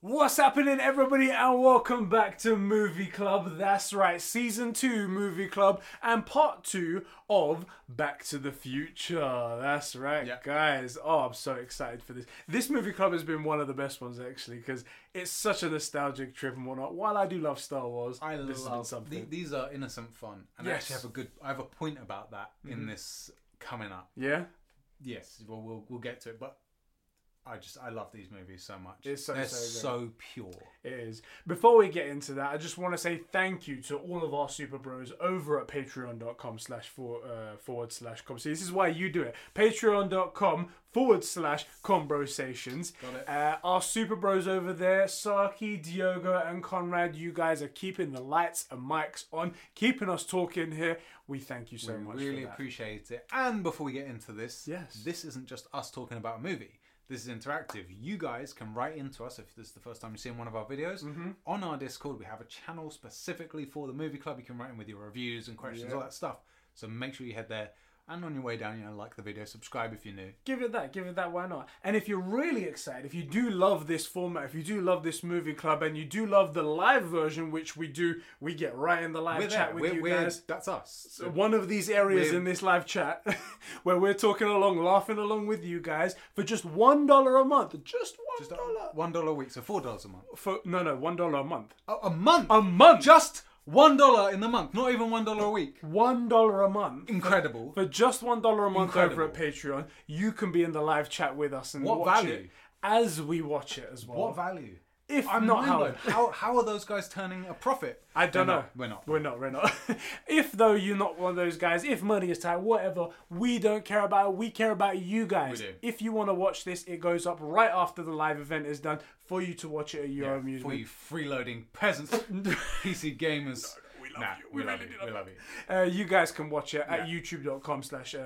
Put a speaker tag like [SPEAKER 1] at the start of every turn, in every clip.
[SPEAKER 1] What's happening, everybody, and welcome back to Movie Club. That's right, season two Movie Club and part two of Back to the Future. That's right,
[SPEAKER 2] Yeah.
[SPEAKER 1] guys. Oh, I'm so excited for this. This Movie Club has been one of the best ones, actually, because it's such a nostalgic trip and whatnot. While I do love Star Wars,
[SPEAKER 2] I
[SPEAKER 1] this has been
[SPEAKER 2] love
[SPEAKER 1] something.
[SPEAKER 2] the- these are innocent fun, and I
[SPEAKER 1] Yes. Mm-hmm.
[SPEAKER 2] actually have a good. I have a point about that in this coming up.
[SPEAKER 1] yeah?
[SPEAKER 2] Yes, well, we'll we'll get to it, but I just I love these movies so much.
[SPEAKER 1] It's so,
[SPEAKER 2] They're
[SPEAKER 1] so
[SPEAKER 2] so pure.
[SPEAKER 1] It is. Before we get into that, I just want to say thank you to all of our super bros over at patreon.com slash for- uh, forward slash com. See, this is why you do it. Patreon.com forward slash conversations.
[SPEAKER 2] Got it.
[SPEAKER 1] Uh, our super bros over there, Saki, Diogo, and Conrad, you guys are keeping the lights and mics on, keeping us talking here. We thank you so
[SPEAKER 2] We
[SPEAKER 1] much.
[SPEAKER 2] really
[SPEAKER 1] for that.
[SPEAKER 2] appreciate it. And before we get into this,
[SPEAKER 1] Yes.
[SPEAKER 2] this isn't just us talking about a movie. This is interactive. You guys can write into us if this is the first time you've seen one of our videos.
[SPEAKER 1] Mm-hmm.
[SPEAKER 2] On our Discord, we have a channel specifically for the movie club. You can write in with your reviews and questions, all that stuff. So make sure you head there. And on your way down, you know, like the video, subscribe if you're new.
[SPEAKER 1] give it that give it that why not and if you're really excited if you do love this format if you do love this movie club and you do love the live version which we do we get right in the live
[SPEAKER 2] We're
[SPEAKER 1] chat
[SPEAKER 2] there.
[SPEAKER 1] with
[SPEAKER 2] We're,
[SPEAKER 1] you
[SPEAKER 2] we're-
[SPEAKER 1] guys
[SPEAKER 2] That's us. So
[SPEAKER 1] one of these areas
[SPEAKER 2] We're-
[SPEAKER 1] in this live chat where we're talking along laughing along with you guys for just one dollar a month just one dollar
[SPEAKER 2] uh, one dollar a week, so four dollars a month.
[SPEAKER 1] for no no one dollar a month
[SPEAKER 2] Oh, a month.
[SPEAKER 1] a month
[SPEAKER 2] just one dollar in the month. Not even one dollar a week.
[SPEAKER 1] one dollar a month
[SPEAKER 2] Incredible.
[SPEAKER 1] for just one dollar a month
[SPEAKER 2] Incredible.
[SPEAKER 1] over at patreon you can be in the live chat with us and
[SPEAKER 2] What
[SPEAKER 1] watch
[SPEAKER 2] value?
[SPEAKER 1] it as we watch it as well
[SPEAKER 2] What value?
[SPEAKER 1] if
[SPEAKER 2] I'm
[SPEAKER 1] not
[SPEAKER 2] not
[SPEAKER 1] how
[SPEAKER 2] how, how how are those guys turning a profit?
[SPEAKER 1] I don't
[SPEAKER 2] We're
[SPEAKER 1] know.
[SPEAKER 2] not- we're not.
[SPEAKER 1] We're not. We're not. if though you're not one of those guys, if money is tight, whatever, we don't care about it. We care about you guys.
[SPEAKER 2] We do.
[SPEAKER 1] If you want to watch this, it goes up right after the live event is done for you to watch it at your own
[SPEAKER 2] for
[SPEAKER 1] amusement.
[SPEAKER 2] you freeloading peasants, PC gamers.
[SPEAKER 1] we love
[SPEAKER 2] Nah,
[SPEAKER 1] you. We really
[SPEAKER 2] love
[SPEAKER 1] do
[SPEAKER 2] you. We love you.
[SPEAKER 1] Uh, you guys can watch it at youtube.com slash uh,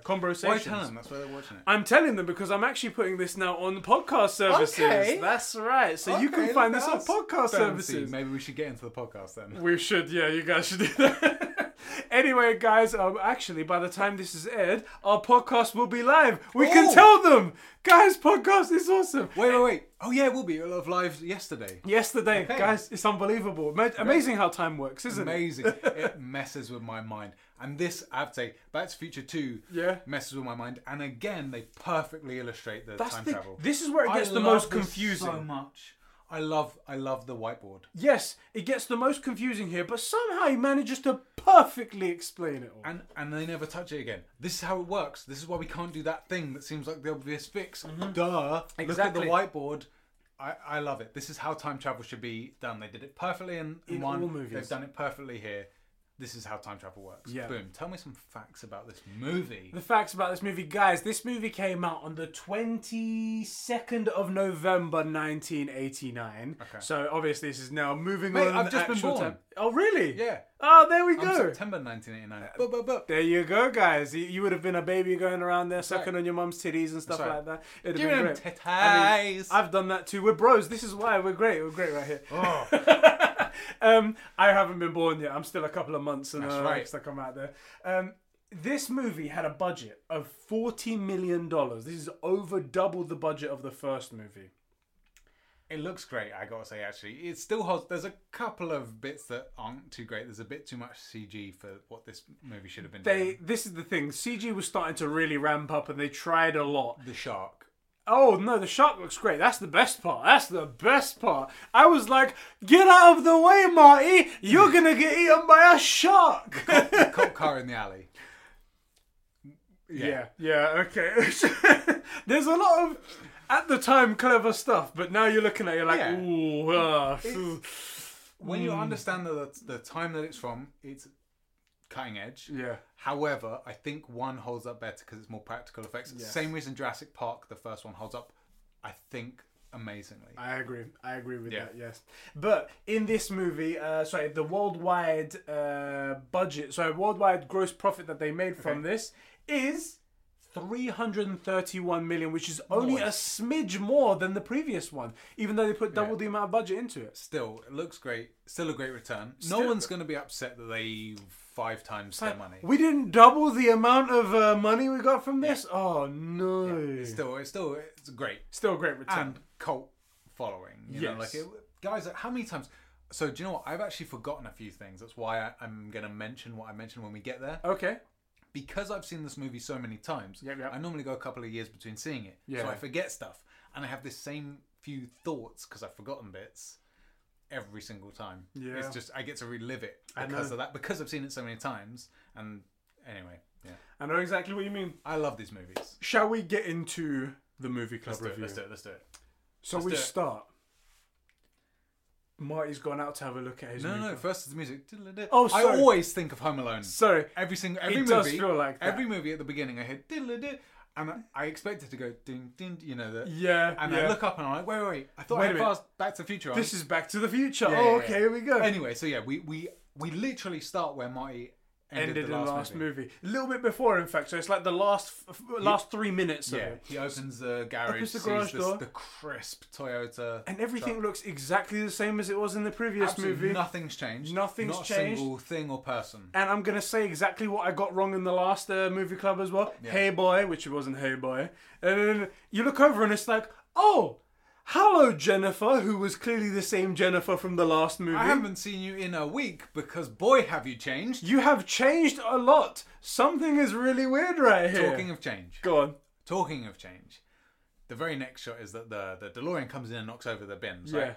[SPEAKER 2] Why tell
[SPEAKER 1] conversations.
[SPEAKER 2] them? That's why they're watching it.
[SPEAKER 1] I'm telling them because I'm actually putting this now on podcast services.
[SPEAKER 2] Okay.
[SPEAKER 1] That's right. So Ah, you can
[SPEAKER 2] Okay,
[SPEAKER 1] find
[SPEAKER 2] look
[SPEAKER 1] this
[SPEAKER 2] at
[SPEAKER 1] on
[SPEAKER 2] us.
[SPEAKER 1] podcast
[SPEAKER 2] Fancy.
[SPEAKER 1] services.
[SPEAKER 2] Maybe we should get into the podcast then.
[SPEAKER 1] We should, yeah, you guys should do that. anyway, guys, um, actually, by the time this is aired, our podcast will be live. We can
[SPEAKER 2] Oh.
[SPEAKER 1] tell them! Guys, podcast is awesome!
[SPEAKER 2] Wait, wait, wait. Oh yeah, we'll be of live yesterday.
[SPEAKER 1] Yesterday,
[SPEAKER 2] Okay.
[SPEAKER 1] guys, it's unbelievable. Ma- amazing how time works, isn't it?
[SPEAKER 2] Amazing. it messes with my mind. And this, I have to say, Back to Future 2
[SPEAKER 1] Yeah.
[SPEAKER 2] messes with my mind. And again, they perfectly illustrate the
[SPEAKER 1] That's
[SPEAKER 2] time
[SPEAKER 1] the-
[SPEAKER 2] travel.
[SPEAKER 1] This is where it
[SPEAKER 2] I
[SPEAKER 1] gets the
[SPEAKER 2] love
[SPEAKER 1] most
[SPEAKER 2] this
[SPEAKER 1] confusing.
[SPEAKER 2] So much. I love, I love the whiteboard.
[SPEAKER 1] yes, it gets the most confusing here, but somehow he manages to perfectly explain it all.
[SPEAKER 2] and and they never touch it again. This is how it works. This is why we can't do that thing that seems like the obvious fix. Duh. Look at the
[SPEAKER 1] Mm-hmm. Exactly.
[SPEAKER 2] whiteboard. I, I love it. This is how time travel should be done. They did it perfectly in, in,
[SPEAKER 1] In
[SPEAKER 2] one.
[SPEAKER 1] all movies.
[SPEAKER 2] They've done it perfectly here. This is how time travel works.
[SPEAKER 1] Yeah.
[SPEAKER 2] Boom. Tell me some facts about this movie.
[SPEAKER 1] The facts about this movie, guys. This movie came out on the twenty second of November, nineteen eighty nine.
[SPEAKER 2] Okay.
[SPEAKER 1] So obviously, this is now moving
[SPEAKER 2] Mate,
[SPEAKER 1] on. in
[SPEAKER 2] I've
[SPEAKER 1] the
[SPEAKER 2] just been
[SPEAKER 1] actual
[SPEAKER 2] born.
[SPEAKER 1] Time. Oh really?
[SPEAKER 2] Yeah.
[SPEAKER 1] Oh, there we
[SPEAKER 2] I'm
[SPEAKER 1] go. Uh,
[SPEAKER 2] September 1989. Bup, bup, bup.
[SPEAKER 1] there you go, guys. You, you would have been a baby going around there sucking
[SPEAKER 2] right.
[SPEAKER 1] on your mum's titties and stuff
[SPEAKER 2] That's right.
[SPEAKER 1] like that. It'd
[SPEAKER 2] Give
[SPEAKER 1] have been
[SPEAKER 2] him
[SPEAKER 1] great. I mean,
[SPEAKER 2] titties.
[SPEAKER 1] I've done that too. We're bros. This is why we're great. We're great right here.
[SPEAKER 2] Oh.
[SPEAKER 1] um, I haven't been born yet. I'm still a couple of months and
[SPEAKER 2] That's
[SPEAKER 1] uh,
[SPEAKER 2] right.
[SPEAKER 1] next I come out there. Um, this movie had a budget of forty million dollars. This is over double the budget of the first movie.
[SPEAKER 2] It looks great, I gotta say. Actually, it still holds. There's a couple of bits that aren't too great. There's a bit too much CG for what this movie should have been.
[SPEAKER 1] They
[SPEAKER 2] doing.
[SPEAKER 1] this is the thing. CG was starting to really ramp up, and they tried a lot.
[SPEAKER 2] the shark.
[SPEAKER 1] Oh no, the shark looks great. That's the best part. That's the best part. I was like, get out of the way, Marty. You're gonna get eaten by a shark.
[SPEAKER 2] The cop car in the alley.
[SPEAKER 1] Yeah, yeah, okay. There's a lot of at the time clever stuff, but now you're looking at it, you're like,
[SPEAKER 2] Yeah.
[SPEAKER 1] ooh, ah, phew."
[SPEAKER 2] When
[SPEAKER 1] Hmm.
[SPEAKER 2] you understand the the time that it's from, it's cutting edge.
[SPEAKER 1] yeah,
[SPEAKER 2] However, I think one holds up better because it's more practical effects.
[SPEAKER 1] Yes.
[SPEAKER 2] Same reason Jurassic Park, the first one, holds up. I think amazingly.
[SPEAKER 1] I agree. I agree with
[SPEAKER 2] Yeah.
[SPEAKER 1] that. Yes, but in this movie, uh, sorry, the worldwide uh, budget, sorry, worldwide gross profit that they made from this is. 331 million, which is only a smidge more than the previous one, even though they put double the amount of budget into it.
[SPEAKER 2] Still, it looks great. Still a great return.
[SPEAKER 1] Still-
[SPEAKER 2] no one's going to be upset that they five times their money.
[SPEAKER 1] We didn't double the amount of uh, money we got from this. Oh no!
[SPEAKER 2] It's still, it's still, it's great.
[SPEAKER 1] Still a great return.
[SPEAKER 2] And cult following. You know,
[SPEAKER 1] Yes.
[SPEAKER 2] like it, guys, like, how many times? So do you know what? I've actually forgotten a few things. That's why I, I'm gonna mention what I mentioned when we get there
[SPEAKER 1] Okay.
[SPEAKER 2] because I've seen this movie so many times.
[SPEAKER 1] Yep, yep.
[SPEAKER 2] I normally go a couple of years between seeing it, so
[SPEAKER 1] Yeah.
[SPEAKER 2] I forget stuff, and I have this same few thoughts because I've forgotten bits every single time.
[SPEAKER 1] Yeah.
[SPEAKER 2] it's just I get to relive it
[SPEAKER 1] I
[SPEAKER 2] because
[SPEAKER 1] know.
[SPEAKER 2] of that because I've seen it so many times. And anyway, yeah,
[SPEAKER 1] I know exactly what you mean.
[SPEAKER 2] I love these movies.
[SPEAKER 1] Shall we get into the movie club
[SPEAKER 2] Let's do it.
[SPEAKER 1] review?
[SPEAKER 2] Let's do it. Let's do it.
[SPEAKER 1] So
[SPEAKER 2] Let's
[SPEAKER 1] we
[SPEAKER 2] do it.
[SPEAKER 1] start. Marty's gone out to have a look at his.
[SPEAKER 2] No,
[SPEAKER 1] movie
[SPEAKER 2] no, no.
[SPEAKER 1] club.
[SPEAKER 2] First is the music.
[SPEAKER 1] Oh,
[SPEAKER 2] I
[SPEAKER 1] sorry.
[SPEAKER 2] always think of Home Alone.
[SPEAKER 1] Sorry.
[SPEAKER 2] Every single every
[SPEAKER 1] it
[SPEAKER 2] movie.
[SPEAKER 1] does feel like that.
[SPEAKER 2] Every movie at the beginning, I hear diddle-a-doo, and I, I expected to go ding ding. You know the
[SPEAKER 1] Yeah.
[SPEAKER 2] And
[SPEAKER 1] yeah.
[SPEAKER 2] I look up and I'm like, wait, wait, wait. I thought
[SPEAKER 1] Wait
[SPEAKER 2] I
[SPEAKER 1] a
[SPEAKER 2] had
[SPEAKER 1] minute.
[SPEAKER 2] fast Back to the Future. on.
[SPEAKER 1] This is Back to the Future.
[SPEAKER 2] Yeah,
[SPEAKER 1] oh,
[SPEAKER 2] yeah, yeah.
[SPEAKER 1] okay. Here we go.
[SPEAKER 2] Anyway, so yeah, we we we literally start where Marty ended,
[SPEAKER 1] Ended
[SPEAKER 2] the
[SPEAKER 1] in
[SPEAKER 2] last,
[SPEAKER 1] the last
[SPEAKER 2] movie.
[SPEAKER 1] movie. A little bit before, in fact. So it's like the last f- f- last three minutes of
[SPEAKER 2] Yeah,
[SPEAKER 1] it.
[SPEAKER 2] he opens the garage,
[SPEAKER 1] Opens the
[SPEAKER 2] sees
[SPEAKER 1] garage
[SPEAKER 2] this-
[SPEAKER 1] door.
[SPEAKER 2] the crisp Toyota,
[SPEAKER 1] And everything looks exactly the same as it was in the previous
[SPEAKER 2] Absolutely
[SPEAKER 1] movie.
[SPEAKER 2] Nothing's changed.
[SPEAKER 1] Nothing's
[SPEAKER 2] Not
[SPEAKER 1] changed.
[SPEAKER 2] a single thing or person.
[SPEAKER 1] And I'm gonna say exactly what I got wrong in the last uh, movie club as well. Hey boy, which it wasn't. Hey boy. And then you look over and it's like, oh, hello Jennifer, who was clearly the same Jennifer from the last movie.
[SPEAKER 2] I haven't seen you in a week because boy, have you changed.
[SPEAKER 1] You have changed a lot. Something is really weird right here.
[SPEAKER 2] Talking of change.
[SPEAKER 1] Go on.
[SPEAKER 2] Talking of change. The very next shot is that the the DeLorean comes in and knocks over the bins.
[SPEAKER 1] Yeah.
[SPEAKER 2] Right?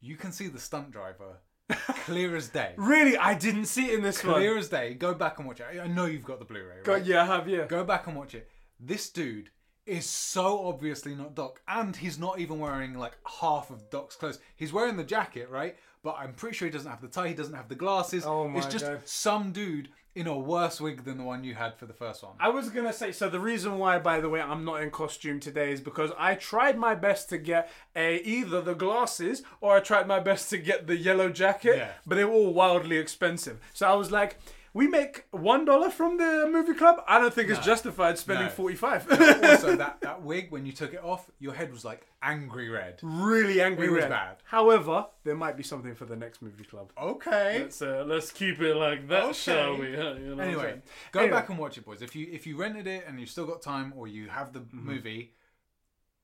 [SPEAKER 2] You can see the stunt driver clear as day.
[SPEAKER 1] Really, I didn't see it in this one.
[SPEAKER 2] clear as day. Go back and watch it. I- I know you've got the Blu-ray.
[SPEAKER 1] Go-
[SPEAKER 2] Right?
[SPEAKER 1] yeah, I have yeah.
[SPEAKER 2] Go back and watch it. This dude is so obviously not Doc, and he's not even wearing like half of Doc's clothes. He's wearing the jacket, right? But I'm pretty sure he doesn't have the tie. He doesn't have the glasses.
[SPEAKER 1] Oh my
[SPEAKER 2] it's just
[SPEAKER 1] God.
[SPEAKER 2] some dude in a worse wig than the one you had for the first one.
[SPEAKER 1] I was gonna say so. The reason why, by the way, I'm not in costume today is because I tried my best to get a either the glasses or I tried my best to get the yellow jacket,
[SPEAKER 2] Yeah.
[SPEAKER 1] but they were all wildly expensive. So I was like, we make one dollar from the movie club. I don't think it's justified spending
[SPEAKER 2] No.
[SPEAKER 1] forty five.
[SPEAKER 2] also, that that wig when you took it off, your head was like angry red.
[SPEAKER 1] really angry.
[SPEAKER 2] It was
[SPEAKER 1] red.
[SPEAKER 2] bad.
[SPEAKER 1] However, there might be something for the next movie club.
[SPEAKER 2] Okay.
[SPEAKER 1] So let's keep it like that,
[SPEAKER 2] shall we? Anyway, go
[SPEAKER 1] Anyway.
[SPEAKER 2] back and watch it, boys. If you if you rented it and you've still got time, or you have the
[SPEAKER 1] Mm-hmm.
[SPEAKER 2] movie,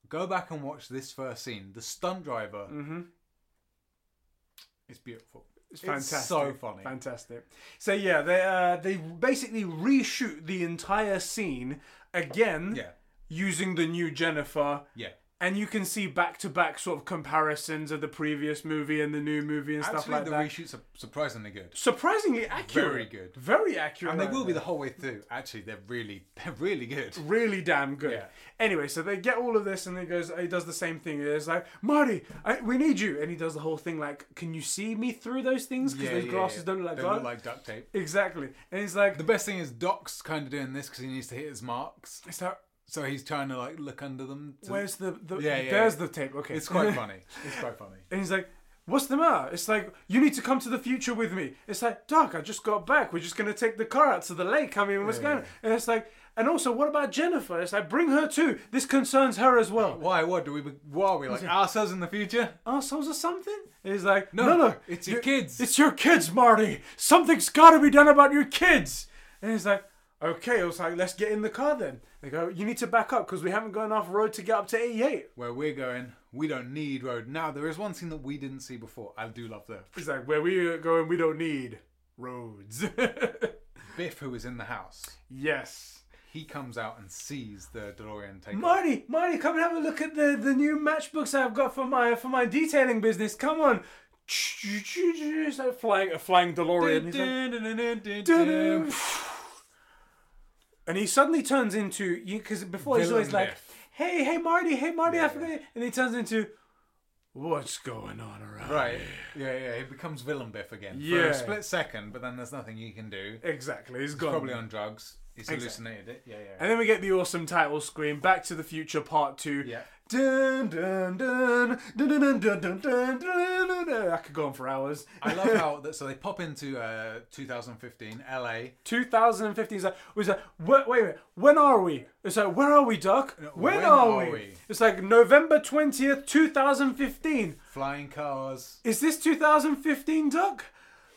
[SPEAKER 2] go back and watch this first scene. The stunt driver. It's beautiful.
[SPEAKER 1] Mm-hmm. It's fantastic.
[SPEAKER 2] so funny.
[SPEAKER 1] Fantastic. So yeah, they uh, they basically reshoot the entire scene again
[SPEAKER 2] Yeah,
[SPEAKER 1] using the new Jennifer.
[SPEAKER 2] yeah.
[SPEAKER 1] And you can see back to back sort of comparisons of the previous movie and the new movie and stuff
[SPEAKER 2] Actually,
[SPEAKER 1] like
[SPEAKER 2] the
[SPEAKER 1] that.
[SPEAKER 2] reshoots are surprisingly good,
[SPEAKER 1] Surprisingly accurate.
[SPEAKER 2] Very good.
[SPEAKER 1] Very accurate.
[SPEAKER 2] and they will be the whole way through. Actually, they're really they're really good.
[SPEAKER 1] really damn good.
[SPEAKER 2] Yeah.
[SPEAKER 1] Anyway, so they get all of this, and he goes, he does the same thing. It's like, Marty, I, we need you, and he does the whole thing like, can you see me through those things? Because those glasses don't look like
[SPEAKER 2] they
[SPEAKER 1] glass.
[SPEAKER 2] look like duct tape.
[SPEAKER 1] exactly, and he's like,
[SPEAKER 2] The best thing is Doc's kind of doing this because he needs to hit his marks,
[SPEAKER 1] it's like,
[SPEAKER 2] so he's trying to like look under them. To...
[SPEAKER 1] where's the, the
[SPEAKER 2] Yeah, yeah,
[SPEAKER 1] there's
[SPEAKER 2] yeah.
[SPEAKER 1] the tape. Okay,
[SPEAKER 2] It's quite funny. It's quite funny.
[SPEAKER 1] and he's like. What's the matter? It's like you need to come to the future with me. It's like, Doc, I just got back. We're just gonna take the car out to the lake. I mean, what's going? on? And it's like, and also, what about Jennifer? It's like, bring her too. This concerns her as well.
[SPEAKER 2] Why? What do we? be- What are we like ourselves in the future?
[SPEAKER 1] assholes or something? And he's like, no,
[SPEAKER 2] No,
[SPEAKER 1] no,
[SPEAKER 2] it's your kids."
[SPEAKER 1] It's your kids, Marty. Something's got to be done about your kids. And he's like, okay. I was like, let's get in the car then. They go, you need to back up because we haven't got enough road to get up to 88.
[SPEAKER 2] Where we're going, we don't need road. Now there is one scene that we didn't see before. I do love the
[SPEAKER 1] He's like, where we're going, we don't need roads.
[SPEAKER 2] Biff who is in the house.
[SPEAKER 1] yes.
[SPEAKER 2] He comes out and sees the DeLorean take. off.
[SPEAKER 1] Marty, Marty, come and have a look at the, the new matchbooks I've got for my for my detailing business. Come on. It's like flying a flying DeLorean. He's like,
[SPEAKER 2] Dun-dun-dun-dun-dun.
[SPEAKER 1] And he suddenly turns into because before he's always
[SPEAKER 2] Villain
[SPEAKER 1] like,
[SPEAKER 2] myth.
[SPEAKER 1] "Hey, hey, Marty, hey, Marty, I forgot." you." And he turns into, "What's going on around?"
[SPEAKER 2] Right. Yeah, yeah. He becomes villain Biff again for
[SPEAKER 1] Yeah.
[SPEAKER 2] a split second, but then there's nothing he can do.
[SPEAKER 1] Exactly. He's gone.
[SPEAKER 2] Probably on drugs. He's hallucinated it. Yeah, yeah.
[SPEAKER 1] And then we get the awesome title screen, Back to the Future Part Two.
[SPEAKER 2] Yeah.
[SPEAKER 1] Dun dun dun dun dun dun dun dun dun dun. dun, dun. I could go on for hours.
[SPEAKER 2] I love how that. So they pop into uh, 2015 LA.
[SPEAKER 1] 2015 is like, was like, wait, wait, wait, when are we? It's like, where are we, Doc? When,
[SPEAKER 2] when
[SPEAKER 1] are,
[SPEAKER 2] are
[SPEAKER 1] we?
[SPEAKER 2] we?
[SPEAKER 1] It's like November 20th, 2015.
[SPEAKER 2] Flying cars.
[SPEAKER 1] Is this 2015, Doc?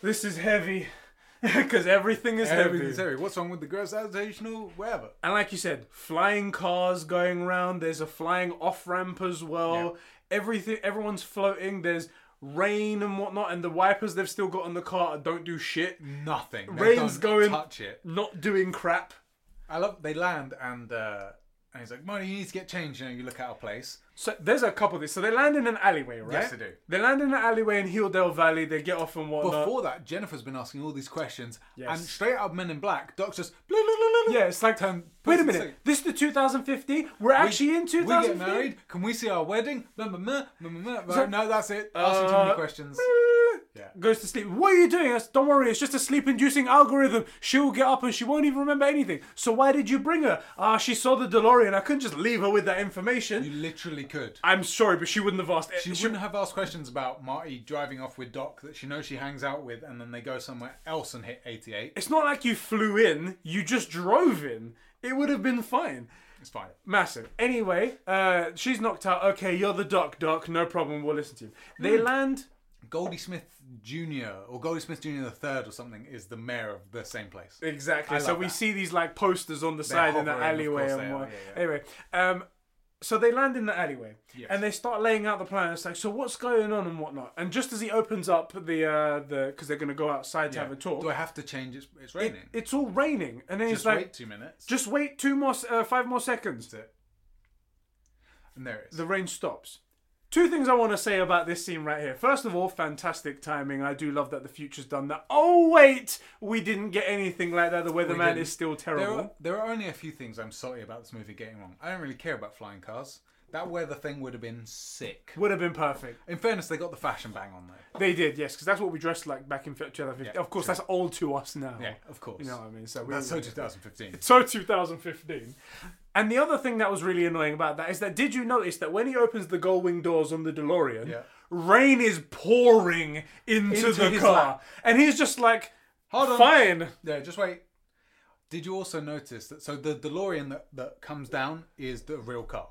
[SPEAKER 1] This is heavy. Because everything is
[SPEAKER 2] Everything's
[SPEAKER 1] heavy.
[SPEAKER 2] heavy. What's wrong with the gravitational? Whatever.
[SPEAKER 1] And like you said, flying cars going round. There's a flying off ramp as well. everything everyone's floating. There's rain and whatnot, and the wipers they've still got on the car don't do shit.
[SPEAKER 2] Nothing. They
[SPEAKER 1] Rain's
[SPEAKER 2] don't
[SPEAKER 1] going-
[SPEAKER 2] Touch it.
[SPEAKER 1] Not doing crap.
[SPEAKER 2] I love. They land and uh, and he's like, "Marty, you need to get changed." You know, you look out of place.
[SPEAKER 1] So there's a couple of these. So they land in an alleyway, right?
[SPEAKER 2] Yes, they do.
[SPEAKER 1] They land in an alleyway in Hilldale Valley. They get off and whatnot.
[SPEAKER 2] Before that, Jennifer's been asking all these questions,
[SPEAKER 1] Yes.
[SPEAKER 2] and straight up Men in Black, Doc's just. "Blah, blah, blah, blah, blah."
[SPEAKER 1] yeah, it's like,
[SPEAKER 2] Turn-
[SPEAKER 1] wait a
[SPEAKER 2] person
[SPEAKER 1] minute,
[SPEAKER 2] say-
[SPEAKER 1] this is the 2015. We're actually in
[SPEAKER 2] We get
[SPEAKER 1] 2015.
[SPEAKER 2] married. Can we see our wedding? Blah, blah, blah, blah, blah, blah. No, that's it. Asking too
[SPEAKER 1] Uh,
[SPEAKER 2] many questions. Yeah.
[SPEAKER 1] Goes to sleep. What are you doing? That's- Don't worry, it's just a sleep inducing algorithm. She'll get up and she won't even remember anything. So why did you bring her? Ah, she saw the DeLorean. I couldn't just leave her with that information.
[SPEAKER 2] You literally could.
[SPEAKER 1] I'm sorry, but she wouldn't have asked.
[SPEAKER 2] She shouldn't have asked questions about Marty driving off with Doc that she knows she hangs out with, and then they go somewhere else and hit 88.
[SPEAKER 1] It's not like you flew in, you just drove in. It would have been fine.
[SPEAKER 2] It's fine.
[SPEAKER 1] Massive. Anyway, uh, she's knocked out. Okay, you're the duck, duck. No problem. We'll listen to you. They
[SPEAKER 2] Hmm.
[SPEAKER 1] land.
[SPEAKER 2] Goldie Smith Jr. or Goldie Smith Jr. the third or something is the mayor of the same place.
[SPEAKER 1] Exactly.
[SPEAKER 2] I
[SPEAKER 1] so
[SPEAKER 2] love
[SPEAKER 1] we
[SPEAKER 2] that.
[SPEAKER 1] see these like posters on the side in the
[SPEAKER 2] hovering, of
[SPEAKER 1] alleyway
[SPEAKER 2] course
[SPEAKER 1] and
[SPEAKER 2] they are,
[SPEAKER 1] what.
[SPEAKER 2] yeah, yeah.
[SPEAKER 1] Anyway, um, so they land in the alleyway and they start laying out the plan. It's like, so what's going on and whatnot. And just as he opens up the uh, the because they're gonna go outside to have a talk,
[SPEAKER 2] Do I have to change? It's, it's raining.
[SPEAKER 1] it's all raining. And then
[SPEAKER 2] Just
[SPEAKER 1] he's like,
[SPEAKER 2] wait two minutes.
[SPEAKER 1] just wait two more, s- uh, five more seconds.
[SPEAKER 2] That's it. And there it is.
[SPEAKER 1] The rain stops. Two things I want to say about this scene right here. First of all, fantastic timing. I do love that the future's done that. Oh wait, we didn't get anything like that. The weatherman
[SPEAKER 2] didn't.
[SPEAKER 1] is still
[SPEAKER 2] there,
[SPEAKER 1] terrible.
[SPEAKER 2] are, there are only a few things I'm salty about this movie getting wrong. I don't really care about flying cars. That weather thing would have been sick.
[SPEAKER 1] Would have been perfect.
[SPEAKER 2] In fairness, they got the fashion bang on there.
[SPEAKER 1] They did, yes, because that's what we dressed like back in 2015.
[SPEAKER 2] Yeah,
[SPEAKER 1] of course,
[SPEAKER 2] true.
[SPEAKER 1] that's old to us now.
[SPEAKER 2] Yeah, of course.
[SPEAKER 1] You know what I mean? So we,
[SPEAKER 2] That's so 2015.
[SPEAKER 1] so 2015. And the other thing that was really annoying about that is that did you notice that when he opens the gold wing doors on the DeLorean,
[SPEAKER 2] Yeah.
[SPEAKER 1] rain is pouring into,
[SPEAKER 2] Into
[SPEAKER 1] the
[SPEAKER 2] his
[SPEAKER 1] car,
[SPEAKER 2] lap.
[SPEAKER 1] and he's just like,
[SPEAKER 2] Hold on.
[SPEAKER 1] "Fine."
[SPEAKER 2] Yeah, just wait. Did you also notice that? So the DeLorean that, that comes down is the real car.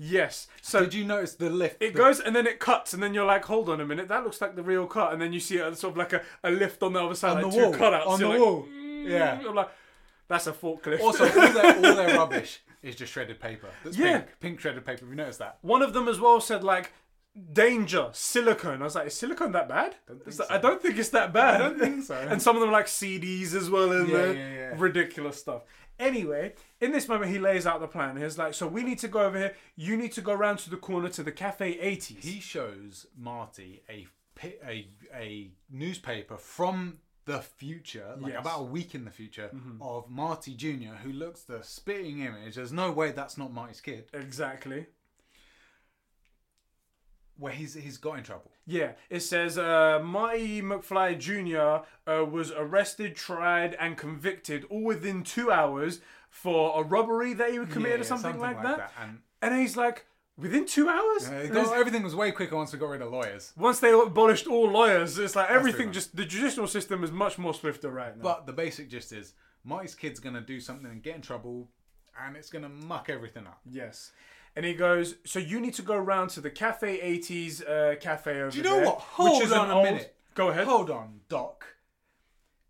[SPEAKER 1] Yes. So
[SPEAKER 2] Did you notice the lift?
[SPEAKER 1] It goes and then it cuts and then you're like, hold on a minute, that looks like the real cut, and then you see a sort of like a, a lift on the other side,
[SPEAKER 2] On
[SPEAKER 1] like
[SPEAKER 2] the
[SPEAKER 1] two
[SPEAKER 2] wall,
[SPEAKER 1] cutouts
[SPEAKER 2] on
[SPEAKER 1] You're
[SPEAKER 2] the
[SPEAKER 1] like,
[SPEAKER 2] wall.
[SPEAKER 1] "Mm,"
[SPEAKER 2] Yeah.
[SPEAKER 1] I'm like, that's a forklift.
[SPEAKER 2] Also, all their, all their rubbish is just shredded paper. That's
[SPEAKER 1] Yeah.
[SPEAKER 2] pink, pink shredded paper. Have you noticed that?
[SPEAKER 1] one of them as well said like, danger silicone. I was like, is silicone that bad? It's like, I don't think it's that bad. I
[SPEAKER 2] don't think so.
[SPEAKER 1] and some of them are like CDs as well in
[SPEAKER 2] Yeah,
[SPEAKER 1] there,
[SPEAKER 2] yeah, yeah.
[SPEAKER 1] ridiculous stuff. Anyway, in this moment, he lays out the plan. He's like, so we need to go over here. You need to go round to the corner to the cafe 80s.
[SPEAKER 2] He shows Marty a pi- a, a newspaper from the future, like
[SPEAKER 1] Yes. Mm-hmm.
[SPEAKER 2] about a week in the future, of Marty Junior, who looks the spitting image. There's no way that's not Marty's kid.
[SPEAKER 1] exactly.
[SPEAKER 2] Where he's he's got in trouble.
[SPEAKER 1] Yeah, it says uh, Marty McFly Jr. Uh, was arrested, tried, and convicted all within two hours for a robbery that he committed
[SPEAKER 2] Yeah,
[SPEAKER 1] or something, like, that.
[SPEAKER 2] And
[SPEAKER 1] And then he's like, within two hours?
[SPEAKER 2] Uh, it
[SPEAKER 1] And
[SPEAKER 2] got-
[SPEAKER 1] it's-
[SPEAKER 2] everything was way quicker once we got rid of lawyers.
[SPEAKER 1] Once they abolished all lawyers, it's like everything
[SPEAKER 2] much.
[SPEAKER 1] just the judicial system is much more swifter right now.
[SPEAKER 2] But the basic gist is Marty's kid's gonna do something and get in trouble, and it's gonna muck everything up.
[SPEAKER 1] yes. And he goes, so you need to go round to the Cafe 80s uh, cafe over
[SPEAKER 2] Do you know
[SPEAKER 1] there,
[SPEAKER 2] what? Hold
[SPEAKER 1] which is
[SPEAKER 2] on
[SPEAKER 1] an
[SPEAKER 2] a
[SPEAKER 1] old-
[SPEAKER 2] minute.
[SPEAKER 1] Go ahead.
[SPEAKER 2] Hold on, Doc.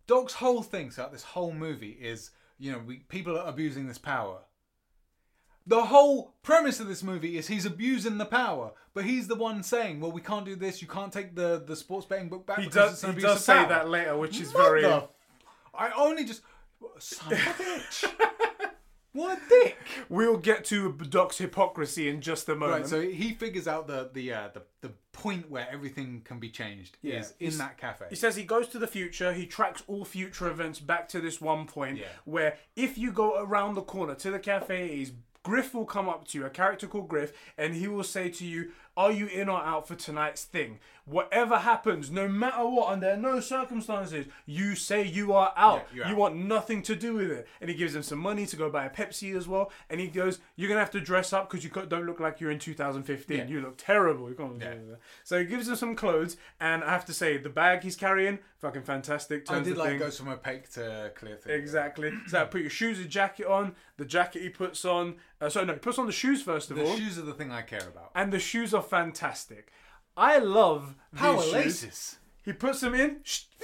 [SPEAKER 2] Doc's whole thing throughout this whole movie is, you know, we, people are abusing this power. The whole premise of this movie is he's abusing the power, but he's the one saying, "Well, we can't do this. You can't take the, the sports betting book back."
[SPEAKER 1] He
[SPEAKER 2] because
[SPEAKER 1] does.
[SPEAKER 2] it's an
[SPEAKER 1] He
[SPEAKER 2] abuse
[SPEAKER 1] does
[SPEAKER 2] of
[SPEAKER 1] say
[SPEAKER 2] power."
[SPEAKER 1] that later, which is
[SPEAKER 2] What
[SPEAKER 1] very.
[SPEAKER 2] the- I only just. Son of a bitch. what a dick.
[SPEAKER 1] We'll get to Doc's hypocrisy in just a moment.
[SPEAKER 2] Right, so he figures out the the uh, the, the point where everything can be changed is in that cafe.
[SPEAKER 1] he says he goes to the future. He tracks all future events back to this one point
[SPEAKER 2] Yeah.
[SPEAKER 1] where if you go around the corner to the cafe, is Griff will come up to you, a character called Griff, and he will say to you, "Are you in or out for tonight's thing? Whatever happens, no matter what, under no circumstances, you say you are out.
[SPEAKER 2] Yeah, you're
[SPEAKER 1] you
[SPEAKER 2] out."
[SPEAKER 1] want nothing to do with it." And he gives him some money to go buy a Pepsi as well. And he goes, "You're gonna have to dress up because you co- don't look like you're in 2015. You look terrible." You can't So he gives him some clothes, and I have to say, the bag he's carrying, fucking fantastic.
[SPEAKER 2] I
[SPEAKER 1] Turns
[SPEAKER 2] did
[SPEAKER 1] the
[SPEAKER 2] like
[SPEAKER 1] thing.
[SPEAKER 2] goes from opaque to clear thing.
[SPEAKER 1] Exactly. So I put your shoes and jacket on. The jacket he puts on. Uh, so no, he puts on the shoes first of
[SPEAKER 2] The
[SPEAKER 1] all,
[SPEAKER 2] shoes are the thing I care about.
[SPEAKER 1] and the shoes are fantastic. I love
[SPEAKER 2] Power
[SPEAKER 1] these shoes.
[SPEAKER 2] laces.
[SPEAKER 1] He puts them in.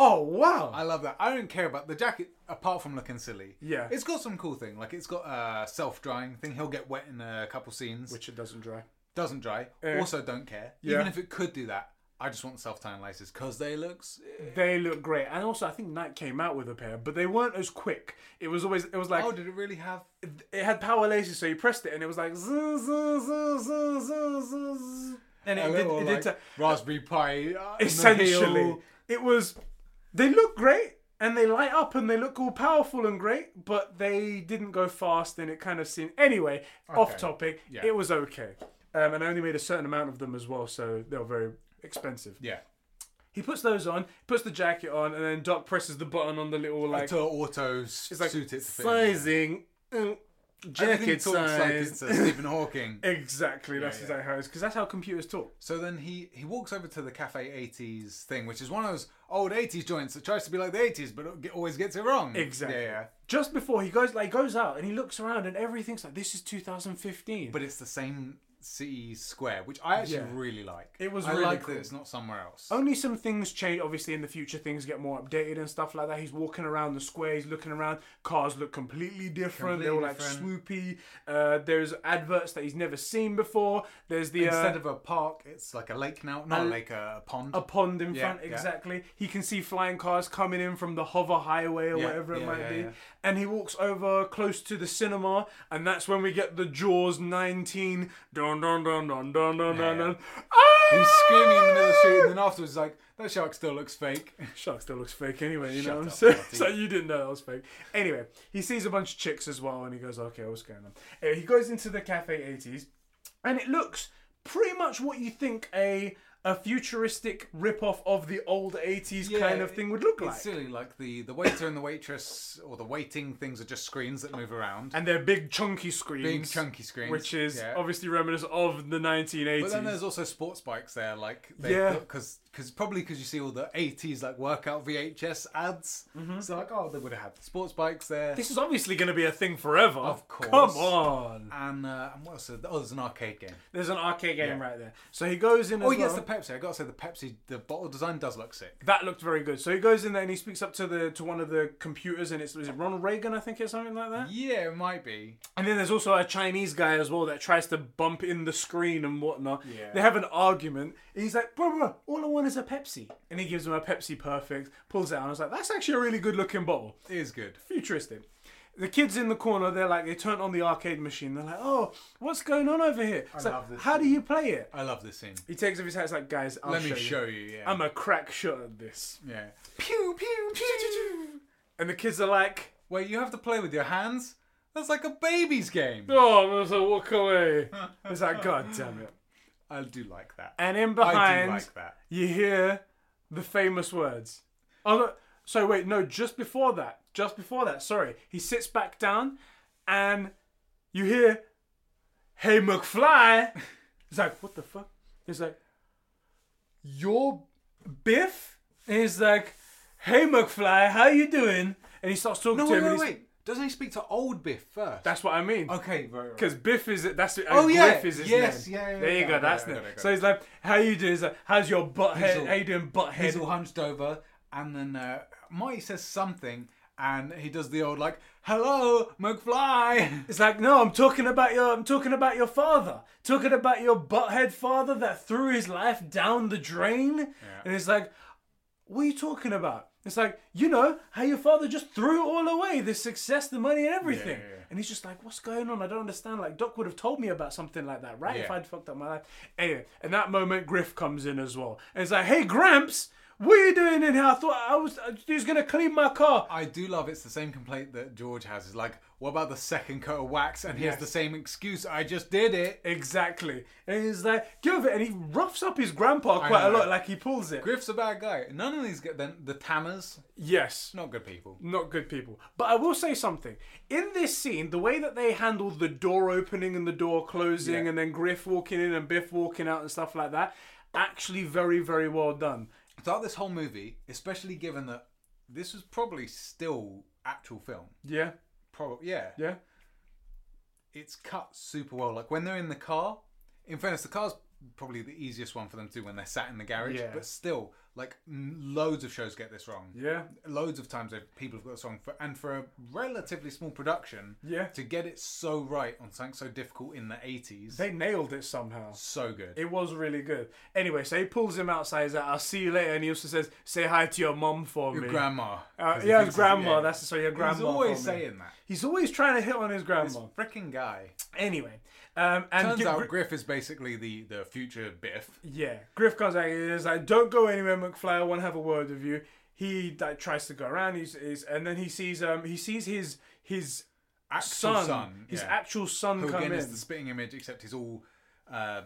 [SPEAKER 1] Oh wow!
[SPEAKER 2] I love that. I don't care about the jacket apart from looking silly.
[SPEAKER 1] Yeah.
[SPEAKER 2] It's got some cool thing. Like it's got a self-drying thing. He'll get wet in a couple scenes.
[SPEAKER 1] Which it doesn't dry.
[SPEAKER 2] doesn't dry.
[SPEAKER 1] Eh.
[SPEAKER 2] also don't care.
[SPEAKER 1] Yeah.
[SPEAKER 2] Even if it could do that, I just want self-tying laces cuz they look sick.
[SPEAKER 1] They look great, and also I think Nike came out with a pair, but they weren't as quick. It was always it was like
[SPEAKER 2] Oh, did it really have
[SPEAKER 1] it had power laces, so you pressed it and it was like zzz, zzz, zzz, zzz, zzz, zzz. and
[SPEAKER 2] a
[SPEAKER 1] it did,
[SPEAKER 2] little,
[SPEAKER 1] it did
[SPEAKER 2] like,
[SPEAKER 1] ta-
[SPEAKER 2] raspberry pi uh, on the
[SPEAKER 1] essentially.
[SPEAKER 2] heel?
[SPEAKER 1] It was they look great and they light up and they look all powerful and great, but they didn't go fast and it kind of seemed anyway off
[SPEAKER 2] Okay.
[SPEAKER 1] topic.
[SPEAKER 2] Yeah.
[SPEAKER 1] It was okay, um, and I only made a certain amount of them as well, so they were very expensive.
[SPEAKER 2] Yeah.
[SPEAKER 1] He puts those on, puts the jacket on, and then Doc presses the button on the little like
[SPEAKER 2] To auto s-
[SPEAKER 1] it's like
[SPEAKER 2] suit it to fit in.
[SPEAKER 1] sizing mm,
[SPEAKER 2] Everything
[SPEAKER 1] jacket
[SPEAKER 2] talks like it's
[SPEAKER 1] size.
[SPEAKER 2] uh, Stephen Hawking.
[SPEAKER 1] Exactly, that's
[SPEAKER 2] yeah.
[SPEAKER 1] exactly how it is because that's how computers talk.
[SPEAKER 2] So then he he walks over to the cafe 80s thing, which is one of those old 80s joints that tries to be like the 80s but it ge- always gets it wrong.
[SPEAKER 1] Exactly.
[SPEAKER 2] Yeah, yeah.
[SPEAKER 1] Just before he goes, like goes out and he looks around and everything's like this is 2015.
[SPEAKER 2] But it's the same city square, which I actually
[SPEAKER 1] Yeah.
[SPEAKER 2] really like.
[SPEAKER 1] It was
[SPEAKER 2] I
[SPEAKER 1] really
[SPEAKER 2] like
[SPEAKER 1] cool.
[SPEAKER 2] that it's not somewhere else.
[SPEAKER 1] only some things change. Obviously, in the future, things get more updated and stuff like that. He's walking around the square. He's looking around. Cars look completely different. They're all like swoopy. Uh, there's adverts that he's never seen before. There's the uh,
[SPEAKER 2] Instead of a park, it's like a lake now. Not a lake, a pond.
[SPEAKER 1] a pond in
[SPEAKER 2] Yeah,
[SPEAKER 1] front,
[SPEAKER 2] yeah.
[SPEAKER 1] exactly. He can see flying cars coming in from the hover highway or
[SPEAKER 2] Yeah,
[SPEAKER 1] whatever it
[SPEAKER 2] yeah,
[SPEAKER 1] might
[SPEAKER 2] yeah,
[SPEAKER 1] be.
[SPEAKER 2] yeah.
[SPEAKER 1] And he walks over close to the cinema, and that's when we get the Jaws 19. Dun dun dun dun dun dun
[SPEAKER 2] Yeah,
[SPEAKER 1] dun
[SPEAKER 2] yeah.
[SPEAKER 1] dun. Ah!
[SPEAKER 2] He's screaming in the middle of the street, and then afterwards, like, that shark still looks fake.
[SPEAKER 1] Shark still looks fake anyway, you
[SPEAKER 2] Shut
[SPEAKER 1] know what I'm
[SPEAKER 2] up,
[SPEAKER 1] saying?
[SPEAKER 2] Marty.
[SPEAKER 1] So you didn't know that was fake. Anyway, he sees a bunch of chicks as well and he goes, okay, what's going on? Anyway, he goes into the Cafe 80s and it looks pretty much what you think a a futuristic rip-off of the old 80s
[SPEAKER 2] Yeah,
[SPEAKER 1] kind of thing would look
[SPEAKER 2] It's
[SPEAKER 1] like.
[SPEAKER 2] silly, like the, the waiter and the waitress, or the waiting things are just screens that move around.
[SPEAKER 1] And they're big chunky screens.
[SPEAKER 2] Big chunky screens.
[SPEAKER 1] Which is
[SPEAKER 2] yeah.
[SPEAKER 1] obviously reminiscent of the 1980s.
[SPEAKER 2] But then there's also sports bikes there, like they,
[SPEAKER 1] Yeah.
[SPEAKER 2] because because probably because you see all the '80s like workout VHS ads.
[SPEAKER 1] Mm-hmm.
[SPEAKER 2] So like, oh, they would have had sports bikes there,
[SPEAKER 1] this is obviously going to be a thing forever.
[SPEAKER 2] Of course.
[SPEAKER 1] Come on.
[SPEAKER 2] and uh, and what else? Oh, there's an arcade game.
[SPEAKER 1] There's an arcade game
[SPEAKER 2] Yeah.
[SPEAKER 1] right there. So he goes in.
[SPEAKER 2] Oh,
[SPEAKER 1] as
[SPEAKER 2] yes,
[SPEAKER 1] well.
[SPEAKER 2] the Pepsi. I gotta say, the Pepsi, the bottle design does look sick.
[SPEAKER 1] That looked very good. So he goes in there and he speaks up to the to one of the computers, and it's is it Ronald Reagan, I think, or something like that.
[SPEAKER 2] Yeah, it might be.
[SPEAKER 1] And then there's also a Chinese guy as well that tries to bump in the screen and whatnot.
[SPEAKER 2] Yeah.
[SPEAKER 1] They have an argument, and he's like, "Bro, bro, all I want is a Pepsi," and he gives him a Pepsi Perfect, pulls it out, and I was like, "That's actually a really good looking bottle."
[SPEAKER 2] It is good.
[SPEAKER 1] futuristic. The kids in the corner, they're like, they turn on the arcade machine. They're like, oh, what's going on over here? It's like,
[SPEAKER 2] love this
[SPEAKER 1] how do you play it?
[SPEAKER 2] I love this scene.
[SPEAKER 1] He takes off his hat. It's like, guys, I'll
[SPEAKER 2] Let
[SPEAKER 1] show
[SPEAKER 2] me
[SPEAKER 1] you. Um,
[SPEAKER 2] show you. Yeah.
[SPEAKER 1] I'm a crack shot at this.
[SPEAKER 2] yeah. Pew pew pew.
[SPEAKER 1] And the kids are like,
[SPEAKER 2] Wait, you have to play with your hands. That's like a baby's game.
[SPEAKER 1] oh, there's a walk away. It's like, god damn it.
[SPEAKER 2] I do like that.
[SPEAKER 1] And in
[SPEAKER 2] I
[SPEAKER 1] behind,
[SPEAKER 2] do like that.
[SPEAKER 1] you hear the famous words. Oh, no, so wait, no, just before that, just before that, sorry. He sits back down and you hear, Hey McFly! It's like, what the fuck? It's like, You're Biff? And he's like, Hey McFly, how you doing? And he starts talking
[SPEAKER 2] No,
[SPEAKER 1] to him.
[SPEAKER 2] wait, wait,
[SPEAKER 1] and he's-
[SPEAKER 2] wait. Doesn't he speak to old Biff first?
[SPEAKER 1] That's what I mean.
[SPEAKER 2] okay, right, right.
[SPEAKER 1] Because Biff is that's it.
[SPEAKER 2] Oh,
[SPEAKER 1] Griff
[SPEAKER 2] yeah.
[SPEAKER 1] is his
[SPEAKER 2] Yes,
[SPEAKER 1] name.
[SPEAKER 2] yeah, yeah,
[SPEAKER 1] There you
[SPEAKER 2] yeah.
[SPEAKER 1] go.
[SPEAKER 2] Okay,
[SPEAKER 1] That's
[SPEAKER 2] okay,
[SPEAKER 1] it.
[SPEAKER 2] okay, okay.
[SPEAKER 1] So he's like, "How you doing? He's like, How's your butt head?
[SPEAKER 2] all-
[SPEAKER 1] How you doing, butt head?"
[SPEAKER 2] He's all hunched over, and then uh, Marty says something, and he does the old like, "Hello, McFly."
[SPEAKER 1] It's like, no, I'm talking about your, I'm talking about your father, talking about your butthead father that threw his life down the drain. And it's like, what are you talking about? It's like, you know, how your father just threw it all away, the success, the money, and everything.
[SPEAKER 2] yeah, yeah.
[SPEAKER 1] And he's just like, what's going on? I don't understand. Like, Doc would have told me about something like that, right? If
[SPEAKER 2] Yeah.
[SPEAKER 1] I'd fucked up my life. Anyway, and that moment, Griff comes in as well, and it's like, hey, Gramps. What are you doing in here? I thought I was, he was gonna clean my car.
[SPEAKER 2] I do love it's the same complaint that George has. Is like, "What about the second coat of wax?" And he has
[SPEAKER 1] Yes.
[SPEAKER 2] the same excuse. I just did it.
[SPEAKER 1] Exactly. And he's like, give it. And he roughs up his grandpa quite a
[SPEAKER 2] know.
[SPEAKER 1] lot, like he pulls it.
[SPEAKER 2] Griff's a bad guy. None of these get then the Tanners,
[SPEAKER 1] Yes.
[SPEAKER 2] not good people.
[SPEAKER 1] Not good people. But I will say something. In this scene, the way that they handle the door opening and the door closing
[SPEAKER 2] Yeah.
[SPEAKER 1] and then Griff walking in and Biff walking out and stuff like that, actually very, very well done.
[SPEAKER 2] Throughout this whole movie, especially given that this was probably still actual film.
[SPEAKER 1] Yeah.
[SPEAKER 2] Probably, yeah.
[SPEAKER 1] Yeah.
[SPEAKER 2] it's cut super well. Like when they're in the car, in fairness, the car's probably the easiest one for them to do when they're sat in the garage.
[SPEAKER 1] Yeah.
[SPEAKER 2] But still, like m- loads of shows get this wrong.
[SPEAKER 1] Yeah.
[SPEAKER 2] Loads of times they've- people have got this wrong, for, and for a relatively small production,
[SPEAKER 1] Yeah.
[SPEAKER 2] to get it so right on something so difficult in the eighties,
[SPEAKER 1] They nailed it somehow.
[SPEAKER 2] so good.
[SPEAKER 1] It was really good. Anyway, so he pulls him outside. He's like, I'll see you later. And he also says, Say hi to your mum for me.
[SPEAKER 2] grandma.
[SPEAKER 1] Uh,
[SPEAKER 2] 'Cause he
[SPEAKER 1] yeah, his
[SPEAKER 2] thinks it's-
[SPEAKER 1] grandma.
[SPEAKER 2] yeah.
[SPEAKER 1] That's so your grandma.
[SPEAKER 2] He's always
[SPEAKER 1] for me.
[SPEAKER 2] saying that.
[SPEAKER 1] He's always trying to hit on his grandma.
[SPEAKER 2] Freaking guy.
[SPEAKER 1] Anyway, um, and
[SPEAKER 2] Turns
[SPEAKER 1] Gri-
[SPEAKER 2] out Griff is basically the the future Biff.
[SPEAKER 1] yeah, Griff comes out. and He's like, "Don't go anywhere, McFly. I want to have a word with you." He like, tries to go around. He's, he's and then he sees um he sees his his
[SPEAKER 2] Actual
[SPEAKER 1] son,
[SPEAKER 2] son,
[SPEAKER 1] his
[SPEAKER 2] yeah.
[SPEAKER 1] actual son
[SPEAKER 2] Who
[SPEAKER 1] come
[SPEAKER 2] again
[SPEAKER 1] in.
[SPEAKER 2] is the spitting image, except he's all uh,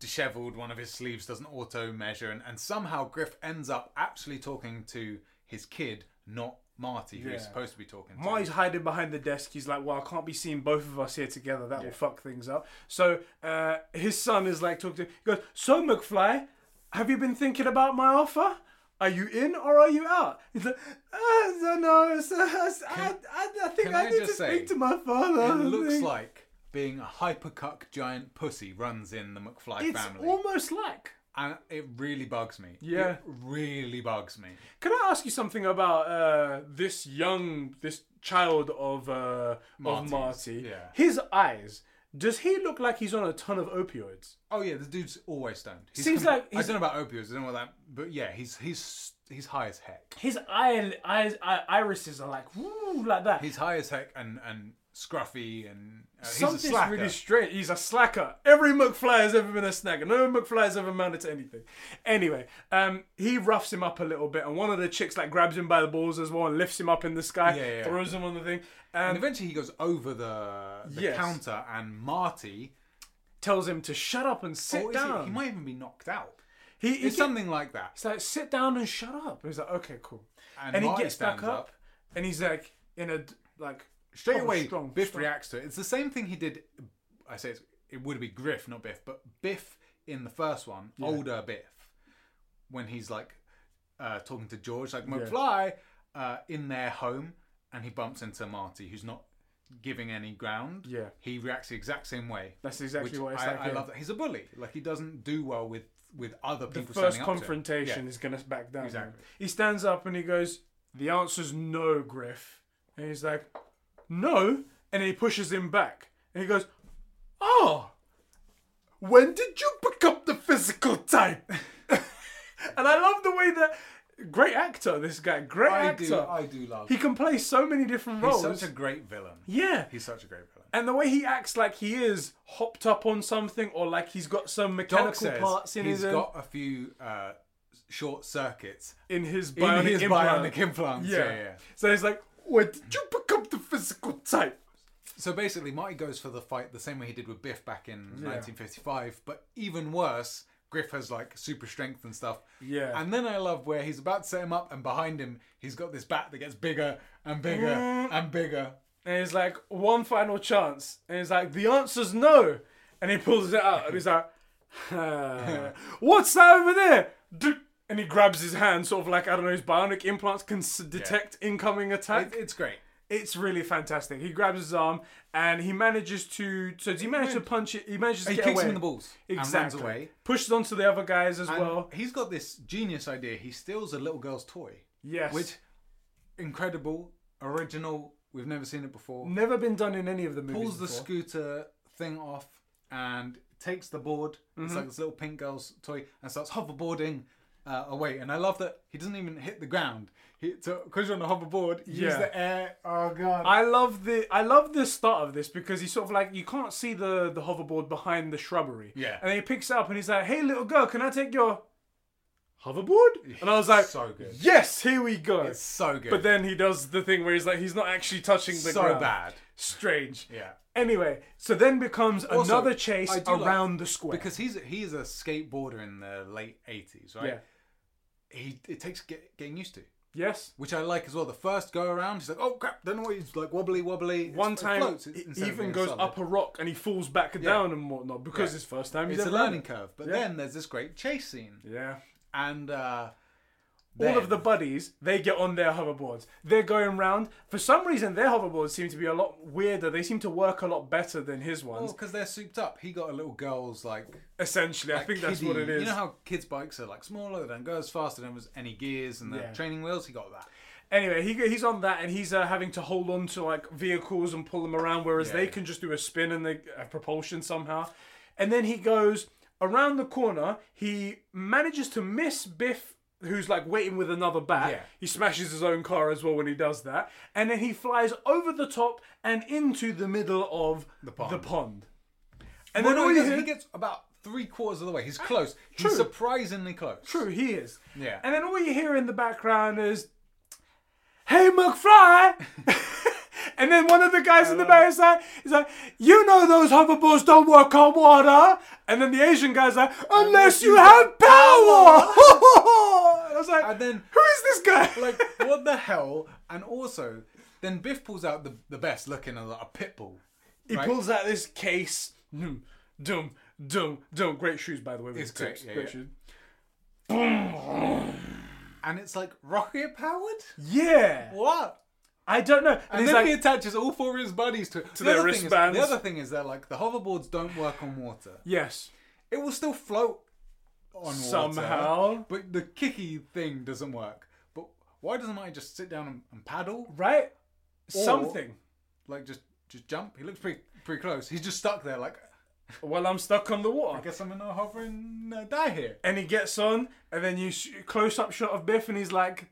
[SPEAKER 2] dishevelled. One of his sleeves doesn't auto measure, and, and somehow Griff ends up actually talking to his kid, not Marty, who he's
[SPEAKER 1] Yeah.
[SPEAKER 2] supposed to be talking to.
[SPEAKER 1] Marty's hiding behind the desk. He's like, "Well, I can't be seeing both of us here together. That will fuck things up." So uh, his son is like talking to. Him. He goes, "So McFly, have you been thinking about my offer? Are you in or are you out?" He's like, "Ah, "I don't know. It's- it's- I, I, I think
[SPEAKER 2] can
[SPEAKER 1] I
[SPEAKER 2] I
[SPEAKER 1] need to
[SPEAKER 2] just say,
[SPEAKER 1] speak to my father."
[SPEAKER 2] It
[SPEAKER 1] I
[SPEAKER 2] looks
[SPEAKER 1] think."
[SPEAKER 2] like being a hypercuck giant pussy runs in the McFly
[SPEAKER 1] it's
[SPEAKER 2] family,
[SPEAKER 1] almost like.
[SPEAKER 2] and it really bugs me.
[SPEAKER 1] Yeah.
[SPEAKER 2] it really bugs me.
[SPEAKER 1] Can I ask you something about uh, this young, this child of uh, of
[SPEAKER 2] Marty's,
[SPEAKER 1] Marty?
[SPEAKER 2] yeah.
[SPEAKER 1] His eyes. Does he look like he's on a ton of opioids?
[SPEAKER 2] Oh yeah, the dude's always stoned. He's
[SPEAKER 1] Seems like he's-
[SPEAKER 2] I don't know about opioids. I don't know about that, but yeah, he's he's he's high as heck.
[SPEAKER 1] His eye, eyes, eye, irises are like woo, like that.
[SPEAKER 2] He's high as heck and and scruffy and uh, he's a
[SPEAKER 1] Something's
[SPEAKER 2] slacker.
[SPEAKER 1] really strange. He's a slacker. Every McFly has ever been a snagger. No McFly has ever amounted to anything. Anyway, um, he roughs him up a little bit, and one of the chicks like grabs him by the balls as well and lifts him up in the sky,
[SPEAKER 2] Yeah, yeah.
[SPEAKER 1] throws him on the thing,
[SPEAKER 2] and
[SPEAKER 1] and
[SPEAKER 2] eventually he goes over the, the
[SPEAKER 1] Yes.
[SPEAKER 2] counter and Marty
[SPEAKER 1] tells him to shut up and sit
[SPEAKER 2] or Oh, is he-
[SPEAKER 1] down.
[SPEAKER 2] He, might even be knocked out.
[SPEAKER 1] He, he
[SPEAKER 2] It's
[SPEAKER 1] get-
[SPEAKER 2] something like that.
[SPEAKER 1] It's like, sit down and shut up. And he's like, okay, cool.
[SPEAKER 2] And
[SPEAKER 1] And, he
[SPEAKER 2] Marty
[SPEAKER 1] gets back
[SPEAKER 2] stands
[SPEAKER 1] up,
[SPEAKER 2] up.
[SPEAKER 1] and he's like, in a, d- like,
[SPEAKER 2] Straight
[SPEAKER 1] strong,
[SPEAKER 2] away,
[SPEAKER 1] strong,
[SPEAKER 2] Biff
[SPEAKER 1] strong.
[SPEAKER 2] reacts to it. It's the same thing he did. I say it's, it would be Griff, not Biff, but Biff in the first one, older Biff, when he's like uh, talking to George, like McFly, uh, in their home, and he bumps into Marty, who's not giving any ground.
[SPEAKER 1] Yeah.
[SPEAKER 2] he reacts the exact same way.
[SPEAKER 1] That's exactly what it's
[SPEAKER 2] I,
[SPEAKER 1] like.
[SPEAKER 2] I
[SPEAKER 1] yeah.
[SPEAKER 2] love that he's a bully. Like he doesn't do well with with other people.
[SPEAKER 1] First
[SPEAKER 2] standing up to him.
[SPEAKER 1] confrontation is going to back down.
[SPEAKER 2] Exactly.
[SPEAKER 1] He stands up and he goes, the answer's no, Griff. And he's like, no. And he pushes him back. And he goes, oh, when did you pick up the physical type? and I love the way that, great actor, this guy, great
[SPEAKER 2] Yeah. I
[SPEAKER 1] actor.
[SPEAKER 2] do. I do love.
[SPEAKER 1] He can play so many different
[SPEAKER 2] he's
[SPEAKER 1] roles.
[SPEAKER 2] such a great villain.
[SPEAKER 1] yeah.
[SPEAKER 2] He's such a great villain.
[SPEAKER 1] And the way he acts like he is hopped up on something or like he's got some
[SPEAKER 2] Doc
[SPEAKER 1] mechanical
[SPEAKER 2] says
[SPEAKER 1] parts in
[SPEAKER 2] he's
[SPEAKER 1] his
[SPEAKER 2] got a few uh, short circuits
[SPEAKER 1] in his
[SPEAKER 2] in
[SPEAKER 1] bionic
[SPEAKER 2] his
[SPEAKER 1] implant.
[SPEAKER 2] bionic implants. Yeah.
[SPEAKER 1] yeah.
[SPEAKER 2] yeah,
[SPEAKER 1] So he's like, where did you pick up the physical type?
[SPEAKER 2] So basically, Marty goes for the fight the same way he did with Biff back in 1955, but even worse. Griff has like super strength and stuff.
[SPEAKER 1] Yeah.
[SPEAKER 2] And then I love where he's about to set him up, and behind him, he's got this bat that gets bigger and bigger
[SPEAKER 1] Mm.
[SPEAKER 2] and bigger.
[SPEAKER 1] And he's like, one final chance. And he's like, the answer's no. And he pulls it out and he's like, "Huh. what's that over there? Dr- And he grabs his hand, sort of like, I don't know, his bionic implants can s- detect incoming attack.
[SPEAKER 2] It- it's great.
[SPEAKER 1] It's really fantastic. He grabs his arm and he manages to. So does he manage to punch it? He manages to
[SPEAKER 2] He
[SPEAKER 1] get
[SPEAKER 2] kicks
[SPEAKER 1] away.
[SPEAKER 2] him in the balls
[SPEAKER 1] Exactly.
[SPEAKER 2] and runs away.
[SPEAKER 1] Pushes onto the other guys as
[SPEAKER 2] And
[SPEAKER 1] well.
[SPEAKER 2] he's got this genius idea. He steals a little girl's toy.
[SPEAKER 1] Yes.
[SPEAKER 2] Which incredible, original. We've never seen it before.
[SPEAKER 1] never been done in any of the movies.
[SPEAKER 2] Pulls the
[SPEAKER 1] before.
[SPEAKER 2] scooter thing off and takes the board. It's like this little pink girl's toy and starts hoverboarding uh, away. And I love that he doesn't even hit the ground. Because you're on a hoverboard, you use
[SPEAKER 1] Yeah.
[SPEAKER 2] the air. Oh god.
[SPEAKER 1] I love the I love the start of this because he's sort of like you can't see the the hoverboard behind the shrubbery.
[SPEAKER 2] Yeah.
[SPEAKER 1] And then he picks it up and he's like, "Hey, little girl, can I take your hoverboard?" And I was like,
[SPEAKER 2] So good.
[SPEAKER 1] Yes, here we go."
[SPEAKER 2] It's so good.
[SPEAKER 1] but then he does the thing where he's like, he's not actually touching the
[SPEAKER 2] so
[SPEAKER 1] ground.
[SPEAKER 2] bad.
[SPEAKER 1] Strange.
[SPEAKER 2] Yeah.
[SPEAKER 1] Anyway, so then becomes
[SPEAKER 2] Also,
[SPEAKER 1] another chase
[SPEAKER 2] I do like-
[SPEAKER 1] around the square.
[SPEAKER 2] Because he's he's a skateboarder in the late 80s, right?
[SPEAKER 1] yeah.
[SPEAKER 2] He it takes get, getting used to.
[SPEAKER 1] Yes.
[SPEAKER 2] which I like as well. The first go around, he's like, "Oh crap!" Don't know what he's like wobbly wobbly. It's-
[SPEAKER 1] One
[SPEAKER 2] it
[SPEAKER 1] time,
[SPEAKER 2] floats
[SPEAKER 1] it
[SPEAKER 2] instead of
[SPEAKER 1] even
[SPEAKER 2] being
[SPEAKER 1] goes
[SPEAKER 2] solid.
[SPEAKER 1] up a rock and he falls back down and whatnot because
[SPEAKER 2] Yeah.
[SPEAKER 1] it's first time. He's
[SPEAKER 2] It's a
[SPEAKER 1] ever done
[SPEAKER 2] learning
[SPEAKER 1] it.
[SPEAKER 2] curve, but
[SPEAKER 1] Yeah.
[SPEAKER 2] then there's this great chase scene,
[SPEAKER 1] Yeah.
[SPEAKER 2] and uh,
[SPEAKER 1] all of the buddies, they get on their hoverboards. They're going round. For some reason, their hoverboards seem to be a lot weirder. They seem to work a lot better than his ones.
[SPEAKER 2] because they're souped up. He got a little girl's like.
[SPEAKER 1] Essentially, I think that's what it
[SPEAKER 2] kiddie-
[SPEAKER 1] is.
[SPEAKER 2] You know how kids' bikes are like smaller, they don't go as fast, they don't have any gears, and the
[SPEAKER 1] Yeah.
[SPEAKER 2] training wheels. He got that.
[SPEAKER 1] anyway, he, he's on that and he's uh, having to hold on to like vehicles and pull them around, whereas
[SPEAKER 2] Yeah,
[SPEAKER 1] they
[SPEAKER 2] yeah.
[SPEAKER 1] can just do a spin and they have propulsion somehow. And then he goes around the corner. He manages to miss Biff, who's like waiting with another bat.
[SPEAKER 2] Yeah.
[SPEAKER 1] He smashes his own car as well when he does that. And then he flies over the top and into the middle of the
[SPEAKER 2] pond.
[SPEAKER 1] And then
[SPEAKER 2] Well, no,
[SPEAKER 1] all
[SPEAKER 2] he,
[SPEAKER 1] you
[SPEAKER 2] doesn't.
[SPEAKER 1] hear,
[SPEAKER 2] he gets about three quarters of the way. He's close.
[SPEAKER 1] Ah, true.
[SPEAKER 2] He's surprisingly close.
[SPEAKER 1] True, he is.
[SPEAKER 2] Yeah.
[SPEAKER 1] And then all you hear in the background is, "Hey McFly," and then one of the guys in the back is like, "He's like, you know those hoverboards don't work on water," and then the Asian guy's like, "Unless you have power." I was like,
[SPEAKER 2] And then-
[SPEAKER 1] "Who is this guy?"
[SPEAKER 2] Like what the hell? And also, then Biff pulls out the, the best looking like a pit bull.
[SPEAKER 1] he
[SPEAKER 2] right?
[SPEAKER 1] pulls out this case. Hmm. Dum dum dum. Great shoes, by the way. with
[SPEAKER 2] It's
[SPEAKER 1] the
[SPEAKER 2] great,
[SPEAKER 1] tips.
[SPEAKER 2] yeah, yeah.
[SPEAKER 1] shoes.
[SPEAKER 2] and it's like rocket powered.
[SPEAKER 1] Yeah.
[SPEAKER 2] What?
[SPEAKER 1] I don't know. And,
[SPEAKER 2] And
[SPEAKER 1] he's
[SPEAKER 2] then
[SPEAKER 1] like,
[SPEAKER 2] he attaches all four of his buddies to, to
[SPEAKER 1] their
[SPEAKER 2] other thing is-
[SPEAKER 1] wristbands.
[SPEAKER 2] the other thing is that like the hoverboards don't work on water.
[SPEAKER 1] yes.
[SPEAKER 2] It will still float on water
[SPEAKER 1] Somehow.
[SPEAKER 2] but the kicky thing doesn't work. But why doesn't I just sit down and, and paddle?
[SPEAKER 1] Right. Something.
[SPEAKER 2] Like just just jump. He looks pretty pretty close. He's just stuck there. Like
[SPEAKER 1] Well, I'm stuck on the water.
[SPEAKER 2] I guess I'm gonna hover and uh, die here.
[SPEAKER 1] and he gets on, and then you sh- close up shot of Biff, and he's like,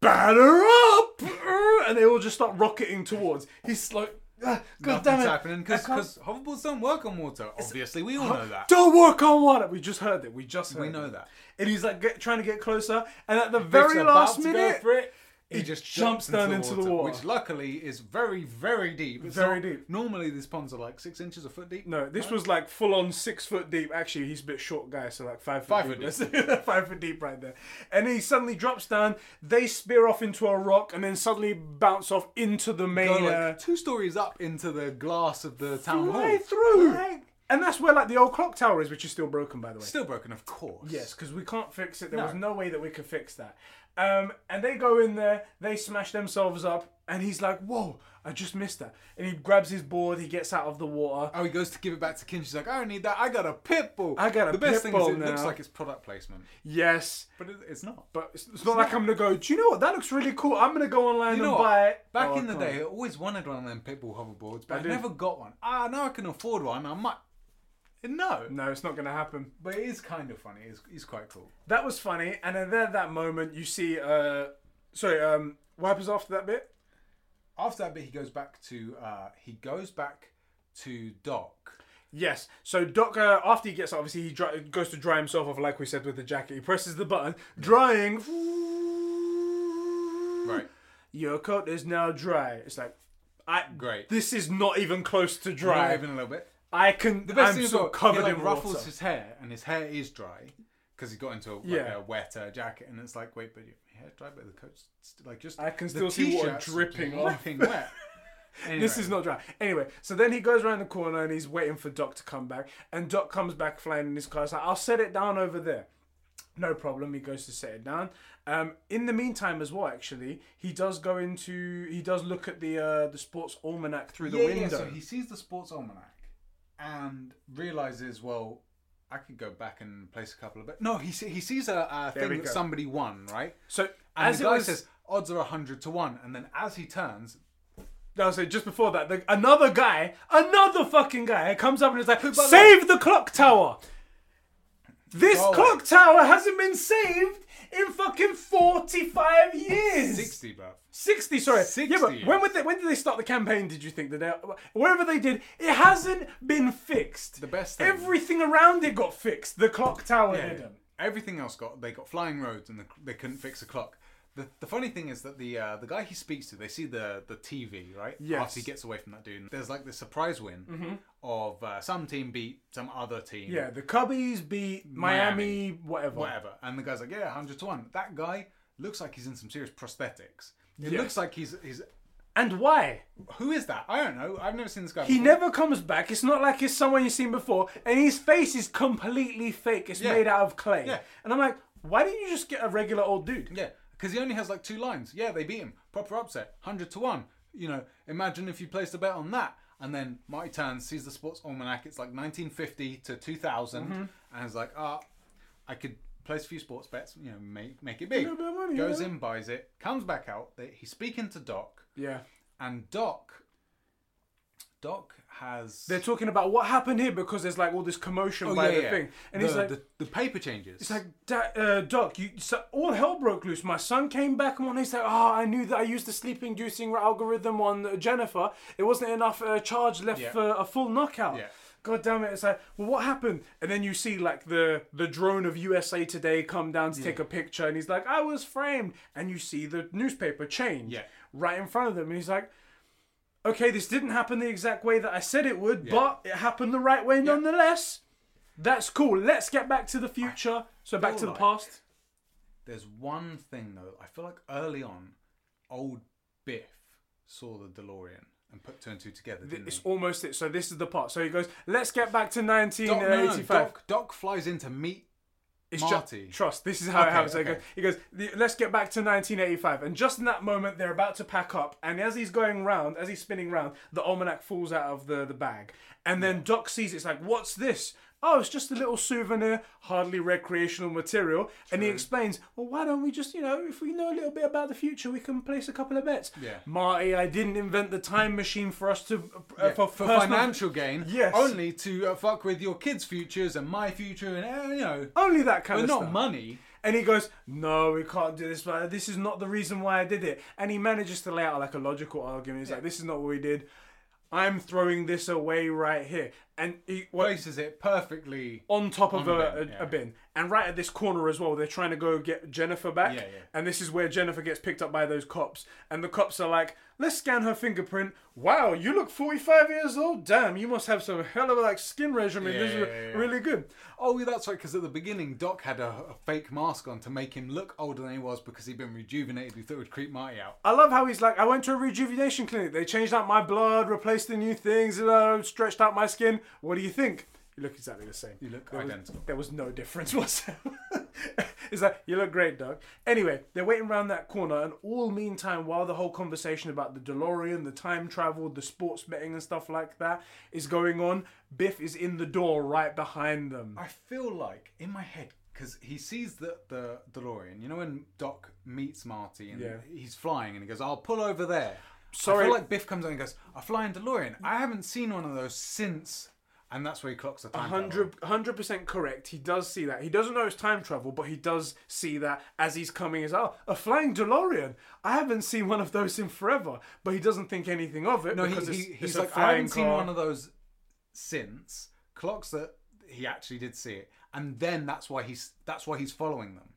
[SPEAKER 1] "Batter up!" and they all just start rocketing towards. He's like, "Ah, "God damn
[SPEAKER 2] Nothing's
[SPEAKER 1] it!"
[SPEAKER 2] happening
[SPEAKER 1] I can't-
[SPEAKER 2] because hoverboards don't work on water. Obviously, we all know that.
[SPEAKER 1] Don't work on water. We just heard it. We just heard
[SPEAKER 2] We know
[SPEAKER 1] it.
[SPEAKER 2] that.
[SPEAKER 1] And he's like get, trying to get closer, and at the
[SPEAKER 2] Biff's
[SPEAKER 1] very
[SPEAKER 2] about
[SPEAKER 1] last
[SPEAKER 2] to go
[SPEAKER 1] minute,
[SPEAKER 2] for it, He,
[SPEAKER 1] he
[SPEAKER 2] just
[SPEAKER 1] jumps down into the water.
[SPEAKER 2] which luckily is very, very deep. It's
[SPEAKER 1] Very
[SPEAKER 2] not-
[SPEAKER 1] deep.
[SPEAKER 2] Normally, these ponds are like six inches a foot deep.
[SPEAKER 1] no, this was like full on six foot deep. Actually, he's a bit short guy, so like five foot
[SPEAKER 2] Five
[SPEAKER 1] deep.
[SPEAKER 2] foot
[SPEAKER 1] That's- five foot deep right there. And he suddenly drops down. They spear off into a rock, and then suddenly bounce off into the main.
[SPEAKER 2] Go,
[SPEAKER 1] uh,
[SPEAKER 2] like two stories up into the glass of the town
[SPEAKER 1] Fly
[SPEAKER 2] hall.
[SPEAKER 1] through. And that's where like the old clock tower is, which is still broken, by the way.
[SPEAKER 2] Still broken, of course.
[SPEAKER 1] yes, because we can't fix it. There
[SPEAKER 2] No.
[SPEAKER 1] was no way that we could fix that. Um, and they go in there, they smash themselves up, and he's like, "Whoa, I just missed that!" And he grabs his board, he gets out of the water.
[SPEAKER 2] Oh, he goes to give it back to Kin. She's like, I don't need that. I got a pit bull.
[SPEAKER 1] I got a
[SPEAKER 2] The best
[SPEAKER 1] pit
[SPEAKER 2] thing is
[SPEAKER 1] bull
[SPEAKER 2] it looks
[SPEAKER 1] now.
[SPEAKER 2] like it's product placement,
[SPEAKER 1] Yes,
[SPEAKER 2] but it, it's not.
[SPEAKER 1] but it's, it's not like I'm gonna go. Do you know what? That looks really cool. I'm gonna go online
[SPEAKER 2] You know
[SPEAKER 1] and
[SPEAKER 2] what?
[SPEAKER 1] buy it.
[SPEAKER 2] Back
[SPEAKER 1] Oh, I
[SPEAKER 2] in the
[SPEAKER 1] can't.
[SPEAKER 2] day, I always wanted one of them pit bull hoverboards, but I,
[SPEAKER 1] did.
[SPEAKER 2] never got one. Ah, now I can afford one. I might. No,
[SPEAKER 1] No, it's not gonna happen.
[SPEAKER 2] but it is kind of funny. It's, it's quite cool.
[SPEAKER 1] That was funny, and then at that moment, you see. Uh, sorry, um, wipers after that bit.
[SPEAKER 2] After that bit, he goes back to uh, he goes back to Doc.
[SPEAKER 1] Yes. So Doc, uh, after he gets out, obviously he dry, goes to dry himself off, like we said with the jacket. He presses the button, drying.
[SPEAKER 2] Right.
[SPEAKER 1] Your coat is now dry. It's like, I.
[SPEAKER 2] Great.
[SPEAKER 1] This is not even close to dry.
[SPEAKER 2] Not even a little bit.
[SPEAKER 1] I can.
[SPEAKER 2] The best
[SPEAKER 1] I'm
[SPEAKER 2] thing is
[SPEAKER 1] still
[SPEAKER 2] what,
[SPEAKER 1] covered
[SPEAKER 2] he, like,
[SPEAKER 1] in
[SPEAKER 2] ruffles
[SPEAKER 1] water.
[SPEAKER 2] his hair, and his hair is dry because he got into a, like,
[SPEAKER 1] Yeah.
[SPEAKER 2] a wetter jacket, and it's like, wait, but your hair's dry, but the coat's st- like just.
[SPEAKER 1] I can
[SPEAKER 2] the
[SPEAKER 1] still see water
[SPEAKER 2] t-shirt's
[SPEAKER 1] dripping off.
[SPEAKER 2] dripping wet. Anyway,
[SPEAKER 1] This is not dry. Anyway, so then he goes around the corner and he's waiting for Doc to come back. And Doc comes back flying in his car. He's like, I'll set it down over there. No problem. He goes to set it down. Um, in the meantime, as well, actually, he does go into he does look at the uh, the sports almanac through the
[SPEAKER 2] yeah,
[SPEAKER 1] window.
[SPEAKER 2] Yeah, so he sees the sports almanac and realizes, well, I could go back and place a couple of. But no, he see, he sees a, a
[SPEAKER 1] we
[SPEAKER 2] thing that
[SPEAKER 1] go.
[SPEAKER 2] somebody won, right?
[SPEAKER 1] So
[SPEAKER 2] And
[SPEAKER 1] as
[SPEAKER 2] the
[SPEAKER 1] it
[SPEAKER 2] guy
[SPEAKER 1] was,
[SPEAKER 2] says odds are hundred to one, and then as he turns,
[SPEAKER 1] no, so just before that, the, another guy, another fucking guy, comes up and is like,
[SPEAKER 2] by the
[SPEAKER 1] "Save the clock tower." This
[SPEAKER 2] Oh.
[SPEAKER 1] clock tower hasn't been saved in fucking forty-five years.
[SPEAKER 2] sixty, bruv.
[SPEAKER 1] 60 sorry
[SPEAKER 2] 60
[SPEAKER 1] yeah but
[SPEAKER 2] years.
[SPEAKER 1] when would they, when did they start the campaign did you think that they wherever they did it hasn't been fixed
[SPEAKER 2] The best thing.
[SPEAKER 1] everything around it got fixed the clock tower
[SPEAKER 2] Yeah,
[SPEAKER 1] didn't
[SPEAKER 2] Everything else got they got flying roads and the, they couldn't fix a clock. The, the funny thing is that the uh, the guy he speaks to, they see the the TV right.
[SPEAKER 1] Yes. Mm-hmm.
[SPEAKER 2] After he gets away from that dude, there's like the surprise win of uh, some team beat some other team.
[SPEAKER 1] yeah the cubbies beat miami, whatever
[SPEAKER 2] Whatever. And the guy's like, yeah, hundred to one. That guy looks like he's in some serious prosthetics. It
[SPEAKER 1] Yeah.
[SPEAKER 2] looks like he's he's
[SPEAKER 1] and why
[SPEAKER 2] who is that? I don't know. I've never seen this guy.
[SPEAKER 1] he
[SPEAKER 2] before.
[SPEAKER 1] never comes back it's not like it's someone you've seen before and his face is completely fake it's made out of clay
[SPEAKER 2] Yeah.
[SPEAKER 1] and i'm like Why didn't you just get a regular old dude?
[SPEAKER 2] Yeah, because he only has like two lines. Yeah, they beat him. Proper upset, hundred to one. You know, imagine if you placed a bet on that. And then Marty Tan sees the sports almanac. It's like 1950 to 2000,
[SPEAKER 1] Mm-hmm.
[SPEAKER 2] and is like, ah, I could place a few sports bets. You know, make make it big.
[SPEAKER 1] bit of money,
[SPEAKER 2] Goes
[SPEAKER 1] yeah.
[SPEAKER 2] in, buys it, comes back out. They, he's speaking to Doc,
[SPEAKER 1] Yeah.
[SPEAKER 2] and Doc, Doc has Oh,
[SPEAKER 1] They're talking about what happened here because there's like all this commotion by the thing, and
[SPEAKER 2] the,
[SPEAKER 1] he's like,
[SPEAKER 2] the, the paper changes.
[SPEAKER 1] It's like, "Da- uh, Doc, you so all hell broke loose. My son came back and one day said, "Oh, I knew that I used the sleep-inducing algorithm on uh, Jennifer. It wasn't enough uh, charge left
[SPEAKER 2] Yeah.
[SPEAKER 1] for a full knockout."
[SPEAKER 2] Yeah.
[SPEAKER 1] God damn it! It's like, well, what happened? And then you see like the the drone of USA Today come down to take a picture, and he's like, "I was framed," and you see the newspaper change
[SPEAKER 2] Yeah.
[SPEAKER 1] right in front of them, and he's like. Okay, this didn't happen the exact way that I said it would, but it happened the right way nonetheless. That's cool. Let's get back to the future. So back to the
[SPEAKER 2] like-
[SPEAKER 1] past.
[SPEAKER 2] There's one thing though. I feel like early on, old Biff saw the DeLorean and put two and two together. Didn't
[SPEAKER 1] It's
[SPEAKER 2] he?
[SPEAKER 1] almost it. So this is the part. So he goes, let's get back to
[SPEAKER 2] Doc, no, no,
[SPEAKER 1] 1985.
[SPEAKER 2] Doc, Doc flies in to meet
[SPEAKER 1] it's
[SPEAKER 2] Marty.
[SPEAKER 1] Just, trust. This is how it
[SPEAKER 2] Okay,
[SPEAKER 1] happens. So he
[SPEAKER 2] okay.
[SPEAKER 1] goes- He goes, "The- let's get back to 1985. And just in that moment, they're about to pack up. And as he's going round, as he's spinning round, the almanac falls out of the, the bag. And then Doc sees it. it's like, what's this? Oh, it's just a little souvenir, hardly recreational material. And he explains, well, why don't we just, you know, if we know a little bit about the future, we can place a couple of bets.
[SPEAKER 2] Yeah.
[SPEAKER 1] Marty, I didn't invent the time machine for us to, uh, for,
[SPEAKER 2] for
[SPEAKER 1] personal-
[SPEAKER 2] financial gain.
[SPEAKER 1] Yes.
[SPEAKER 2] Only to uh, fuck with your kids' futures and my future and uh, you know,
[SPEAKER 1] Only that kind
[SPEAKER 2] but
[SPEAKER 1] of
[SPEAKER 2] not
[SPEAKER 1] stuff.
[SPEAKER 2] money.
[SPEAKER 1] And he goes, No, we can't do this, but this is not the reason why I did it. And he manages to lay out like a logical argument. He's like, This is not what we did. I'm throwing this away right here. And he well,
[SPEAKER 2] Places it perfectly.
[SPEAKER 1] on top of a,
[SPEAKER 2] On a
[SPEAKER 1] a,
[SPEAKER 2] bin, yeah.
[SPEAKER 1] a bin. And right at this corner as well, they're trying to go get Jennifer back.
[SPEAKER 2] Yeah, yeah.
[SPEAKER 1] And this is where Jennifer gets picked up by those cops. And the cops are like, Let's scan her fingerprint. Wow, you look 45 years old. Damn, you must have some hell of a like skin regimen. this
[SPEAKER 2] Yeah,
[SPEAKER 1] is
[SPEAKER 2] yeah, yeah.
[SPEAKER 1] really good.
[SPEAKER 2] Oh, yeah, that's right. Because at the beginning, Doc had a, a fake mask on to make him look older than he was because he'd been rejuvenated. He thought it would creep Marty out.
[SPEAKER 1] I love how he's like, I went to a rejuvenation clinic. They changed out my blood, replaced the new things, and uh, stretched out my skin. What do you think? You look exactly the same.
[SPEAKER 2] You look
[SPEAKER 1] there was-
[SPEAKER 2] identical.
[SPEAKER 1] there was no difference whatsoever. it's like, you look great, Doug. Anyway, they're waiting around that corner, and all meantime, while the whole conversation about the DeLorean, the time travel, the sports betting, and stuff like that is going on, Biff is in the door right behind them.
[SPEAKER 2] I feel like in my head because he sees the the DeLorean. You know when Doc meets Marty and
[SPEAKER 1] Yeah.
[SPEAKER 2] he's flying and he goes, "I'll pull over there." I
[SPEAKER 1] Sorry.
[SPEAKER 2] feel like Biff comes out and goes, "I fly in DeLorean. I haven't seen one of those since." And that's where he clocks the time. travel.
[SPEAKER 1] 100 percent correct. He does see that. He doesn't know it's time travel, but he does see that as he's coming. Is oh, a flying DeLorean. I haven't seen one of those in forever, but he doesn't think anything of it
[SPEAKER 2] No, he,
[SPEAKER 1] because
[SPEAKER 2] he-
[SPEAKER 1] it's,
[SPEAKER 2] he's
[SPEAKER 1] it's a
[SPEAKER 2] like, "I
[SPEAKER 1] flying
[SPEAKER 2] haven't seen
[SPEAKER 1] car."
[SPEAKER 2] one of those since." Clocks that he actually did see it, and then that's why he's that's why he's following them.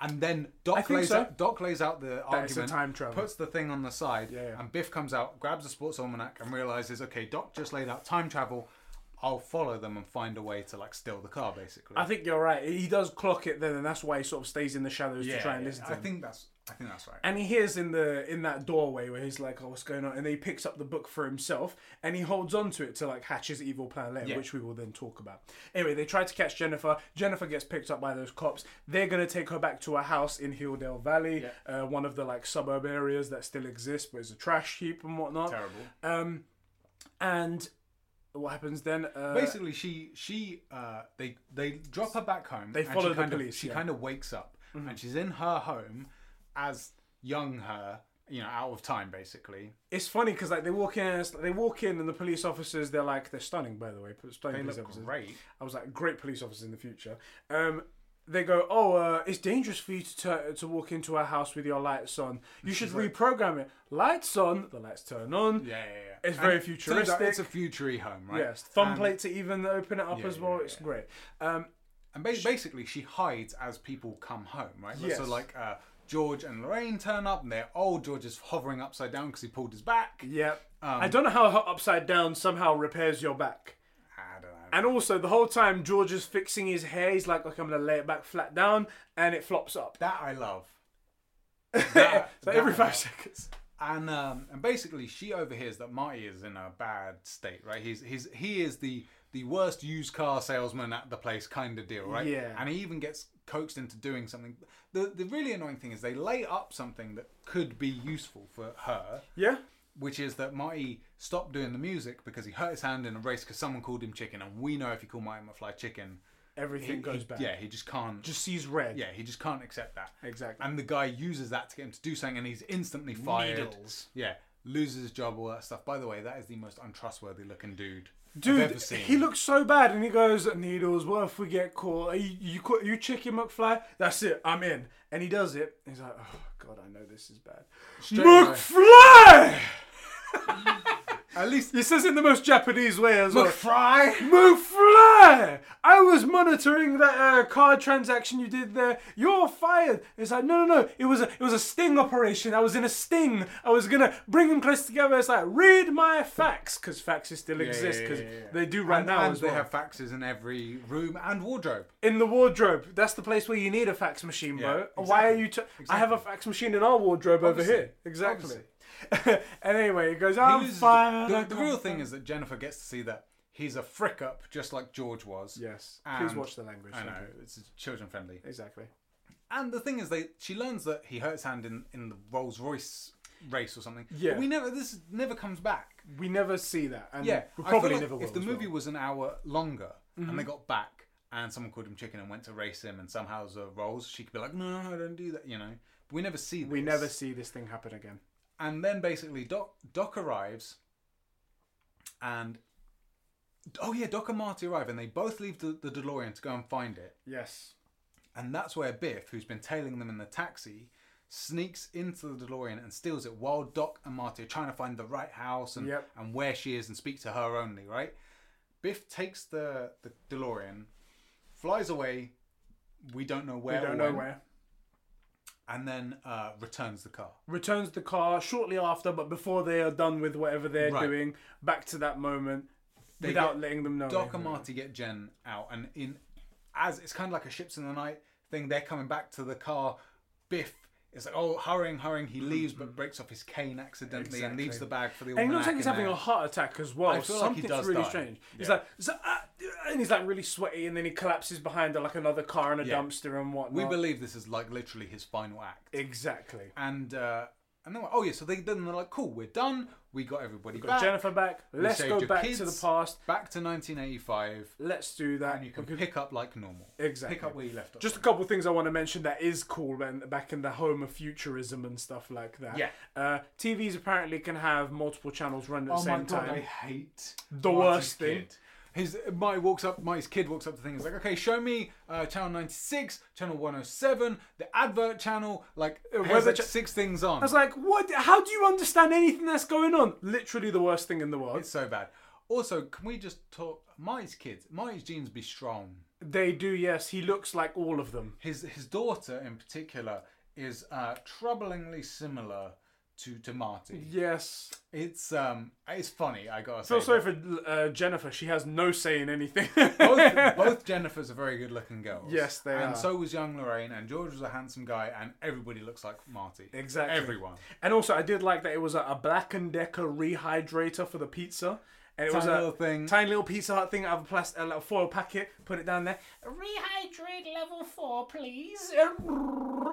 [SPEAKER 2] And then Doc
[SPEAKER 1] think
[SPEAKER 2] lays
[SPEAKER 1] so.
[SPEAKER 2] out Doc lays out the
[SPEAKER 1] it's
[SPEAKER 2] argument,
[SPEAKER 1] a time travel.
[SPEAKER 2] puts the thing on the side,
[SPEAKER 1] yeah.
[SPEAKER 2] and Biff comes out, grabs the sports almanac, and realizes, okay, Doc just laid out time travel. I'll follow them and find a way to like steal the car, basically.
[SPEAKER 1] I think you're right. He does clock it then, and that's why he sort of stays in the shadows to try and listen to
[SPEAKER 2] I
[SPEAKER 1] him.
[SPEAKER 2] think that's I think that's right.
[SPEAKER 1] and he hears in the in that doorway where he's like, "Oh, what's going on?" And then he picks up the book for himself, and he holds on to it to like hatch his evil plan later, which we will then talk about. Anyway, they try to catch Jennifer. Jennifer gets picked up by those cops. They're gonna take her back to a house in Hilldale Valley, uh, one of the like suburb areas that still exists, but is a trash heap and whatnot.
[SPEAKER 2] Terrible.
[SPEAKER 1] Um, and what happens then? Uh,
[SPEAKER 2] basically she she uh they they drop her back home they
[SPEAKER 1] follow
[SPEAKER 2] she
[SPEAKER 1] the
[SPEAKER 2] kind
[SPEAKER 1] police,
[SPEAKER 2] of, she
[SPEAKER 1] yeah. Mm-hmm.
[SPEAKER 2] kind of wakes up and she's in her home as young her you know out of time basically
[SPEAKER 1] it's funny because like they walk in, and it's- they walk in, and the police officers they're like they're stunning by the way, stunning
[SPEAKER 2] they
[SPEAKER 1] police
[SPEAKER 2] look
[SPEAKER 1] officers.
[SPEAKER 2] great
[SPEAKER 1] I was like, great police officers in the future. Um, they go, oh, uh, it's dangerous for you to tur- to walk into our house with your lights on. You should reprogram it. Lights on, the lights turn on.
[SPEAKER 2] yeah yeah, yeah.
[SPEAKER 1] It's very
[SPEAKER 2] And turns out it's a
[SPEAKER 1] futuristic.
[SPEAKER 2] futury home right
[SPEAKER 1] Yes, thumb
[SPEAKER 2] and,
[SPEAKER 1] plate to even open it up as
[SPEAKER 2] yeah,
[SPEAKER 1] well.
[SPEAKER 2] yeah,
[SPEAKER 1] it's great. Um,
[SPEAKER 2] and ba- basically she hides as people come home right
[SPEAKER 1] Yes.
[SPEAKER 2] so like uh George and Lorraine turn up, and they're old. George is hovering upside down because he pulled his back.
[SPEAKER 1] yeah. I
[SPEAKER 2] Um,
[SPEAKER 1] don't know how her upside down somehow repairs your back.
[SPEAKER 2] I don't know.
[SPEAKER 1] And also, the whole time George is fixing his hair, he's like, okay, I'm gonna lay it back flat down, and it flops up.
[SPEAKER 2] that I love. That-
[SPEAKER 1] So every
[SPEAKER 2] that I
[SPEAKER 1] five
[SPEAKER 2] love.
[SPEAKER 1] seconds.
[SPEAKER 2] and um, and basically she overhears that Marty is in a bad state, right? He's he's he is the the worst used car salesman at the place kind of deal, right?
[SPEAKER 1] Yeah.
[SPEAKER 2] And he even gets coaxed into doing something. The the really annoying thing is they lay up something that could be useful for her,
[SPEAKER 1] Yeah.
[SPEAKER 2] which is that Marty stopped doing the music because he hurt his hand in a race because someone called him chicken, and we know if you call Marty McFly chicken,
[SPEAKER 1] Everything
[SPEAKER 2] he-
[SPEAKER 1] goes
[SPEAKER 2] he-
[SPEAKER 1] back.
[SPEAKER 2] Yeah, he just can't.
[SPEAKER 1] Just sees red.
[SPEAKER 2] yeah, he just can't accept that.
[SPEAKER 1] Exactly.
[SPEAKER 2] And the guy uses that to get him to do something, and he's instantly fired.
[SPEAKER 1] Needles.
[SPEAKER 2] Yeah, loses his job, all that stuff. By the way, that is the most untrustworthy looking dude, I've
[SPEAKER 1] Dude,
[SPEAKER 2] ever seen.
[SPEAKER 1] he looks so bad, and he goes, "Needles, what if we get caught? Are you, you, caught- you chicken McFly? That's it, I'm in." And he does it. and He's like, "Oh God, I know this is bad."
[SPEAKER 2] Straight away.
[SPEAKER 1] McFly.
[SPEAKER 2] At least
[SPEAKER 1] He says it in the most Japanese way as well.
[SPEAKER 2] fry.
[SPEAKER 1] McFly! I was monitoring that uh, card transaction you did there. You're fired. It's like no, no, no. It was a, it was a sting operation. I was in a sting. I was gonna bring them close together. It's like read my fax because faxes still exist because they do right
[SPEAKER 2] and,
[SPEAKER 1] now
[SPEAKER 2] and
[SPEAKER 1] as
[SPEAKER 2] they
[SPEAKER 1] well.
[SPEAKER 2] have faxes in every room and wardrobe.
[SPEAKER 1] in the wardrobe. That's the place where you need a fax machine, bro.
[SPEAKER 2] Yeah,
[SPEAKER 1] Why are
[SPEAKER 2] exactly,
[SPEAKER 1] you? T- I have a fax machine in our wardrobe
[SPEAKER 2] Obviously,
[SPEAKER 1] over here. Exactly. and anyway, it goes. I'm
[SPEAKER 2] He loses the-
[SPEAKER 1] fired.
[SPEAKER 2] the,
[SPEAKER 1] I
[SPEAKER 2] the
[SPEAKER 1] can't
[SPEAKER 2] real
[SPEAKER 1] find-"
[SPEAKER 2] thing is that Jennifer gets to see that he's a frick up, just like George was.
[SPEAKER 1] Yes. Please
[SPEAKER 2] And-
[SPEAKER 1] watch the language.
[SPEAKER 2] I
[SPEAKER 1] thank
[SPEAKER 2] know
[SPEAKER 1] you.
[SPEAKER 2] it's children friendly.
[SPEAKER 1] Exactly.
[SPEAKER 2] And the thing is, they she learns that he hurt his hand in in the Rolls Royce race or something.
[SPEAKER 1] Yeah.
[SPEAKER 2] But we never this never comes back.
[SPEAKER 1] We never see that. And
[SPEAKER 2] Yeah,
[SPEAKER 1] We
[SPEAKER 2] I
[SPEAKER 1] probably
[SPEAKER 2] feel like
[SPEAKER 1] never will.
[SPEAKER 2] If the
[SPEAKER 1] as
[SPEAKER 2] movie
[SPEAKER 1] well. Mm-hmm.
[SPEAKER 2] was an hour longer and they got back and someone called him chicken and went to race him and somehow the Rolls, she could be like, no, no, no, don't do that, you know. But we never see. This.
[SPEAKER 1] We never see this thing happen again.
[SPEAKER 2] and then basically Doc Doc arrives, and oh yeah, Doc and Marty arrive, and they both leave the, the DeLorean to go and find it,
[SPEAKER 1] Yes.
[SPEAKER 2] and that's where Biff, who's been tailing them in the taxi, sneaks into the DeLorean and steals it while Doc and Marty are trying to find the right house and
[SPEAKER 1] Yep.
[SPEAKER 2] and where she is and speak to her only, right? Biff takes the the DeLorean, flies away. We don't know
[SPEAKER 1] We
[SPEAKER 2] where. or
[SPEAKER 1] don't know
[SPEAKER 2] when,
[SPEAKER 1] where.
[SPEAKER 2] And then uh, returns the car.
[SPEAKER 1] Returns the car shortly after, but before they are done with whatever they're
[SPEAKER 2] Right.
[SPEAKER 1] doing, back to that moment without
[SPEAKER 2] get-
[SPEAKER 1] letting them know.
[SPEAKER 2] Doc and
[SPEAKER 1] anything.
[SPEAKER 2] Marty get Jen out, and in as it's kind of like a ships in the night thing. They're coming back to the car. Biff is like, oh, hurrying, hurrying. He leaves, but breaks off his cane accidentally and leaves the bag for the.
[SPEAKER 1] Mm-hmm. And he looks
[SPEAKER 2] almanac
[SPEAKER 1] like he's
[SPEAKER 2] in
[SPEAKER 1] having
[SPEAKER 2] there.
[SPEAKER 1] a heart attack as well.
[SPEAKER 2] feel like he
[SPEAKER 1] Something's
[SPEAKER 2] does
[SPEAKER 1] really
[SPEAKER 2] die.
[SPEAKER 1] strange. He's
[SPEAKER 2] Yeah.
[SPEAKER 1] like, he's like, "Ah," and he's like really sweaty, and then he collapses behind like another car and a
[SPEAKER 2] Yeah.
[SPEAKER 1] dumpster and whatnot.
[SPEAKER 2] We believe this is like literally his final act.
[SPEAKER 1] exactly.
[SPEAKER 2] And uh, and then oh yeah, so they then they're like, cool, we're done. We got everybody back.
[SPEAKER 1] Got Jennifer back. Let's
[SPEAKER 2] saved
[SPEAKER 1] go
[SPEAKER 2] your
[SPEAKER 1] back to the
[SPEAKER 2] kids.
[SPEAKER 1] past.
[SPEAKER 2] back to 1985,
[SPEAKER 1] Let's do that.
[SPEAKER 2] and you can pick up like normal.
[SPEAKER 1] exactly.
[SPEAKER 2] Pick up where you left off.
[SPEAKER 1] Just a couple of things I want to mention that is cool when back in the home of futurism and stuff like that.
[SPEAKER 2] Yeah.
[SPEAKER 1] Uh, TVs apparently can have multiple channels run at the
[SPEAKER 2] Oh my
[SPEAKER 1] same
[SPEAKER 2] god,
[SPEAKER 1] time.
[SPEAKER 2] I hate
[SPEAKER 1] The worst thing.
[SPEAKER 2] Kid. His my walks up, my kid walks up to the thing. He's like, "Okay, show me uh, channel ninety six, channel one hundred seven, the advert channel. Like, uh,
[SPEAKER 1] where's
[SPEAKER 2] has
[SPEAKER 1] the
[SPEAKER 2] like
[SPEAKER 1] cha-
[SPEAKER 2] six things on.
[SPEAKER 1] I was like, what? How do you understand anything that's going on? Literally the worst thing in the world.
[SPEAKER 2] it's so bad. Also, can we just talk? Marty's kids. Marty's genes be strong.
[SPEAKER 1] They do, yes. He looks like all of them.
[SPEAKER 2] His his daughter in particular is uh, troublingly similar to to Marty.
[SPEAKER 1] Yes.
[SPEAKER 2] It's um, it's funny. I gotta say.
[SPEAKER 1] Feel sorry for uh, Jennifer. She has no say in anything.
[SPEAKER 2] both, both Jennifers are very good looking girls.
[SPEAKER 1] Yes, they
[SPEAKER 2] and
[SPEAKER 1] are.
[SPEAKER 2] And so was young Lorraine, and George was a handsome guy, and everybody looks like Marty.
[SPEAKER 1] Exactly.
[SPEAKER 2] Everyone.
[SPEAKER 1] and also, I did like that it was a, a Black and Decker rehydrator for the pizza. And it was
[SPEAKER 2] Tiny
[SPEAKER 1] a
[SPEAKER 2] little thing.
[SPEAKER 1] tiny little Pizza Hut thing out of a, plastic, a little foil packet. Put it down there.
[SPEAKER 3] Rehydrate level four, please. Bing!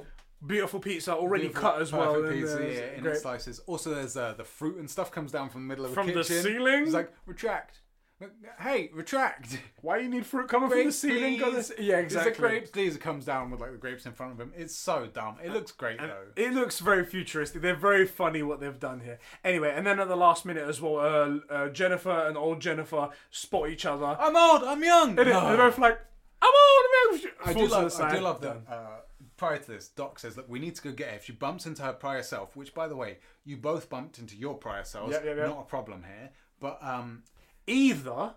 [SPEAKER 1] Uh, Beautiful pizza, already cut as well.
[SPEAKER 2] Perfect
[SPEAKER 1] and, uh,
[SPEAKER 2] pizza,
[SPEAKER 1] it's
[SPEAKER 2] yeah, in
[SPEAKER 1] great.
[SPEAKER 2] its slices. Also, there's uh, the fruit and stuff comes down from the middle of
[SPEAKER 1] From
[SPEAKER 2] the
[SPEAKER 1] the
[SPEAKER 2] kitchen.
[SPEAKER 1] ceiling?
[SPEAKER 2] He's like, retract. Hey, retract.
[SPEAKER 1] Why you need fruit coming from the
[SPEAKER 2] Grapes,
[SPEAKER 1] ceiling? Got
[SPEAKER 2] please.
[SPEAKER 1] this- Yeah,
[SPEAKER 2] There's a
[SPEAKER 1] exactly.
[SPEAKER 2] grapes. These comes down with like the grapes in front of him. It's so dumb.
[SPEAKER 1] Uh,
[SPEAKER 2] It looks great though.
[SPEAKER 1] It looks very futuristic. They're very funny what they've done here. Anyway, and then at the last minute as well, uh, uh, Jennifer and old Jennifer spot each other.
[SPEAKER 2] I'm old. I'm young.
[SPEAKER 1] And
[SPEAKER 2] No.
[SPEAKER 1] They're both like, I'm old. I'm old."
[SPEAKER 2] Oh. I do
[SPEAKER 1] Falls to the
[SPEAKER 2] love. I
[SPEAKER 1] side.
[SPEAKER 2] do love that. Uh, prior to this, Doc says, "Look, we need to go get her." If she bumps into her prior self, which, by the way, you both bumped into your prior selves,
[SPEAKER 1] Yep, yep, yep.
[SPEAKER 2] not a problem here. But um,
[SPEAKER 1] Either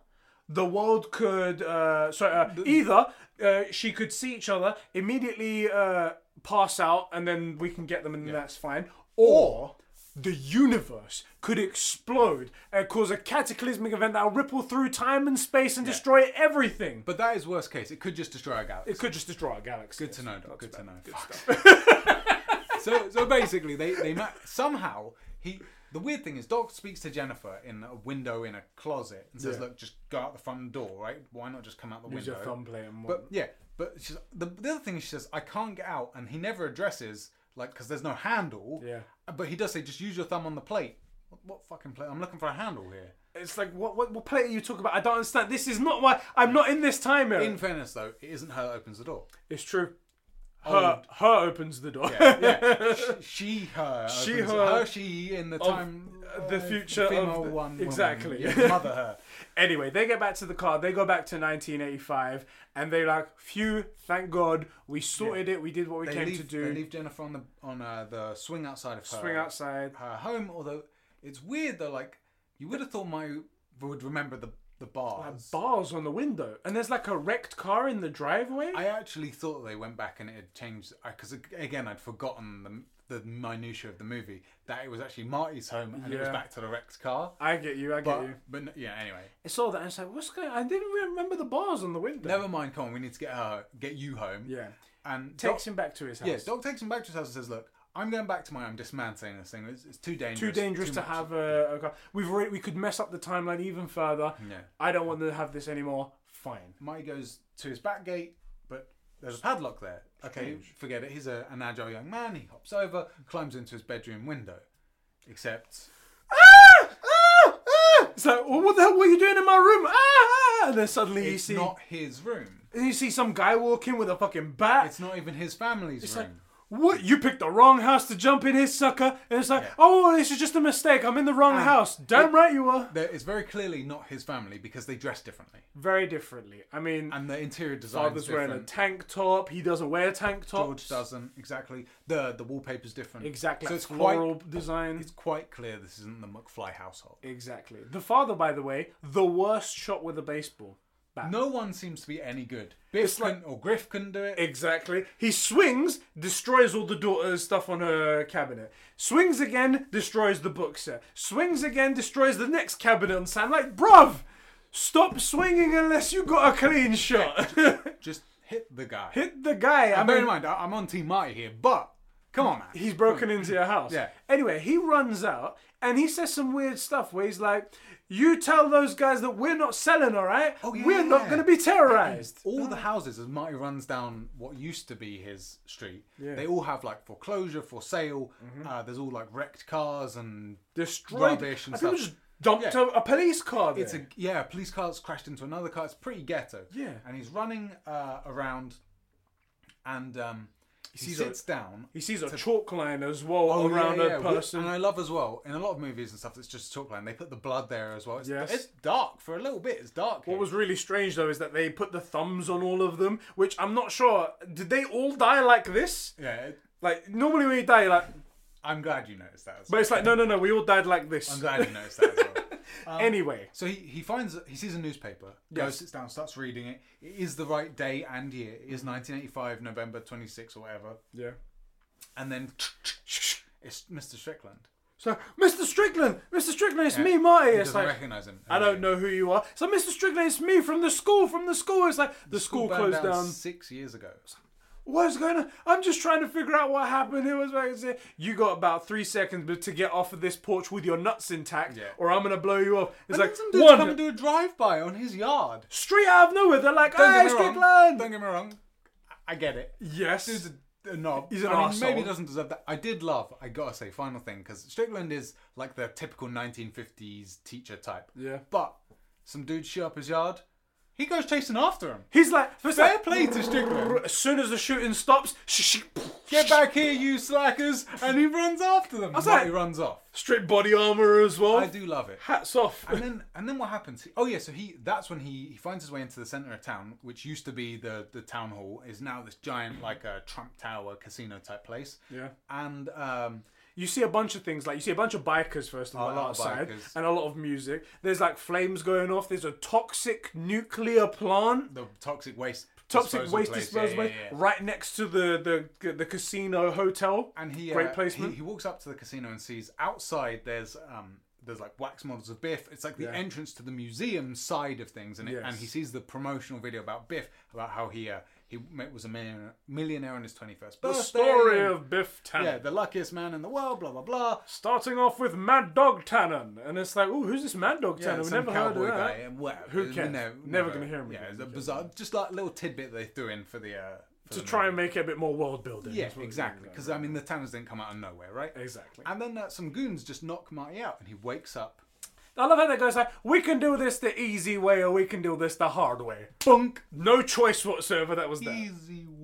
[SPEAKER 1] the world could, uh, sorry, uh, either uh, she could see each other immediately, uh, pass out, and then we can get them, and that's fine. Or the universe could explode and cause a cataclysmic event that'll ripple through time and space and destroy everything.
[SPEAKER 2] but that is worst case. It could just destroy our galaxy.
[SPEAKER 1] It could just destroy our galaxy.
[SPEAKER 2] Good to know, Doc. Good to know. Fuck. so, so basically, they they ma- somehow he The weird thing is, Doc speaks to Jennifer in a window in a closet and says,
[SPEAKER 1] Yeah.
[SPEAKER 2] "Look, just go out the front door, right? Why not just come out the
[SPEAKER 1] Use
[SPEAKER 2] window?"
[SPEAKER 1] your thumb plate and what?
[SPEAKER 2] But yeah, but she's, the, the other thing is she says, I can't get out, and he never addresses like because there's no handle.
[SPEAKER 1] Yeah.
[SPEAKER 2] But he does say, just use your thumb on the plate. What, what fucking plate? I'm looking for a handle here.
[SPEAKER 1] It's like what, what what plate are you talking about? I don't understand. This is not why I'm not in this time era.
[SPEAKER 2] In fairness, though, it isn't her that opens the door.
[SPEAKER 1] it's true. Her her opens the door.
[SPEAKER 2] Yeah, yeah. Sh- she, her,
[SPEAKER 1] She,
[SPEAKER 2] opens-
[SPEAKER 1] her uh,
[SPEAKER 2] her, she in the time,
[SPEAKER 1] the future of
[SPEAKER 2] female
[SPEAKER 1] the-
[SPEAKER 2] one, woman.
[SPEAKER 1] exactly.
[SPEAKER 2] Yeah, mother her.
[SPEAKER 1] Anyway, they get back to the car. They go back to 1985, and they like, phew, thank God, we sorted it. We did what we
[SPEAKER 2] They
[SPEAKER 1] came
[SPEAKER 2] leave,
[SPEAKER 1] to
[SPEAKER 2] they
[SPEAKER 1] do.
[SPEAKER 2] leave Jennifer on the on uh, the swing outside of her
[SPEAKER 1] Swing outside.
[SPEAKER 2] her home. Although it's weird though, like you would have thought my would remember the the bars.
[SPEAKER 1] Bars on the window, and there's like a wrecked car in the driveway.
[SPEAKER 2] I actually thought they went back and it had changed because again I'd forgotten the the minutia of the movie that it was actually Marty's home and it was
[SPEAKER 1] Yeah.
[SPEAKER 2] back to the wrecked car.
[SPEAKER 1] I, get you. I get
[SPEAKER 2] But
[SPEAKER 1] you.
[SPEAKER 2] but n- yeah, anyway,
[SPEAKER 1] I saw that and it's like, what's going? I didn't even remember the bars on the window.
[SPEAKER 2] never mind. Come on, we need to get her get you home.
[SPEAKER 1] Yeah.
[SPEAKER 2] and
[SPEAKER 1] Takes
[SPEAKER 2] Doc,
[SPEAKER 1] him back to his house.
[SPEAKER 2] yeah, Doc takes him back to his house and says, "Look, I'm going back to my. I'm dismantling this thing. It's, it's too dangerous.
[SPEAKER 1] too dangerous to
[SPEAKER 2] much."
[SPEAKER 1] have a, a car. We've already, we could mess up the timeline even further.
[SPEAKER 2] Yeah.
[SPEAKER 1] I don't want to have this anymore. Fine.
[SPEAKER 2] Marty goes to his back gate, but there's a padlock there. Okay,
[SPEAKER 1] Strange.
[SPEAKER 2] forget it. He's a, an agile young man. He hops over, climbs into his bedroom window. Except
[SPEAKER 1] Ah! It's like, well, what the hell were you doing in my room? Ah, ah. And then suddenly you
[SPEAKER 2] it's
[SPEAKER 1] see,
[SPEAKER 2] not his room.
[SPEAKER 1] and you see some guy walking with a fucking bat.
[SPEAKER 2] It's not even his family's room.
[SPEAKER 1] like- what? You picked the wrong house to jump in here, sucker. And it's like, oh, this is just a mistake. I'm in the wrong house. Damn right you were.
[SPEAKER 2] There- it's very clearly not his family because they dress differently
[SPEAKER 1] Very differently. I mean,
[SPEAKER 2] and the interior design is
[SPEAKER 1] father's wearing a
[SPEAKER 2] different.
[SPEAKER 1] tank top. He doesn't wear tank tops.
[SPEAKER 2] George doesn't exactly. the The wallpaper's different.
[SPEAKER 1] Exactly.
[SPEAKER 2] So it's
[SPEAKER 1] floral
[SPEAKER 2] quite
[SPEAKER 1] design.
[SPEAKER 2] it's quite clear this isn't the McFly household.
[SPEAKER 1] Exactly. The father, by the way, the worst shot with a baseball bat.
[SPEAKER 2] No one seems to be any good. Biff
[SPEAKER 1] like-
[SPEAKER 2] couldn't- or Griff couldn't do it.
[SPEAKER 1] Exactly. He swings, destroys all the daughter's stuff on her cabinet. Swings again, destroys the book set. Swings again, destroys the next cabinet on Sam. Like, bruv, stop swinging unless you got a clean shot.
[SPEAKER 2] Just hit the guy.
[SPEAKER 1] Hit the guy. I
[SPEAKER 2] And bear in
[SPEAKER 1] mean,
[SPEAKER 2] mind, I- I'm on Team Marty here, but come on, man.
[SPEAKER 1] he's broken into your house.
[SPEAKER 2] Yeah.
[SPEAKER 1] Anyway, he runs out and he says some weird stuff where he's like, You tell those guys that we're not selling, all right?
[SPEAKER 2] Oh,
[SPEAKER 1] We're not
[SPEAKER 2] yeah.
[SPEAKER 1] going to be terrorized.
[SPEAKER 2] all the houses, as Marty runs down what used to be his street,
[SPEAKER 1] Yeah. Mm-hmm.
[SPEAKER 2] they all have like foreclosure, for sale. Uh, there's all like wrecked cars and
[SPEAKER 1] destroyed
[SPEAKER 2] Rubbish and
[SPEAKER 1] I think we
[SPEAKER 2] stuff.
[SPEAKER 1] just dumped
[SPEAKER 2] Yeah.
[SPEAKER 1] a, a police car there.
[SPEAKER 2] It's a yeah. A police car's crashed into another car. It's pretty ghetto.
[SPEAKER 1] Yeah.
[SPEAKER 2] And he's running uh, around, and um, he,
[SPEAKER 1] sees
[SPEAKER 2] sits down.
[SPEAKER 1] he sees a chalk line as well
[SPEAKER 2] Oh, yeah,
[SPEAKER 1] around
[SPEAKER 2] yeah.
[SPEAKER 1] a
[SPEAKER 2] We-
[SPEAKER 1] person.
[SPEAKER 2] And I love as well in a lot of movies and stuff. It's just a chalk line. They put the blood there as well. It's,
[SPEAKER 1] Yes.
[SPEAKER 2] it's dark for a little bit. It's dark.
[SPEAKER 1] what was really strange though is that they put the thumbs on all of them, which I'm not sure. Did they all die like this?
[SPEAKER 2] yeah? it-
[SPEAKER 1] Like normally when you die, you're like,
[SPEAKER 2] I'm glad you noticed that. As
[SPEAKER 1] but
[SPEAKER 2] well.
[SPEAKER 1] it's like no, no, no, we all died like this.
[SPEAKER 2] I'm glad Um, you noticed that. As well.
[SPEAKER 1] anyway,
[SPEAKER 2] So he, he finds he sees a newspaper, goes sits down, starts reading it. It is the right day and year. It is 1985, November 26 or whatever.
[SPEAKER 1] yeah.
[SPEAKER 2] And then it's Mr. Strickland.
[SPEAKER 1] So Mr. Strickland, Mr. Strickland, it's me, Marty.
[SPEAKER 2] He
[SPEAKER 1] It's
[SPEAKER 2] doesn't
[SPEAKER 1] like.
[SPEAKER 2] recognize him.
[SPEAKER 1] Oh, I don't know who you are. So, Mr. Strickland, it's me from the school, from the school. It's like the, school,
[SPEAKER 2] burned
[SPEAKER 1] closed down.
[SPEAKER 2] six years ago.
[SPEAKER 1] What's going on? I'm just trying to figure out what happened. It was like, I said, you got about three seconds to get off of this porch with your nuts intact,
[SPEAKER 2] Yeah.
[SPEAKER 1] or I'm gonna blow you off. It's
[SPEAKER 2] And then
[SPEAKER 1] like
[SPEAKER 2] some dudes come
[SPEAKER 1] one
[SPEAKER 2] and do a drive-by on his yard.
[SPEAKER 1] straight out of nowhere. They're like,
[SPEAKER 2] Don't,
[SPEAKER 1] "Hey,
[SPEAKER 2] get, me wrong, don't
[SPEAKER 1] Strickland!"
[SPEAKER 2] get me wrong. I get it.
[SPEAKER 1] Yes,
[SPEAKER 2] He's a, a knob.
[SPEAKER 1] He's an
[SPEAKER 2] I mean,
[SPEAKER 1] arsehole.
[SPEAKER 2] maybe he doesn't deserve that. I did love, I gotta say, final thing, because Strickland is like the typical 1950s teacher type.
[SPEAKER 1] Yeah.
[SPEAKER 2] But some dude shoot up his yard. He goes chasing after him.
[SPEAKER 1] he's like,
[SPEAKER 2] Fair play to Strickland.
[SPEAKER 1] As soon as the shooting stops, sh- sh-
[SPEAKER 2] Get back here, you slackers! And he runs after them.
[SPEAKER 1] like-
[SPEAKER 2] he runs off.
[SPEAKER 1] straight body armor as well.
[SPEAKER 2] I do love it.
[SPEAKER 1] Hats off.
[SPEAKER 2] And then, and then what happens? Oh yeah, so he that's when he, he finds his way into the center of town, which used to be the the town hall, is now this giant like a Trump Tower casino type place.
[SPEAKER 1] Yeah.
[SPEAKER 2] And um,
[SPEAKER 1] you see a bunch of things like you see a bunch of bikers first of all
[SPEAKER 2] lot of
[SPEAKER 1] outside
[SPEAKER 2] bikers.
[SPEAKER 1] and a lot of music. There's like flames going off. There's a toxic nuclear plant.
[SPEAKER 2] the toxic waste
[SPEAKER 1] toxic
[SPEAKER 2] disposal
[SPEAKER 1] waste
[SPEAKER 2] place.
[SPEAKER 1] disposal
[SPEAKER 2] Yeah,
[SPEAKER 1] place,
[SPEAKER 2] yeah, yeah.
[SPEAKER 1] right next to the the the casino hotel.
[SPEAKER 2] and he
[SPEAKER 1] great
[SPEAKER 2] uh,
[SPEAKER 1] placement.
[SPEAKER 2] He, he walks up to the casino and sees outside there's um there's like wax models of Biff. It's like the entrance to the museum side of things, and it, and
[SPEAKER 1] Yes.
[SPEAKER 2] he sees the promotional video about Biff about how he uh, He ma- was a millionaire, millionaire on his 21st
[SPEAKER 1] The
[SPEAKER 2] birthday.
[SPEAKER 1] story of Biff Tannen.
[SPEAKER 2] yeah, the luckiest man in the world, blah, blah, blah.
[SPEAKER 1] Starting off with Mad Dog Tannen, and it's like, oh, who's this Mad Dog
[SPEAKER 2] Yeah,
[SPEAKER 1] Tannen? We've
[SPEAKER 2] some
[SPEAKER 1] never heard of
[SPEAKER 2] cowboy guy.
[SPEAKER 1] that.
[SPEAKER 2] and Whatever.
[SPEAKER 1] Who cares?
[SPEAKER 2] You know,
[SPEAKER 1] Never gonna hear him
[SPEAKER 2] Yeah,
[SPEAKER 1] again.
[SPEAKER 2] it's a bizarre, just like little tidbit they threw in for the. Uh, for
[SPEAKER 1] To
[SPEAKER 2] the
[SPEAKER 1] try
[SPEAKER 2] movie.
[SPEAKER 1] and make it a bit more world building.
[SPEAKER 2] Yeah,
[SPEAKER 1] is what it
[SPEAKER 2] exactly.
[SPEAKER 1] is.
[SPEAKER 2] Because, I mean, the Tanners didn't come out of nowhere, right?
[SPEAKER 1] Exactly.
[SPEAKER 2] And then uh, some goons just knock Marty out and he wakes up.
[SPEAKER 1] I love how that guy's like, we can do this the easy way or we can do this the hard way.
[SPEAKER 2] Bunk!
[SPEAKER 1] No choice whatsoever that was there.
[SPEAKER 2] Easy
[SPEAKER 1] Mm.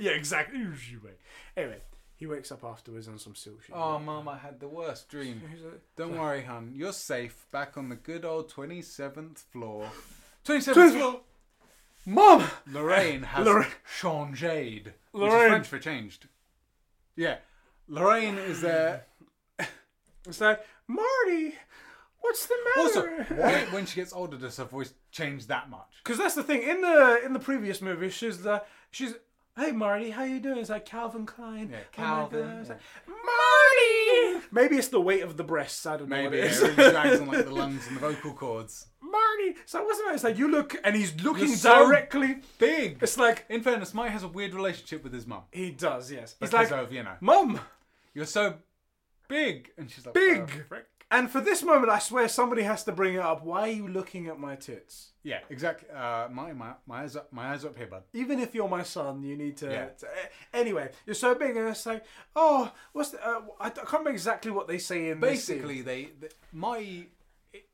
[SPEAKER 1] Yeah, exactly. Easy way. Anyway, he wakes up afterwards on some silk sheet.
[SPEAKER 2] Oh, Mum, I had the worst dream.
[SPEAKER 1] He's like,
[SPEAKER 2] Don't worry, hun. You're safe back on the good old 27th floor. 27th
[SPEAKER 1] Twenty-
[SPEAKER 2] floor!
[SPEAKER 1] Mom!
[SPEAKER 2] Lorraine has
[SPEAKER 1] Lorraine-
[SPEAKER 2] changed. Which is
[SPEAKER 1] Lorraine.
[SPEAKER 2] French for changed. Yeah. Lorraine is there.
[SPEAKER 1] It's like, Marty, what's the
[SPEAKER 2] Also,
[SPEAKER 1] matter?
[SPEAKER 2] why, when she gets older, does her voice change that much?
[SPEAKER 1] Because that's the thing in the in the previous movie, she's the she's hey Marty, how you doing? It's like Calvin Klein.
[SPEAKER 2] Yeah,
[SPEAKER 1] Oh my
[SPEAKER 2] Calvin,
[SPEAKER 1] God. It's
[SPEAKER 2] yeah.
[SPEAKER 1] like, Marty. Maybe it's the weight of the breasts. I don't know.
[SPEAKER 2] Maybe
[SPEAKER 1] what it
[SPEAKER 2] it
[SPEAKER 1] is.
[SPEAKER 2] really drags on like the lungs and the vocal cords.
[SPEAKER 1] Marty. So what's the matter? It's like you look, and he's looking
[SPEAKER 2] You're so
[SPEAKER 1] directly.
[SPEAKER 2] Big.
[SPEAKER 1] It's like
[SPEAKER 2] In fairness, Mike has a weird relationship with his mum.
[SPEAKER 1] he does. Yes. He's
[SPEAKER 2] Because
[SPEAKER 1] like,
[SPEAKER 2] of, Oh, you know,
[SPEAKER 1] Mum,
[SPEAKER 2] you're so big, and she's like,
[SPEAKER 1] Big.
[SPEAKER 2] "Oh, frick."
[SPEAKER 1] and for this moment, I swear somebody has to bring it up. Why are you looking at my tits?
[SPEAKER 2] Yeah, exactly. Uh, my, my my eyes up, my eyes up here, bud.
[SPEAKER 1] even if you're my son, you need to.
[SPEAKER 2] Yeah.
[SPEAKER 1] to- eh, anyway, you're so big, and it's like, oh, what's the, uh, I, I can't remember exactly what they say in this scene.
[SPEAKER 2] Basically, they, they my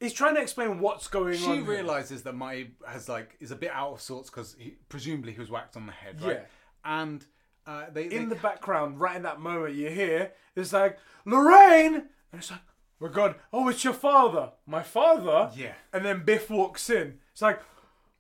[SPEAKER 1] he's trying to explain what's going on.
[SPEAKER 2] she
[SPEAKER 1] here.
[SPEAKER 2] realizes that Mai has like is a bit out of sorts because he, presumably he was whacked on the head, right?
[SPEAKER 1] Yeah.
[SPEAKER 2] And uh, they
[SPEAKER 1] in
[SPEAKER 2] they-
[SPEAKER 1] the background, right in that moment, you hear it's like Lorraine, and it's like, my God, oh, it's your father, my father.
[SPEAKER 2] Yeah.
[SPEAKER 1] And then Biff walks in. It's like,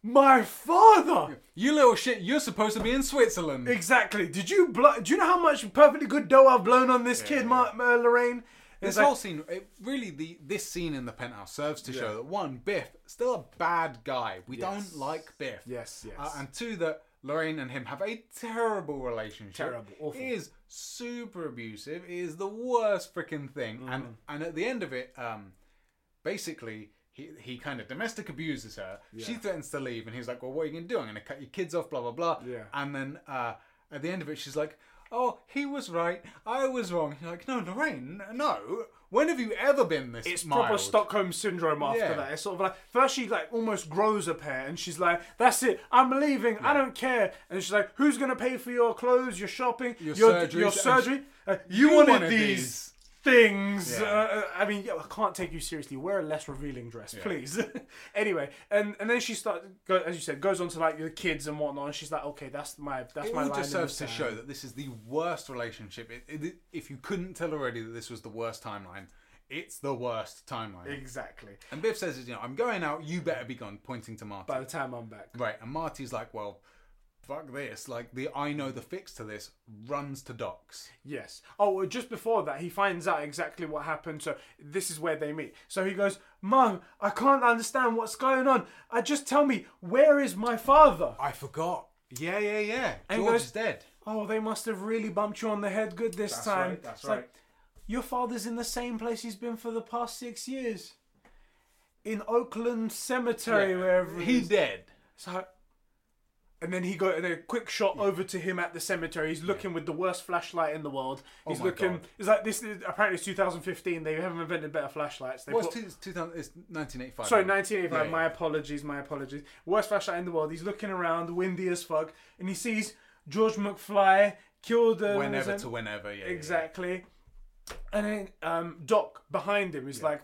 [SPEAKER 1] my father.
[SPEAKER 2] you little shit, you're supposed to be in Switzerland.
[SPEAKER 1] Exactly. Did you blow? Do you know how much perfectly good dough I've blown on this kid, Ma- Ma- Lorraine?
[SPEAKER 2] this
[SPEAKER 1] It's like,
[SPEAKER 2] whole scene, it, really, the this scene in the penthouse serves to show that one, Biff still a bad guy. We
[SPEAKER 1] Yes.
[SPEAKER 2] don't like Biff.
[SPEAKER 1] yes, yes.
[SPEAKER 2] Uh, and two, that Lorraine and him have a terrible relationship.
[SPEAKER 1] Terrible, awful.
[SPEAKER 2] It is super abusive. It is the worst freaking thing. And
[SPEAKER 1] Mm.
[SPEAKER 2] and at the end of it, um, basically. He, he kind of domestic abuses her. She threatens to leave, and he's like, "Well, what are you gonna do? I'm gonna cut your kids off." Blah blah blah.
[SPEAKER 1] Yeah.
[SPEAKER 2] And then uh, at the end of it, she's like, "Oh, he was right. I was wrong." You're like, "No, Lorraine, n- no. When have you ever been this
[SPEAKER 1] it's
[SPEAKER 2] mild?"
[SPEAKER 1] proper Stockholm syndrome after
[SPEAKER 2] Yeah.
[SPEAKER 1] that. It's sort of like first she like almost grows a pair and she's like, "That's it, I'm leaving. I don't care." And she's like, "Who's gonna pay for your clothes, your shopping, your
[SPEAKER 2] surgeries,
[SPEAKER 1] your
[SPEAKER 2] and sh-
[SPEAKER 1] surgery? Uh, you, wanted, these." Things.
[SPEAKER 2] Yeah.
[SPEAKER 1] Uh, I mean, yeah, I can't take you seriously. Wear a less revealing dress, please. anyway, and and then she starts, go, as you said, goes on to like the kids and whatnot. And she's like, okay, that's my that's
[SPEAKER 2] It
[SPEAKER 1] my
[SPEAKER 2] all
[SPEAKER 1] line
[SPEAKER 2] just
[SPEAKER 1] in the
[SPEAKER 2] serves to
[SPEAKER 1] sand."
[SPEAKER 2] show that this is the worst relationship. It, it, if you couldn't tell already that this was the worst timeline, it's the worst timeline.
[SPEAKER 1] exactly.
[SPEAKER 2] and Biff says, "You know, I'm going out. You better be gone," pointing to Marty.
[SPEAKER 1] By the time I'm back,
[SPEAKER 2] right, and Marty's like, "Well, fuck this. Like the I know the fix to this runs to docks."
[SPEAKER 1] Yes. Oh, well, just before that, he finds out exactly what happened. So this is where they meet. So he goes, "Mum, I can't understand what's going on. I just tell me where is my father?"
[SPEAKER 2] I forgot. Yeah, yeah, yeah.
[SPEAKER 1] And
[SPEAKER 2] George
[SPEAKER 1] goes-
[SPEAKER 2] is dead.
[SPEAKER 1] Oh, they must have really bumped you on the head good this time.
[SPEAKER 2] right, that's
[SPEAKER 1] It's like,
[SPEAKER 2] right.
[SPEAKER 1] Your father's in the same place he's been for the past six years, in Oakland Cemetery, wherever
[SPEAKER 2] He
[SPEAKER 1] he's.
[SPEAKER 2] dead.
[SPEAKER 1] So, and then he got and a quick shot over to him at the cemetery. He's looking with the worst flashlight in the world. He's
[SPEAKER 2] Oh my
[SPEAKER 1] looking.
[SPEAKER 2] God.
[SPEAKER 1] It's like this. Is, apparently, it's 2015. They haven't invented better flashlights. They
[SPEAKER 2] Well, it's,
[SPEAKER 1] put-
[SPEAKER 2] two, it's 2000, it's 1985.
[SPEAKER 1] Sorry,
[SPEAKER 2] now.
[SPEAKER 1] 1985.
[SPEAKER 2] Yeah,
[SPEAKER 1] My
[SPEAKER 2] yeah.
[SPEAKER 1] apologies. My apologies. Worst flashlight in the world. He's looking around, windy as fuck, and he sees George McFly killed. Uh,
[SPEAKER 2] Whenever
[SPEAKER 1] was it-
[SPEAKER 2] to whenever. Yeah, yeah, yeah.
[SPEAKER 1] Exactly. And then um, Doc behind him is like,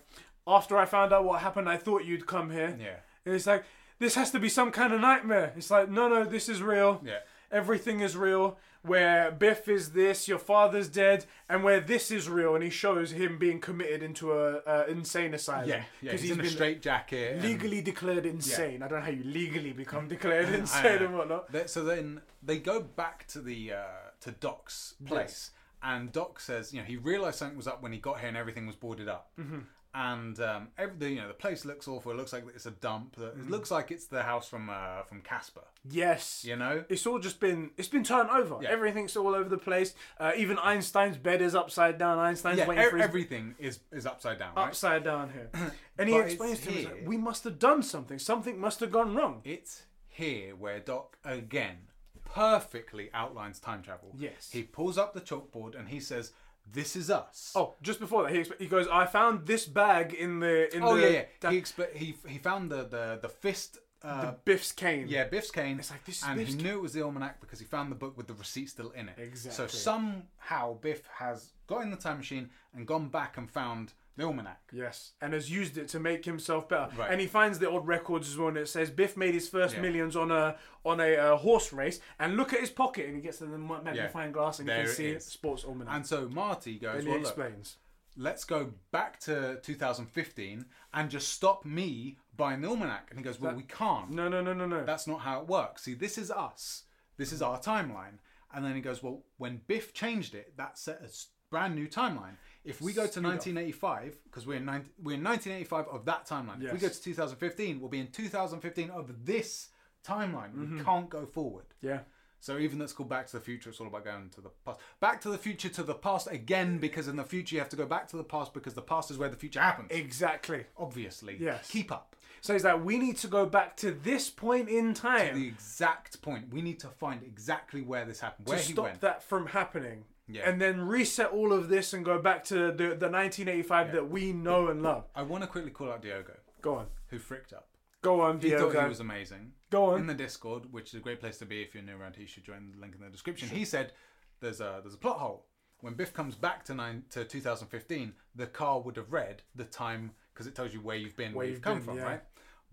[SPEAKER 1] after I found out what happened, I thought you'd come here.
[SPEAKER 2] Yeah.
[SPEAKER 1] And it's like, this has to be some kind of nightmare. It's like, no, no, this is real.
[SPEAKER 2] Yeah.
[SPEAKER 1] Everything is real. Where Biff is this, your father's dead, and where this is real, and he shows him being committed into a uh, insane asylum.
[SPEAKER 2] Yeah, yeah. He's, in a
[SPEAKER 1] been
[SPEAKER 2] straitjacket. and-
[SPEAKER 1] legally declared insane. I don't know how you legally become declared insane
[SPEAKER 2] Yeah.
[SPEAKER 1] and whatnot.
[SPEAKER 2] That- so then they go back to the uh, to Doc's place, and Doc says, you know, he realised something was up when he got here, and everything was boarded up.
[SPEAKER 1] Mm-hmm.
[SPEAKER 2] And um, every, the- you know, the place looks awful. It looks like it's a dump. It
[SPEAKER 1] Mm-hmm.
[SPEAKER 2] looks like it's the house from uh, from Casper.
[SPEAKER 1] Yes.
[SPEAKER 2] You know,
[SPEAKER 1] it's all just been it's been turned over. Everything's all over the place. Uh, even Einstein's bed is upside down. Einstein's
[SPEAKER 2] yeah,
[SPEAKER 1] waiting
[SPEAKER 2] e-
[SPEAKER 1] for his
[SPEAKER 2] everything is is upside down. Right?
[SPEAKER 1] upside down here, and he
[SPEAKER 2] But
[SPEAKER 1] explains
[SPEAKER 2] it's
[SPEAKER 1] to him, he's
[SPEAKER 2] here.
[SPEAKER 1] like, "We must have done something. Something must have gone wrong."
[SPEAKER 2] It's here where Doc again perfectly outlines time travel.
[SPEAKER 1] Yes.
[SPEAKER 2] He pulls up the chalkboard and he says, "This is us."
[SPEAKER 1] Oh, just before that, he, exp- he goes, "I found this bag in the in
[SPEAKER 2] Oh,
[SPEAKER 1] the
[SPEAKER 2] yeah, yeah.
[SPEAKER 1] da-
[SPEAKER 2] he, expl- he he found the the the fist. Uh,
[SPEAKER 1] the Biff's cane."
[SPEAKER 2] yeah, Biff's cane.
[SPEAKER 1] It's like, this is
[SPEAKER 2] and
[SPEAKER 1] Biff's
[SPEAKER 2] he
[SPEAKER 1] cane.
[SPEAKER 2] knew it was the almanac because he found the book with the receipt still in it. So
[SPEAKER 1] Exactly.
[SPEAKER 2] somehow Biff has got in the time machine and gone back and found the almanac.
[SPEAKER 1] Yes, and has used it to make himself better.
[SPEAKER 2] Right.
[SPEAKER 1] And he finds the odd records as well, and it says Biff made his first
[SPEAKER 2] Yeah.
[SPEAKER 1] millions on a on a uh, horse race. And look at his pocket, and he gets the ma- magnifying glass, and you
[SPEAKER 2] There
[SPEAKER 1] can
[SPEAKER 2] it
[SPEAKER 1] see
[SPEAKER 2] is.
[SPEAKER 1] sports almanac.
[SPEAKER 2] And so Marty goes,
[SPEAKER 1] and he
[SPEAKER 2] "Well, look,
[SPEAKER 1] explains.
[SPEAKER 2] let's go back to 2015 and just stop me buying the almanac." And he goes, "Well, we can't.
[SPEAKER 1] No, no, no, no, no.
[SPEAKER 2] That's not how it works. See, this is us. This is
[SPEAKER 1] Mm-hmm.
[SPEAKER 2] our timeline." And then he goes, "Well, when Biff changed it, that set a s- brand new timeline. If we go to 1985, because we're in 19, we're in 1985 of that timeline. If we
[SPEAKER 1] Yes.
[SPEAKER 2] go to 2015, we'll be in 2015 of this timeline.
[SPEAKER 1] Mm-hmm.
[SPEAKER 2] We can't go forward."
[SPEAKER 1] yeah.
[SPEAKER 2] So even that's called Back to the Future, it's all about going to the past. Back to the Future to the past again, because in the future you have to go back to the past because the past is where the future happens.
[SPEAKER 1] Exactly.
[SPEAKER 2] Obviously.
[SPEAKER 1] Yes.
[SPEAKER 2] Keep up.
[SPEAKER 1] So he's like, we need to go back to this point in time
[SPEAKER 2] The exact point. We need to find exactly where this happened, where
[SPEAKER 1] to
[SPEAKER 2] he
[SPEAKER 1] stop
[SPEAKER 2] went.
[SPEAKER 1] that from happening.
[SPEAKER 2] Yeah.
[SPEAKER 1] And then reset all of this and go back to the, the 1985 that we know and love.
[SPEAKER 2] I want to quickly call out Diogo,
[SPEAKER 1] Go on.
[SPEAKER 2] who fricked up.
[SPEAKER 1] Go on,
[SPEAKER 2] He
[SPEAKER 1] Diego.
[SPEAKER 2] thought he was amazing.
[SPEAKER 1] Go on.
[SPEAKER 2] In the Discord, which is a great place to be if you're new around, here, you should join the link in the description. He said there's a there's a plot hole. When Biff comes back to nine to 2015, the car would have read the time because it tells you where you've been, where, you've
[SPEAKER 1] you've
[SPEAKER 2] come
[SPEAKER 1] been,
[SPEAKER 2] from,
[SPEAKER 1] yeah.
[SPEAKER 2] right?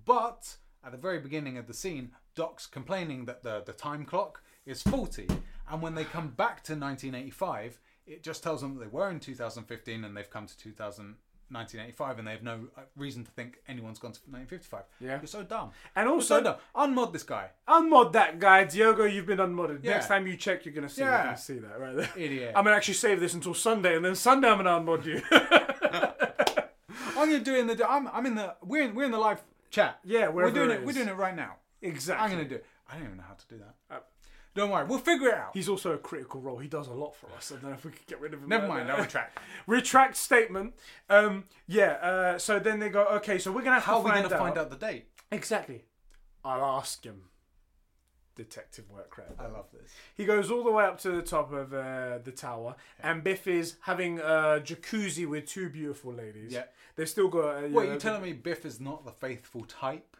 [SPEAKER 2] But at the very beginning of the scene, Doc's complaining that the the time clock is faulty, and when they come back to 1985, it just tells them that they were in 2015 and they've come to 2000. 1985, and they have no uh, reason to think anyone's gone to 1955.
[SPEAKER 1] Yeah.
[SPEAKER 2] you're so dumb.
[SPEAKER 1] and
[SPEAKER 2] So
[SPEAKER 1] also,
[SPEAKER 2] no, unmod this guy,
[SPEAKER 1] unmod that guy, Diogo. You've been unmodded.
[SPEAKER 2] Yeah.
[SPEAKER 1] Next time you check, you're gonna see. You're
[SPEAKER 2] Yeah.
[SPEAKER 1] gonna see that right there.
[SPEAKER 2] idiot.
[SPEAKER 1] I'm gonna actually save this until Sunday, and then Sunday I'm gonna unmod you.
[SPEAKER 2] I'm gonna do it in the. I'm, I'm in the. We're in, we're in the live chat.
[SPEAKER 1] Yeah,
[SPEAKER 2] we're
[SPEAKER 1] wherever
[SPEAKER 2] doing
[SPEAKER 1] it
[SPEAKER 2] it. We're
[SPEAKER 1] is.
[SPEAKER 2] doing it right now.
[SPEAKER 1] exactly.
[SPEAKER 2] I'm gonna do it. I don't even know how to do that.
[SPEAKER 1] Uh,
[SPEAKER 2] Don't worry, we'll figure it out.
[SPEAKER 1] He's also a critical role. He does a lot for us. I don't know if we could get rid of him.
[SPEAKER 2] Never
[SPEAKER 1] right
[SPEAKER 2] mind.
[SPEAKER 1] now.
[SPEAKER 2] I'll retract.
[SPEAKER 1] Retract statement. Um, yeah. Uh, so then they go. Okay. So we're gonna have
[SPEAKER 2] How
[SPEAKER 1] to
[SPEAKER 2] are we
[SPEAKER 1] find,
[SPEAKER 2] gonna
[SPEAKER 1] out.
[SPEAKER 2] find out the date?
[SPEAKER 1] exactly. I'll ask him. Detective work right
[SPEAKER 2] I love this.
[SPEAKER 1] He goes all the way up to the top of uh, the tower, and Biff is having a jacuzzi with two beautiful ladies.
[SPEAKER 2] Yeah.
[SPEAKER 1] They've still got. Uh,
[SPEAKER 2] Wait,
[SPEAKER 1] know,
[SPEAKER 2] you telling me Biff is not the faithful type?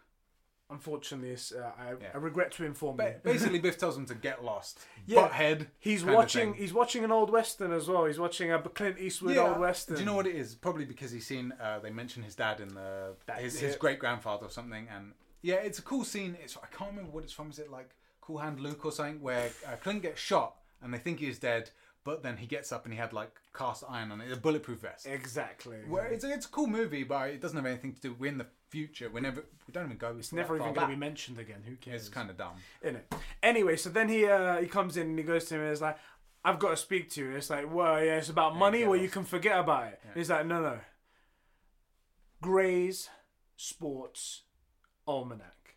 [SPEAKER 1] Unfortunately, it's, uh, I,
[SPEAKER 2] Yeah.
[SPEAKER 1] I regret to inform
[SPEAKER 2] Ba-
[SPEAKER 1] you.
[SPEAKER 2] Basically, Biff tells him to get lost.
[SPEAKER 1] Yeah.
[SPEAKER 2] Butthead.
[SPEAKER 1] He's
[SPEAKER 2] kind of
[SPEAKER 1] watching.
[SPEAKER 2] thing.
[SPEAKER 1] He's watching an old western as well. He's watching a Clint Eastwood old western.
[SPEAKER 2] Do you know what it is? Probably because he's seen. Uh, they mention his dad in the his, his
[SPEAKER 1] it.
[SPEAKER 2] great grandfather or something, and yeah, it's a cool scene. It's I can't remember what it's from. Is it like Cool Hand Luke or something? Where uh, Clint gets shot and they think he is dead, but then he gets up and he had like cast iron on it, a bulletproof vest.
[SPEAKER 1] Exactly.
[SPEAKER 2] Where it's it's a cool movie, but it doesn't have anything to do. We're in the future. We're never. We don't even go. It's
[SPEAKER 1] Never even going to be mentioned again. Who cares?
[SPEAKER 2] It's kind of dumb.
[SPEAKER 1] in it. Anyway, so then he uh, he comes in and he goes to him and is like, "I've got to speak to you." And it's like, "Well, yeah, it's about money,
[SPEAKER 2] get
[SPEAKER 1] or you
[SPEAKER 2] lost.
[SPEAKER 1] can forget about it." And he's like, "No, no." Gray's Sports Almanac,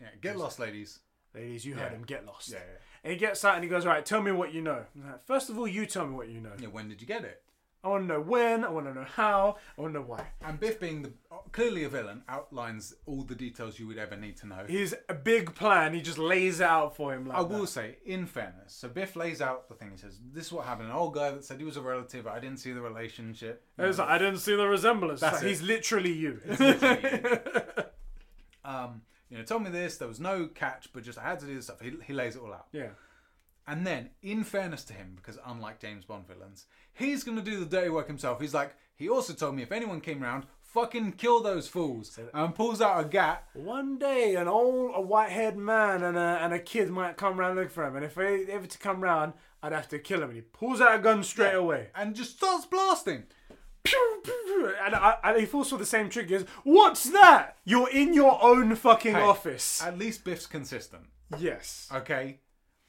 [SPEAKER 2] Yeah, get lost, ladies.
[SPEAKER 1] ladies. You heard
[SPEAKER 2] Yeah.
[SPEAKER 1] him. Get lost.
[SPEAKER 2] Yeah, yeah.
[SPEAKER 1] And he gets out and he goes, "All right, tell me what you know." I'm like, First of all, you tell me what you know.
[SPEAKER 2] Yeah, when did you get it?
[SPEAKER 1] I want to know when. I want to know how. I want to know why.
[SPEAKER 2] And Biff, being the uh, clearly a villain, outlines all the details you would ever need to know.
[SPEAKER 1] His big plan, he just lays it out for him. Like
[SPEAKER 2] I
[SPEAKER 1] that.
[SPEAKER 2] will say, in fairness, so Biff lays out the thing. He says, "This is what happened." An old guy that said he was a relative. I didn't see the relationship.
[SPEAKER 1] It was like, I didn't see the resemblance.
[SPEAKER 2] That's
[SPEAKER 1] Like,
[SPEAKER 2] it.
[SPEAKER 1] he's literally you.
[SPEAKER 2] um, you know, told me this. There was no catch, but just I had to do this stuff. He, he lays it all out.
[SPEAKER 1] yeah.
[SPEAKER 2] And then, in fairness to him, because unlike James Bond villains, he's going to do the dirty work himself. He's like, he also told me if anyone came around, fucking kill those fools. And pulls out a gat.
[SPEAKER 1] One day, an old, a white-haired man and a, and a kid might come round looking for him, and if they ever to come round, I'd have to kill him. And he pulls out a gun straight away,
[SPEAKER 2] And just starts blasting.
[SPEAKER 1] Pew, pew, pew. and, I, and he falls for the same trick. He goes, "What's that? You're in your own fucking office."
[SPEAKER 2] At least Biff's consistent.
[SPEAKER 1] yes,
[SPEAKER 2] Okay,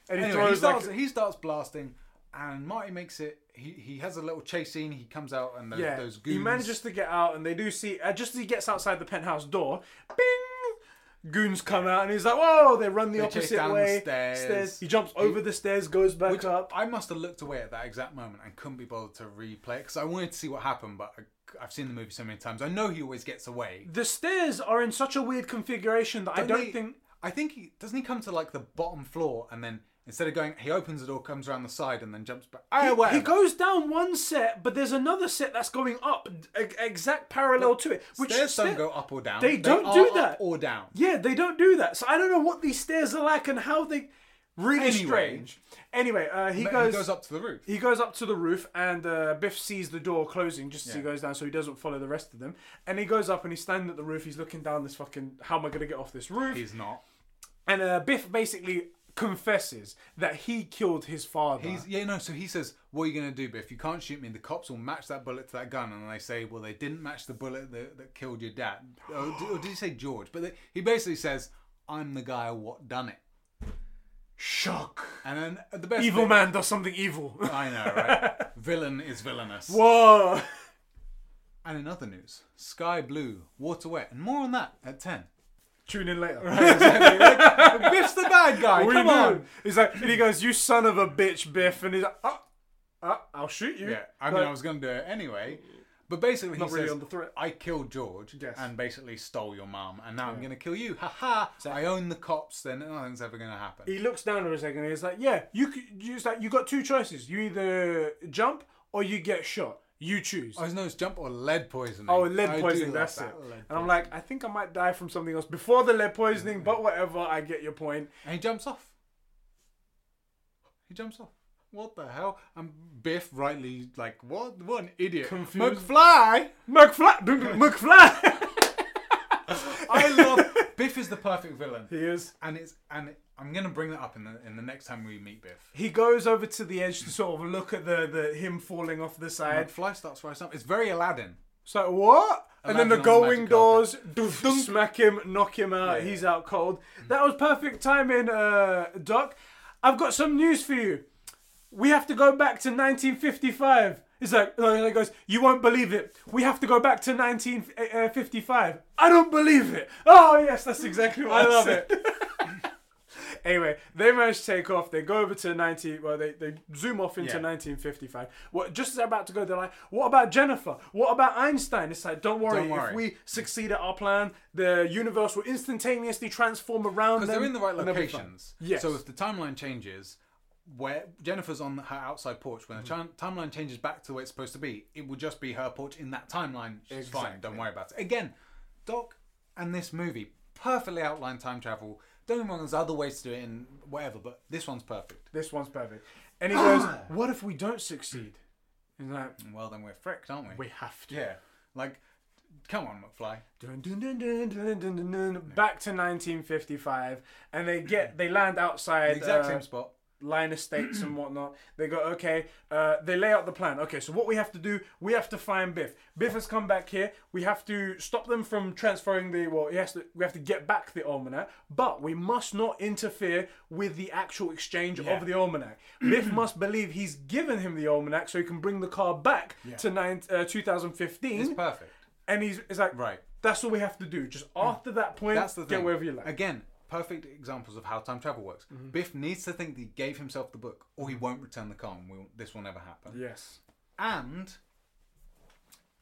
[SPEAKER 1] and he
[SPEAKER 2] Anyway, he
[SPEAKER 1] throws like,
[SPEAKER 2] starts he starts blasting, and Marty makes it. He he has a little chase scene. He comes out and those,
[SPEAKER 1] yeah.
[SPEAKER 2] those goons.
[SPEAKER 1] he manages to get out, and they do see. Uh, just as he gets outside the penthouse door, bing, goons come out, and he's like, "Whoa!" They run the
[SPEAKER 2] They chase
[SPEAKER 1] opposite
[SPEAKER 2] down the
[SPEAKER 1] way.
[SPEAKER 2] stairs.
[SPEAKER 1] He jumps over the stairs, goes back
[SPEAKER 2] Which
[SPEAKER 1] up.
[SPEAKER 2] I must have looked away at that exact moment and couldn't be bothered to replay it because I wanted to see what happened. But I, have seen the movie so many times. I know he always gets away.
[SPEAKER 1] The stairs are in such a weird configuration that I don't
[SPEAKER 2] they-
[SPEAKER 1] think
[SPEAKER 2] I think he doesn't he come to like the bottom floor and then instead of going, he opens the door, comes around the side, and then jumps back. I
[SPEAKER 1] He- He
[SPEAKER 2] whatever.
[SPEAKER 1] goes down one set, but there's another set that's going up, e- exact parallel to it. Which
[SPEAKER 2] Stairs
[SPEAKER 1] stair-
[SPEAKER 2] don't go up or down.
[SPEAKER 1] they don't
[SPEAKER 2] are
[SPEAKER 1] do
[SPEAKER 2] up
[SPEAKER 1] that.
[SPEAKER 2] or down.
[SPEAKER 1] Yeah, they don't do that. So I don't know what these stairs are like and how they. Really
[SPEAKER 2] Anyway.
[SPEAKER 1] strange. Anyway, uh, he,
[SPEAKER 2] But
[SPEAKER 1] goes,
[SPEAKER 2] he goes up to the roof.
[SPEAKER 1] He goes up to the roof, and uh, Biff sees the door closing just as he goes down, so he doesn't follow the rest of them. And he goes up and he's standing at the roof. He's looking down this fucking. How am I going to get off this roof?
[SPEAKER 2] He's not.
[SPEAKER 1] and uh, Biff basically confesses that he killed his father.
[SPEAKER 2] He's yeah no. So he says, "What are you gonna do, Biff? You can't shoot me. The cops will match that bullet to that gun." And they say, "Well, they didn't match the bullet that, that killed your dad." Or, did- or did he say George? But they, he basically says, "I'm the guy what done it."
[SPEAKER 1] Shock.
[SPEAKER 2] And then uh, the best
[SPEAKER 1] Evil
[SPEAKER 2] thing-
[SPEAKER 1] man does something evil.
[SPEAKER 2] I know, right? Villain is villainous.
[SPEAKER 1] Whoa.
[SPEAKER 2] And in other news, sky blue, water wet, and more on that at ten.
[SPEAKER 1] Tune in later.
[SPEAKER 2] Biff's the bad guy.
[SPEAKER 1] We
[SPEAKER 2] come
[SPEAKER 1] knew.
[SPEAKER 2] on.
[SPEAKER 1] He's like, and he goes, "You son of a bitch, Biff," and he's like, "Oh, oh, I'll shoot you."
[SPEAKER 2] Yeah, I mean, I was going to do it anyway. But basically,
[SPEAKER 1] Mm. Not
[SPEAKER 2] he
[SPEAKER 1] really
[SPEAKER 2] says,
[SPEAKER 1] under threat.
[SPEAKER 2] I killed George
[SPEAKER 1] Yes.
[SPEAKER 2] and basically stole your mum, and now I'm going to kill you. Ha ha! I own the cops, then nothing's ever going to happen.
[SPEAKER 1] He looks down for a second, and he's like, "Yeah, you, c- you it's like, you got two choices. You either jump or you get shot. You choose."
[SPEAKER 2] I was known as jump or lead poisoning.
[SPEAKER 1] Oh,
[SPEAKER 2] I
[SPEAKER 1] lead
[SPEAKER 2] do
[SPEAKER 1] poisoning,
[SPEAKER 2] love
[SPEAKER 1] that's
[SPEAKER 2] that,
[SPEAKER 1] it.
[SPEAKER 2] lead
[SPEAKER 1] And I'm like, I think I might die from something else before the lead poisoning,
[SPEAKER 2] Mm-hmm.
[SPEAKER 1] but whatever, I get your point.
[SPEAKER 2] And he jumps off. He jumps off. What the hell? And Biff rightly like, what? What an idiot!
[SPEAKER 1] Confused.
[SPEAKER 2] McFly.
[SPEAKER 1] McFly! McFly!
[SPEAKER 2] I love Biff is the perfect villain,
[SPEAKER 1] he is.
[SPEAKER 2] and it's and it, I'm gonna bring that up in the in the next time we meet Biff.
[SPEAKER 1] He goes over to the edge to sort of look at the, the him falling off the side.
[SPEAKER 2] McFly starts rising up. It's very Aladdin.
[SPEAKER 1] It's like, what? And then
[SPEAKER 2] Imagine
[SPEAKER 1] the
[SPEAKER 2] on the
[SPEAKER 1] going
[SPEAKER 2] magic
[SPEAKER 1] doors,
[SPEAKER 2] carpet.
[SPEAKER 1] doof, dunk, smack him, knock him out. He's out cold.
[SPEAKER 2] Mm.
[SPEAKER 1] That was perfect timing, uh, Doc. I've got some news for you. We have to go back to 1955. He's like, no, he goes, you won't believe it. We have to go back to 1955. I don't believe it. Oh yes, that's exactly what I,
[SPEAKER 2] I love
[SPEAKER 1] said. Anyway, they manage to take off. They go over to 19. Well, they, they zoom off into
[SPEAKER 2] Yeah.
[SPEAKER 1] 1955. What just as they're about to go, they're like, "What about Jennifer? What about Einstein?" It's like, "Don't worry.
[SPEAKER 2] Don't worry.
[SPEAKER 1] If we succeed at our plan, the universe will instantaneously transform around them."
[SPEAKER 2] Because they're in the right
[SPEAKER 1] and they'll be fine.
[SPEAKER 2] locations.
[SPEAKER 1] Yes.
[SPEAKER 2] So if the timeline changes, where Jennifer's on her outside porch, when the chan-
[SPEAKER 1] Mm.
[SPEAKER 2] timeline changes back to where it's supposed to be, it will just be her porch in that timeline. She's fine. Don't worry about it. Again, Doc and this movie perfectly outline time travel. Don't get me wrong, there's other ways to do it in whatever, but this one's perfect.
[SPEAKER 1] This one's perfect. And he goes,
[SPEAKER 2] Ah.
[SPEAKER 1] "What if we don't succeed?" He's like,
[SPEAKER 2] Well, then we're fricked, aren't we?
[SPEAKER 1] "We have to."
[SPEAKER 2] yeah. Like, come on, McFly.
[SPEAKER 1] Dun, dun, dun, dun, dun, dun, dun, dun. Back to 1955, and they get they land outside
[SPEAKER 2] The exact
[SPEAKER 1] uh,
[SPEAKER 2] same spot.
[SPEAKER 1] line estates and whatnot. They go, okay, uh, they lay out the plan. Okay, so what we have to do, we have to find Biff. Biff has come back here. We have to stop them from transferring the, well, yes, we have to get back the almanac, but we must not interfere with the actual exchange of the almanac. Biff must believe he's given him the almanac so he can bring the car back to nine, uh, 2015.
[SPEAKER 2] It's perfect.
[SPEAKER 1] and he's it's like,
[SPEAKER 2] Right. Mm.
[SPEAKER 1] That's all we have to do. Just after that point,
[SPEAKER 2] That's the thing.
[SPEAKER 1] get wherever you like.
[SPEAKER 2] Again, perfect examples of how time travel works. Biff needs to think that he gave himself the book, or he won't return the car, and will this will never happen.
[SPEAKER 1] yes.
[SPEAKER 2] And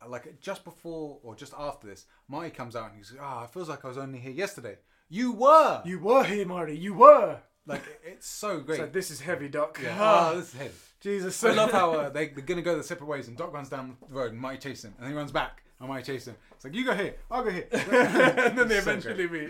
[SPEAKER 2] uh, like just before or just after this, Marty comes out and he's ah, it feels like I was only here yesterday. You were
[SPEAKER 1] You were here, Marty. You were.
[SPEAKER 2] like it's so great.
[SPEAKER 1] Like, this is heavy, Doc.
[SPEAKER 2] yeah. Oh, this is heavy.
[SPEAKER 1] Jesus.
[SPEAKER 2] I love how uh, they, they're gonna go their separate ways, and Doc runs down the road, and Marty chases him, and he runs back, and Marty chases him. It's like you go here, I'll go here,
[SPEAKER 1] and then they
[SPEAKER 2] So
[SPEAKER 1] eventually meet.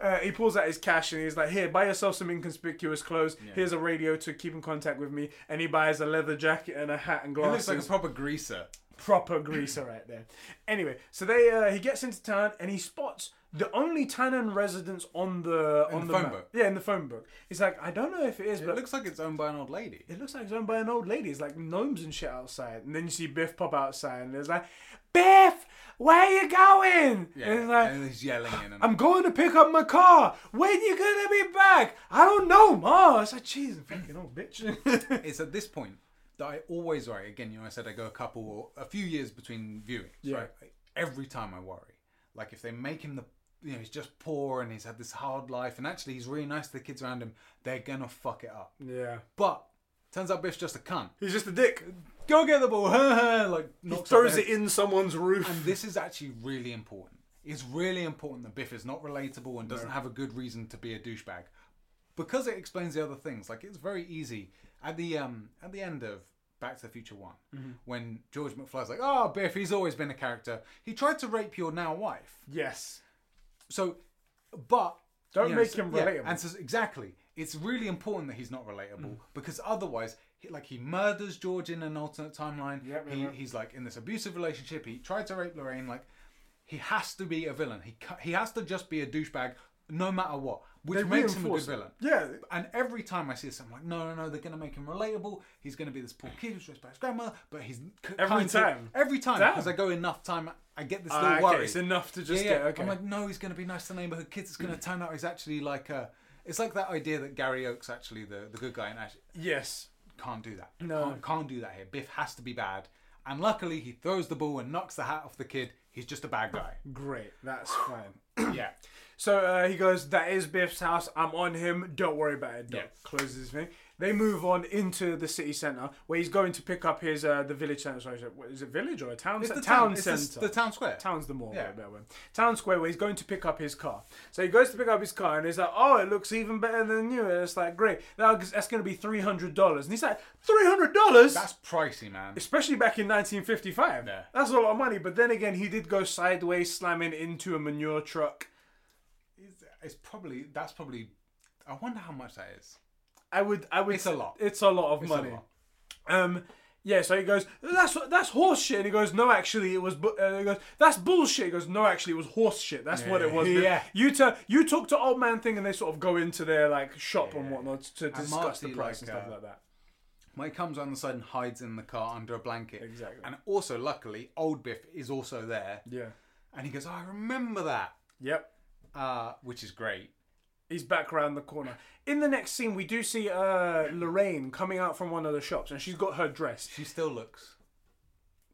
[SPEAKER 1] Uh, he pulls out his cash and he's like, "Here, buy yourself some inconspicuous clothes. Here's a radio to keep in contact with me." And he buys a leather jacket and a hat and
[SPEAKER 2] He looks
[SPEAKER 1] glasses.
[SPEAKER 2] like a proper greaser.
[SPEAKER 1] proper greaser right there. Anyway, so they uh, he gets into town and he spots the only Tannen residence on the on
[SPEAKER 2] the
[SPEAKER 1] the
[SPEAKER 2] phone
[SPEAKER 1] map.
[SPEAKER 2] book.
[SPEAKER 1] Yeah, in the phone book. He's like, I don't know if it is,
[SPEAKER 2] It
[SPEAKER 1] but
[SPEAKER 2] looks like it's owned by an old lady.
[SPEAKER 1] it looks like it's owned by an old lady. It's like gnomes and shit outside. And then you see Biff pop outside and it's like, Biff, where you going? And it's like,
[SPEAKER 2] and he's yelling in. And
[SPEAKER 1] I'm going to pick up my car. When you gonna be back? I don't know, Ma. It's like, jeez, fucking old bitch.
[SPEAKER 2] it's at this point that I always worry. Again, you know, I said I go a couple or a few years between viewings.
[SPEAKER 1] Yeah.
[SPEAKER 2] Right? Every time I worry, like if they make him the, you know, he's just poor and he's had this hard life, and actually he's really nice to the kids around him. They're gonna fuck it up.
[SPEAKER 1] yeah.
[SPEAKER 2] But turns out Biff's just a cunt.
[SPEAKER 1] He's just a dick.
[SPEAKER 2] Go get the ball. like
[SPEAKER 1] He
[SPEAKER 2] knocks up
[SPEAKER 1] throws
[SPEAKER 2] their-
[SPEAKER 1] it in someone's roof.
[SPEAKER 2] And this is actually really important. it's really important that Biff is not relatable and doesn't have a good reason to be a douchebag, because it explains the other things. Like it's very easy at the um at the end of Back to the Future One, when George McFly's like, "Oh, Biff, he's always been a character. He tried to rape your now wife."
[SPEAKER 1] Yes.
[SPEAKER 2] So, but
[SPEAKER 1] Don't
[SPEAKER 2] you
[SPEAKER 1] make
[SPEAKER 2] so-
[SPEAKER 1] him
[SPEAKER 2] yeah,
[SPEAKER 1] relatable. Mm.
[SPEAKER 2] and so exactly, it's really important that he's not relatable because otherwise, he, like he murders George in an alternate timeline.
[SPEAKER 1] Yep,
[SPEAKER 2] he,
[SPEAKER 1] yep.
[SPEAKER 2] he's like in this abusive relationship. He tried to rape Lorraine. Like he has to be a villain. He ca- he has to just be a douchebag no matter what, which
[SPEAKER 1] They
[SPEAKER 2] makes him a good
[SPEAKER 1] reinforce it.
[SPEAKER 2] villain.
[SPEAKER 1] Yeah.
[SPEAKER 2] And every time I see this, I'm like, no, no, no, they're going to make him relatable. He's going to be this poor kid who's raised by his grandmother, but he's c-
[SPEAKER 1] Every
[SPEAKER 2] kind to-
[SPEAKER 1] time?
[SPEAKER 2] every time,
[SPEAKER 1] Damn.
[SPEAKER 2] because I go enough time, I get this little
[SPEAKER 1] Ah,
[SPEAKER 2] worry.
[SPEAKER 1] okay, it's enough to just
[SPEAKER 2] Yeah, yeah.
[SPEAKER 1] get okay. Mm.
[SPEAKER 2] I'm like, no, he's going to be nice to neighborhood kids. It's going to turn out he's actually like a. It's like that idea that Gary Oakes actually the, the good guy and actually
[SPEAKER 1] yes.
[SPEAKER 2] can't do that.
[SPEAKER 1] No.
[SPEAKER 2] can't, can't do that here. Biff has to be bad, and luckily he throws the ball and knocks the hat off the kid. He's just a bad guy.
[SPEAKER 1] Great. That's fine.
[SPEAKER 2] yeah,
[SPEAKER 1] So uh, he goes, That is Biff's house. I'm on him. Don't worry about it. Doc.
[SPEAKER 2] Yeah.
[SPEAKER 1] Closes his thing. They move on into the city centre where he's going to pick up his, uh, the village centre. Sorry, is it- what is it village or a town?
[SPEAKER 2] it's
[SPEAKER 1] centre?
[SPEAKER 2] the
[SPEAKER 1] town,
[SPEAKER 2] town, it's the-
[SPEAKER 1] centre.
[SPEAKER 2] the, town square.
[SPEAKER 1] Town's the mall,
[SPEAKER 2] Yeah.
[SPEAKER 1] right, that way. Town Square, where he's going to pick up his car. So he goes to pick up his car, and he's like, "Oh, it looks even better than new." And it's like, "Great, now that's going to be three hundred dollars." And he's like, 300 dollars."
[SPEAKER 2] That's pricey, man.
[SPEAKER 1] Especially back in 1955.
[SPEAKER 2] Yeah.
[SPEAKER 1] That's a lot of money. But then again, he did go sideways, slamming into a manure truck.
[SPEAKER 2] It's, it's probably that's probably. I wonder how much that is.
[SPEAKER 1] I would, I would.
[SPEAKER 2] It's a lot.
[SPEAKER 1] It's a lot of
[SPEAKER 2] It's a
[SPEAKER 1] money.
[SPEAKER 2] lot.
[SPEAKER 1] Um, yeah, so he goes, that's that's horse shit. And he goes, no, actually, it was. Bu-, uh, he goes, that's bullshit. He goes, no, actually, it was horse shit. That's what it was.
[SPEAKER 2] Yeah.
[SPEAKER 1] You ta- you talk to old man thing, and they sort of go into their like shop and whatnot to discuss the
[SPEAKER 2] Marty,
[SPEAKER 1] price
[SPEAKER 2] like,
[SPEAKER 1] and stuff
[SPEAKER 2] uh,
[SPEAKER 1] like that.
[SPEAKER 2] Mike comes on the side and hides in the car under a blanket.
[SPEAKER 1] Exactly.
[SPEAKER 2] And also, luckily, old Biff is also there.
[SPEAKER 1] Yeah.
[SPEAKER 2] And he goes, "Oh, I remember that,
[SPEAKER 1] Yep.
[SPEAKER 2] uh, which is great.
[SPEAKER 1] He's back around the corner. In the next scene, we do see uh, Lorraine coming out from one of the shops, and she's got her dress.
[SPEAKER 2] She still looks.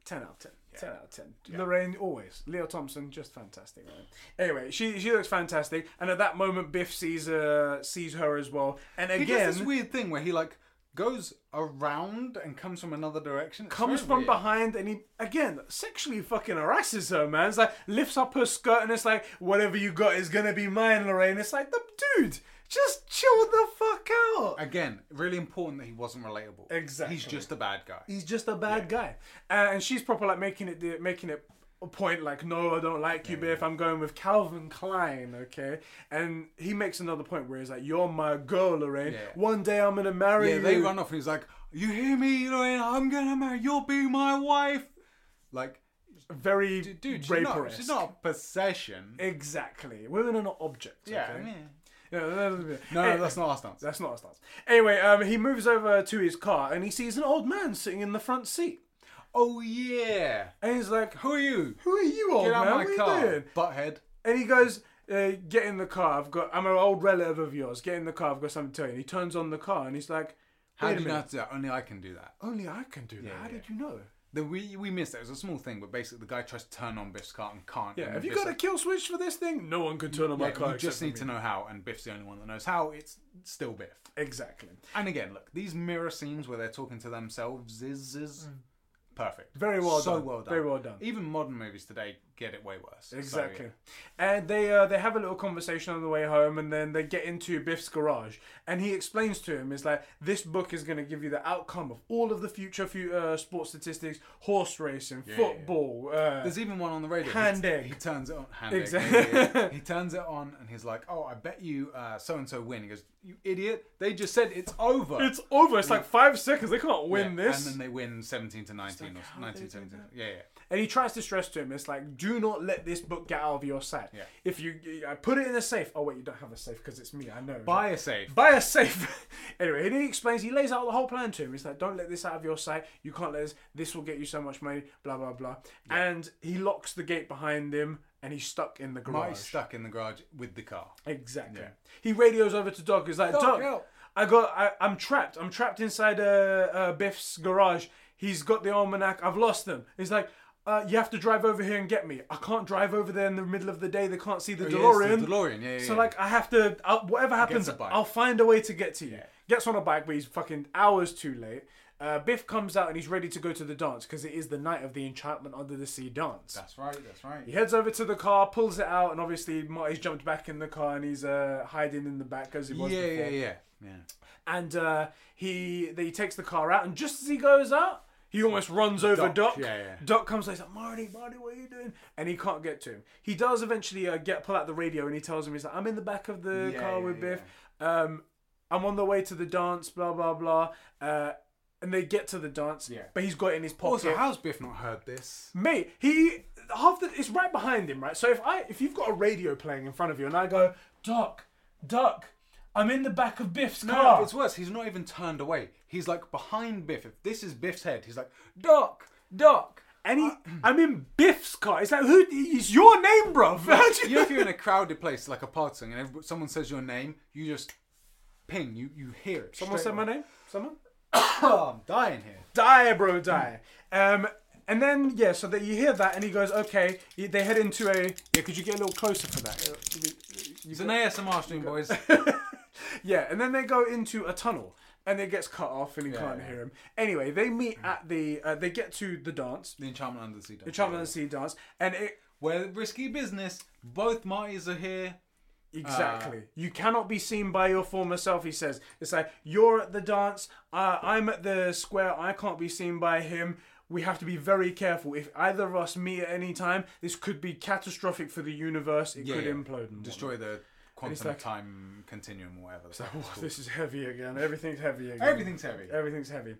[SPEAKER 1] Ten out of ten. Ten out of ten. Lorraine always. Leo Thompson, just fantastic. Man. Anyway, she she looks fantastic, and at that moment, Biff sees uh sees her as well, and
[SPEAKER 2] He does this
[SPEAKER 1] again
[SPEAKER 2] weird thing where he like goes around and comes from another direction. It's
[SPEAKER 1] comes
[SPEAKER 2] very
[SPEAKER 1] from
[SPEAKER 2] weird.
[SPEAKER 1] behind, and he again sexually fucking harasses her, man. It's like lifts up her skirt, and it's like whatever you got is gonna be mine, Lorraine. It's like the dude, just chill the fuck out.
[SPEAKER 2] Again, really important that he wasn't relatable.
[SPEAKER 1] Exactly.
[SPEAKER 2] He's just a bad guy.
[SPEAKER 1] he's just a bad guy Uh, and she's proper like making it the- making it a point like no i don't like you biff i'm going with calvin klein okay and he makes another point where he's like you're my girl lorraine
[SPEAKER 2] Yeah.
[SPEAKER 1] one day i'm gonna marry
[SPEAKER 2] Yeah,
[SPEAKER 1] you
[SPEAKER 2] they run off and he's like, You hear me, Lorraine? I'm gonna marry you'll be my wife. Like,
[SPEAKER 1] very
[SPEAKER 2] d- dude, she's not,
[SPEAKER 1] raperesque.
[SPEAKER 2] she's not a
[SPEAKER 1] Eh,
[SPEAKER 2] possession.
[SPEAKER 1] exactly women are not objects
[SPEAKER 2] Yeah,
[SPEAKER 1] okay?
[SPEAKER 2] yeah.
[SPEAKER 1] Yeah, that- that- that-
[SPEAKER 2] No,
[SPEAKER 1] Eh,
[SPEAKER 2] no, that's not our stance.
[SPEAKER 1] That's not a stance. Anyway, um, he moves over to his car and he sees an old man sitting in the front seat.
[SPEAKER 2] Oh yeah.
[SPEAKER 1] And he's like,
[SPEAKER 2] Who are you?
[SPEAKER 1] Who are you, old
[SPEAKER 2] Get out
[SPEAKER 1] man?
[SPEAKER 2] my
[SPEAKER 1] what
[SPEAKER 2] car,
[SPEAKER 1] are you doing?
[SPEAKER 2] butthead.
[SPEAKER 1] And he goes, uh, "Get in the car. I've got. I'm an old relative of yours. Get in the car. I've got something to tell you." And he turns on the car, and he's like,
[SPEAKER 2] How
[SPEAKER 1] "Wait
[SPEAKER 2] do
[SPEAKER 1] a
[SPEAKER 2] you know how
[SPEAKER 1] minute.
[SPEAKER 2] to do that? Only I can do that.
[SPEAKER 1] Only I can do that. How
[SPEAKER 2] yeah.
[SPEAKER 1] did you know?"
[SPEAKER 2] The, we we missed it. It was a small thing, but basically the guy tries to turn on Biff's car and can't.
[SPEAKER 1] Yeah.
[SPEAKER 2] and
[SPEAKER 1] Have you
[SPEAKER 2] Biff's
[SPEAKER 1] got a
[SPEAKER 2] like,
[SPEAKER 1] kill switch for this thing? No one can turn on my
[SPEAKER 2] "Yeah,
[SPEAKER 1] car.
[SPEAKER 2] You just
[SPEAKER 1] except for
[SPEAKER 2] need to
[SPEAKER 1] me."
[SPEAKER 2] know how, and Biff's the only one that knows how. It's still Biff.
[SPEAKER 1] Exactly.
[SPEAKER 2] And again, look, these mirror scenes where they're talking to themselves is is perfect.
[SPEAKER 1] Mm. Very well
[SPEAKER 2] so
[SPEAKER 1] done.
[SPEAKER 2] well done.
[SPEAKER 1] Very well done.
[SPEAKER 2] Even modern movies today get it way worse. So,
[SPEAKER 1] Exactly.
[SPEAKER 2] yeah.
[SPEAKER 1] And they uh, they have a little conversation on the way home, and then they get into Biff's garage, and he explains to him, "Is like this book is going to give you the outcome of all of the future fu- uh, sports statistics, horse racing,
[SPEAKER 2] yeah, yeah.
[SPEAKER 1] football." Uh,
[SPEAKER 2] There's even one on the radio.
[SPEAKER 1] Hand
[SPEAKER 2] he, t-
[SPEAKER 1] egg.
[SPEAKER 2] He turns it on. Hand egg,
[SPEAKER 1] Exactly.
[SPEAKER 2] yeah, yeah. He turns it on and he's like, "Oh, I bet you so and so win." He goes, "You idiot! They just said it's over."
[SPEAKER 1] it's over. It's like five seconds. They can't win
[SPEAKER 2] Yeah,
[SPEAKER 1] this.
[SPEAKER 2] And then they win 17 to 19
[SPEAKER 1] like,
[SPEAKER 2] or
[SPEAKER 1] how
[SPEAKER 2] 19
[SPEAKER 1] did they do
[SPEAKER 2] 17. Yeah, yeah.
[SPEAKER 1] And he tries to stress to him, it's like, do not let this book get out of your sight.
[SPEAKER 2] Yeah.
[SPEAKER 1] If you, I put it in a safe. Oh wait, you don't have a safe because it's me. I know.
[SPEAKER 2] Buy a safe.
[SPEAKER 1] Buy a safe. anyway, and he explains. He lays out the whole plan to him. He's like, don't let this out of your sight. You can't let this. This will get you so much money. Blah blah blah. And he locks the gate behind him, and he's stuck in the garage.
[SPEAKER 2] Marty's stuck in the garage with the car.
[SPEAKER 1] Exactly.
[SPEAKER 2] Yeah.
[SPEAKER 1] He radios over to Doc. He's like,
[SPEAKER 2] Doc,
[SPEAKER 1] Doc,
[SPEAKER 2] help."
[SPEAKER 1] I got, I, I'm trapped. I'm trapped inside uh, uh, Biff's garage. He's got the almanac. I've lost them. He's like, uh, you have to drive over here and get me. I can't drive over there in the middle of the day. They can't see the
[SPEAKER 2] Oh, yeah,
[SPEAKER 1] DeLorean.
[SPEAKER 2] it's the DeLorean, yeah, yeah.
[SPEAKER 1] So
[SPEAKER 2] yeah.
[SPEAKER 1] like, I have to. i whatever happens,
[SPEAKER 2] a bike.
[SPEAKER 1] I'll find a way to get to you. Gets on a bike, but he's fucking hours too late. Uh, Biff comes out and he's ready to go to the dance because it is the night of the Enchantment Under the Sea dance.
[SPEAKER 2] That's right. That's right.
[SPEAKER 1] He heads over to the car, pulls it out, and obviously Marty's jumped back in the car and he's uh, hiding in the back as he was
[SPEAKER 2] yeah,
[SPEAKER 1] before.
[SPEAKER 2] yeah, yeah, yeah.
[SPEAKER 1] And uh, he he takes the car out, and just as he goes out, he almost runs over
[SPEAKER 2] Doc,
[SPEAKER 1] Doc.
[SPEAKER 2] yeah, yeah.
[SPEAKER 1] Doc comes and he's like, Marty, Marty, what are you doing? And he can't get to him. He does eventually uh, get pull out the radio, and he tells him he's like, I'm in the back of the
[SPEAKER 2] Yeah,
[SPEAKER 1] car
[SPEAKER 2] yeah,
[SPEAKER 1] with Biff. Um, I'm on the way to the dance, blah blah blah. Uh, and they get to the dance,
[SPEAKER 2] Yeah.
[SPEAKER 1] but he's got it in his pocket.
[SPEAKER 2] Also, how's Biff not heard this?
[SPEAKER 1] Mate, he half the it's right behind him, right? So if I if you've got a radio playing in front of you and I go, Duck, duck, I'm in the back of Biff's car.
[SPEAKER 2] No, it's worse. He's not even turned away. He's like behind Biff. If this is Biff's head, he's like, Doc, Doc. Uh,
[SPEAKER 1] and he, I'm in Biff's car. It's like who it's your name, bruv. How do
[SPEAKER 2] You know, if you're in a crowded place like a parting and everyb- someone says your name, you just ping. You you hear it.
[SPEAKER 1] Someone said
[SPEAKER 2] straight
[SPEAKER 1] my
[SPEAKER 2] away.
[SPEAKER 1] name? Someone?
[SPEAKER 2] Oh, I'm dying here.
[SPEAKER 1] Die, bro, die. Um and then yeah, so that you hear that and he goes, Okay, he- they head into a Yeah, could you get a little closer for
[SPEAKER 2] Uh,
[SPEAKER 1] that?
[SPEAKER 2] It's an ASMR stream, boys.
[SPEAKER 1] Yeah, and then they go into a tunnel, and it gets cut off, and you can't
[SPEAKER 2] yeah. Mm.
[SPEAKER 1] hear him. Anyway, they meet at the. Uh, they get to the dance,
[SPEAKER 2] the Enchantment Under the Sea. Dance.
[SPEAKER 1] the Travel and Sea dance, and it
[SPEAKER 2] Where risky business. Both Martys are here.
[SPEAKER 1] exactly.
[SPEAKER 2] Ah.
[SPEAKER 1] you cannot be seen by your former self. He says it's like you're at the dance. Uh, I'm at the square. I can't be seen by him. We have to be very careful. If either of us meet at any time, this could be catastrophic for the universe. It could
[SPEAKER 2] yeah.
[SPEAKER 1] implode and
[SPEAKER 2] Destroy the quantum
[SPEAKER 1] like-
[SPEAKER 2] time continuum or whatever. the fuck it's
[SPEAKER 1] whatnot.
[SPEAKER 2] called.
[SPEAKER 1] This is heavy again. Everything's heavy again.
[SPEAKER 2] Everything's heavy.
[SPEAKER 1] Everything's heavy.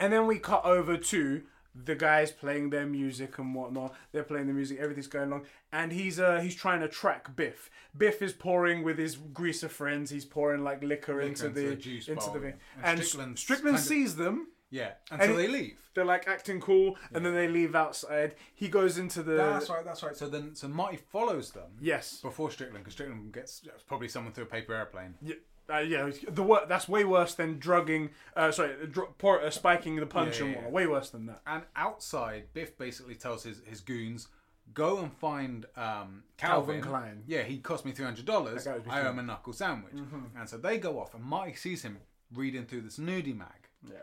[SPEAKER 1] And then we cut over to the guys playing their music and whatnot. They're playing the music, everything's going along. And he's uh he's trying to track Biff. Biff is pouring with his greaser friends, he's pouring like liquor, into,
[SPEAKER 2] into
[SPEAKER 1] the,
[SPEAKER 2] the juice
[SPEAKER 1] into
[SPEAKER 2] bowl.
[SPEAKER 1] the
[SPEAKER 2] And
[SPEAKER 1] and Strickland,
[SPEAKER 2] Strickland's
[SPEAKER 1] Strickland
[SPEAKER 2] kind of-
[SPEAKER 1] sees them.
[SPEAKER 2] Yeah, until
[SPEAKER 1] And
[SPEAKER 2] they
[SPEAKER 1] it-
[SPEAKER 2] leave.
[SPEAKER 1] They're like acting cool and then they leave outside. He goes into the
[SPEAKER 2] That's right. That's right. Uh, So then, so Marty follows them.
[SPEAKER 1] Yes.
[SPEAKER 2] Before Strickland, because Strickland gets probably someone through a paper airplane.
[SPEAKER 1] Yeah, uh, yeah, the wor- that's way worse than drugging. Uh, sorry, dr- pour, uh, spiking the punch
[SPEAKER 2] Yeah,
[SPEAKER 1] and
[SPEAKER 2] yeah,
[SPEAKER 1] whatnot. Way worse than that.
[SPEAKER 2] And outside, Biff basically tells his, his goons, "Go and find um,
[SPEAKER 1] Calvin
[SPEAKER 2] Calvin.
[SPEAKER 1] Klein.
[SPEAKER 2] Yeah, he cost me three hundred dollars.
[SPEAKER 1] That guy was Mm-hmm.
[SPEAKER 2] I owe him a knuckle sandwich." And so they go off, and Marty sees him reading through this nudie mag.
[SPEAKER 1] Yeah.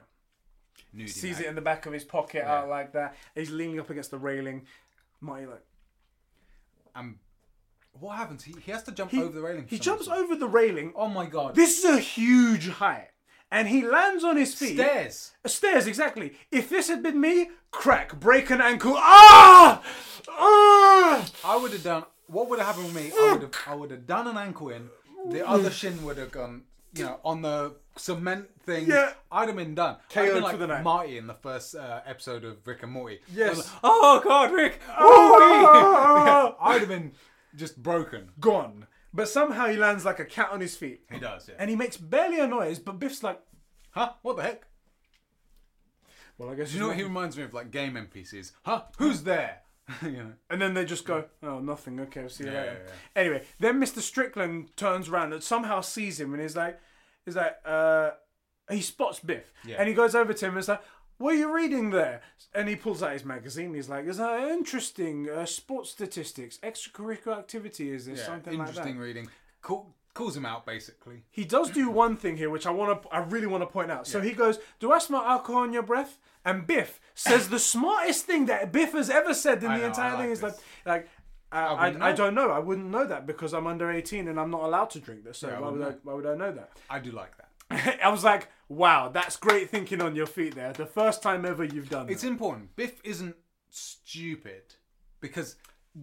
[SPEAKER 2] Nudie
[SPEAKER 1] sees
[SPEAKER 2] mag.
[SPEAKER 1] it in the back of his pocket out like that. He's leaning up against the railing. Marty like
[SPEAKER 2] And what happens? He, he has to jump
[SPEAKER 1] he,
[SPEAKER 2] over the railing. for
[SPEAKER 1] He
[SPEAKER 2] some
[SPEAKER 1] jumps
[SPEAKER 2] reason.
[SPEAKER 1] over the railing.
[SPEAKER 2] Oh my god!
[SPEAKER 1] This is a huge height, and he lands on his feet.
[SPEAKER 2] stairs.
[SPEAKER 1] Stairs, exactly. If this had been me, crack, break an ankle. Ah, ah.
[SPEAKER 2] I would have done. What would have happened with me? I would have. I would have done an ankle in. The other shin would have gone. You know, on the cement thing.
[SPEAKER 1] Yeah.
[SPEAKER 2] I'd have been done. I'd have
[SPEAKER 1] KO'd
[SPEAKER 2] been
[SPEAKER 1] for the night.
[SPEAKER 2] Marty in the first uh, episode of Rick and Morty.
[SPEAKER 1] Yes.
[SPEAKER 2] I was like, oh God, Rick. Oh,
[SPEAKER 1] Ah.
[SPEAKER 2] I'd have been just broken.
[SPEAKER 1] Gone. But somehow he lands like a cat on his feet,
[SPEAKER 2] He does. Yeah.
[SPEAKER 1] and he makes barely a noise. But Biff's like,
[SPEAKER 2] huh? What the heck?
[SPEAKER 1] well, I guess
[SPEAKER 2] You know what he reminds me of? Like game NPCs. Huh? Who's there? you know.
[SPEAKER 1] And then they just go, oh, nothing. Okay, I'll see you
[SPEAKER 2] Yeah,
[SPEAKER 1] later.
[SPEAKER 2] yeah,
[SPEAKER 1] Anyway, then Mr. Strickland turns around and somehow sees him and he's like, he's like, uh, he spots Biff.
[SPEAKER 2] Yeah.
[SPEAKER 1] And he goes over to him and is like, what are you reading there? And he pulls out his magazine. He's like, is that interesting? Uh, sports statistics, extracurricular activity, is this
[SPEAKER 2] Yeah,
[SPEAKER 1] something like that?
[SPEAKER 2] interesting reading. Call, calls him out basically.
[SPEAKER 1] He does do one thing here, which I want to, I really want to point out. So he goes, "Do I smell alcohol in your breath?" And Biff says the smartest thing that Biff has ever said in
[SPEAKER 2] I
[SPEAKER 1] the
[SPEAKER 2] know,
[SPEAKER 1] entire
[SPEAKER 2] I
[SPEAKER 1] thing
[SPEAKER 2] like
[SPEAKER 1] is like,
[SPEAKER 2] this.
[SPEAKER 1] like. I, I,
[SPEAKER 2] wouldn't
[SPEAKER 1] I
[SPEAKER 2] know.
[SPEAKER 1] don't know. I wouldn't know that because I'm under 18 and I'm not allowed to drink this. So
[SPEAKER 2] I
[SPEAKER 1] why, would
[SPEAKER 2] wouldn't
[SPEAKER 1] I, why would I know that?
[SPEAKER 2] I do like that.
[SPEAKER 1] I was like, wow, that's great thinking on your feet there. The first time ever you've done
[SPEAKER 2] It's
[SPEAKER 1] that.
[SPEAKER 2] important. Biff isn't stupid because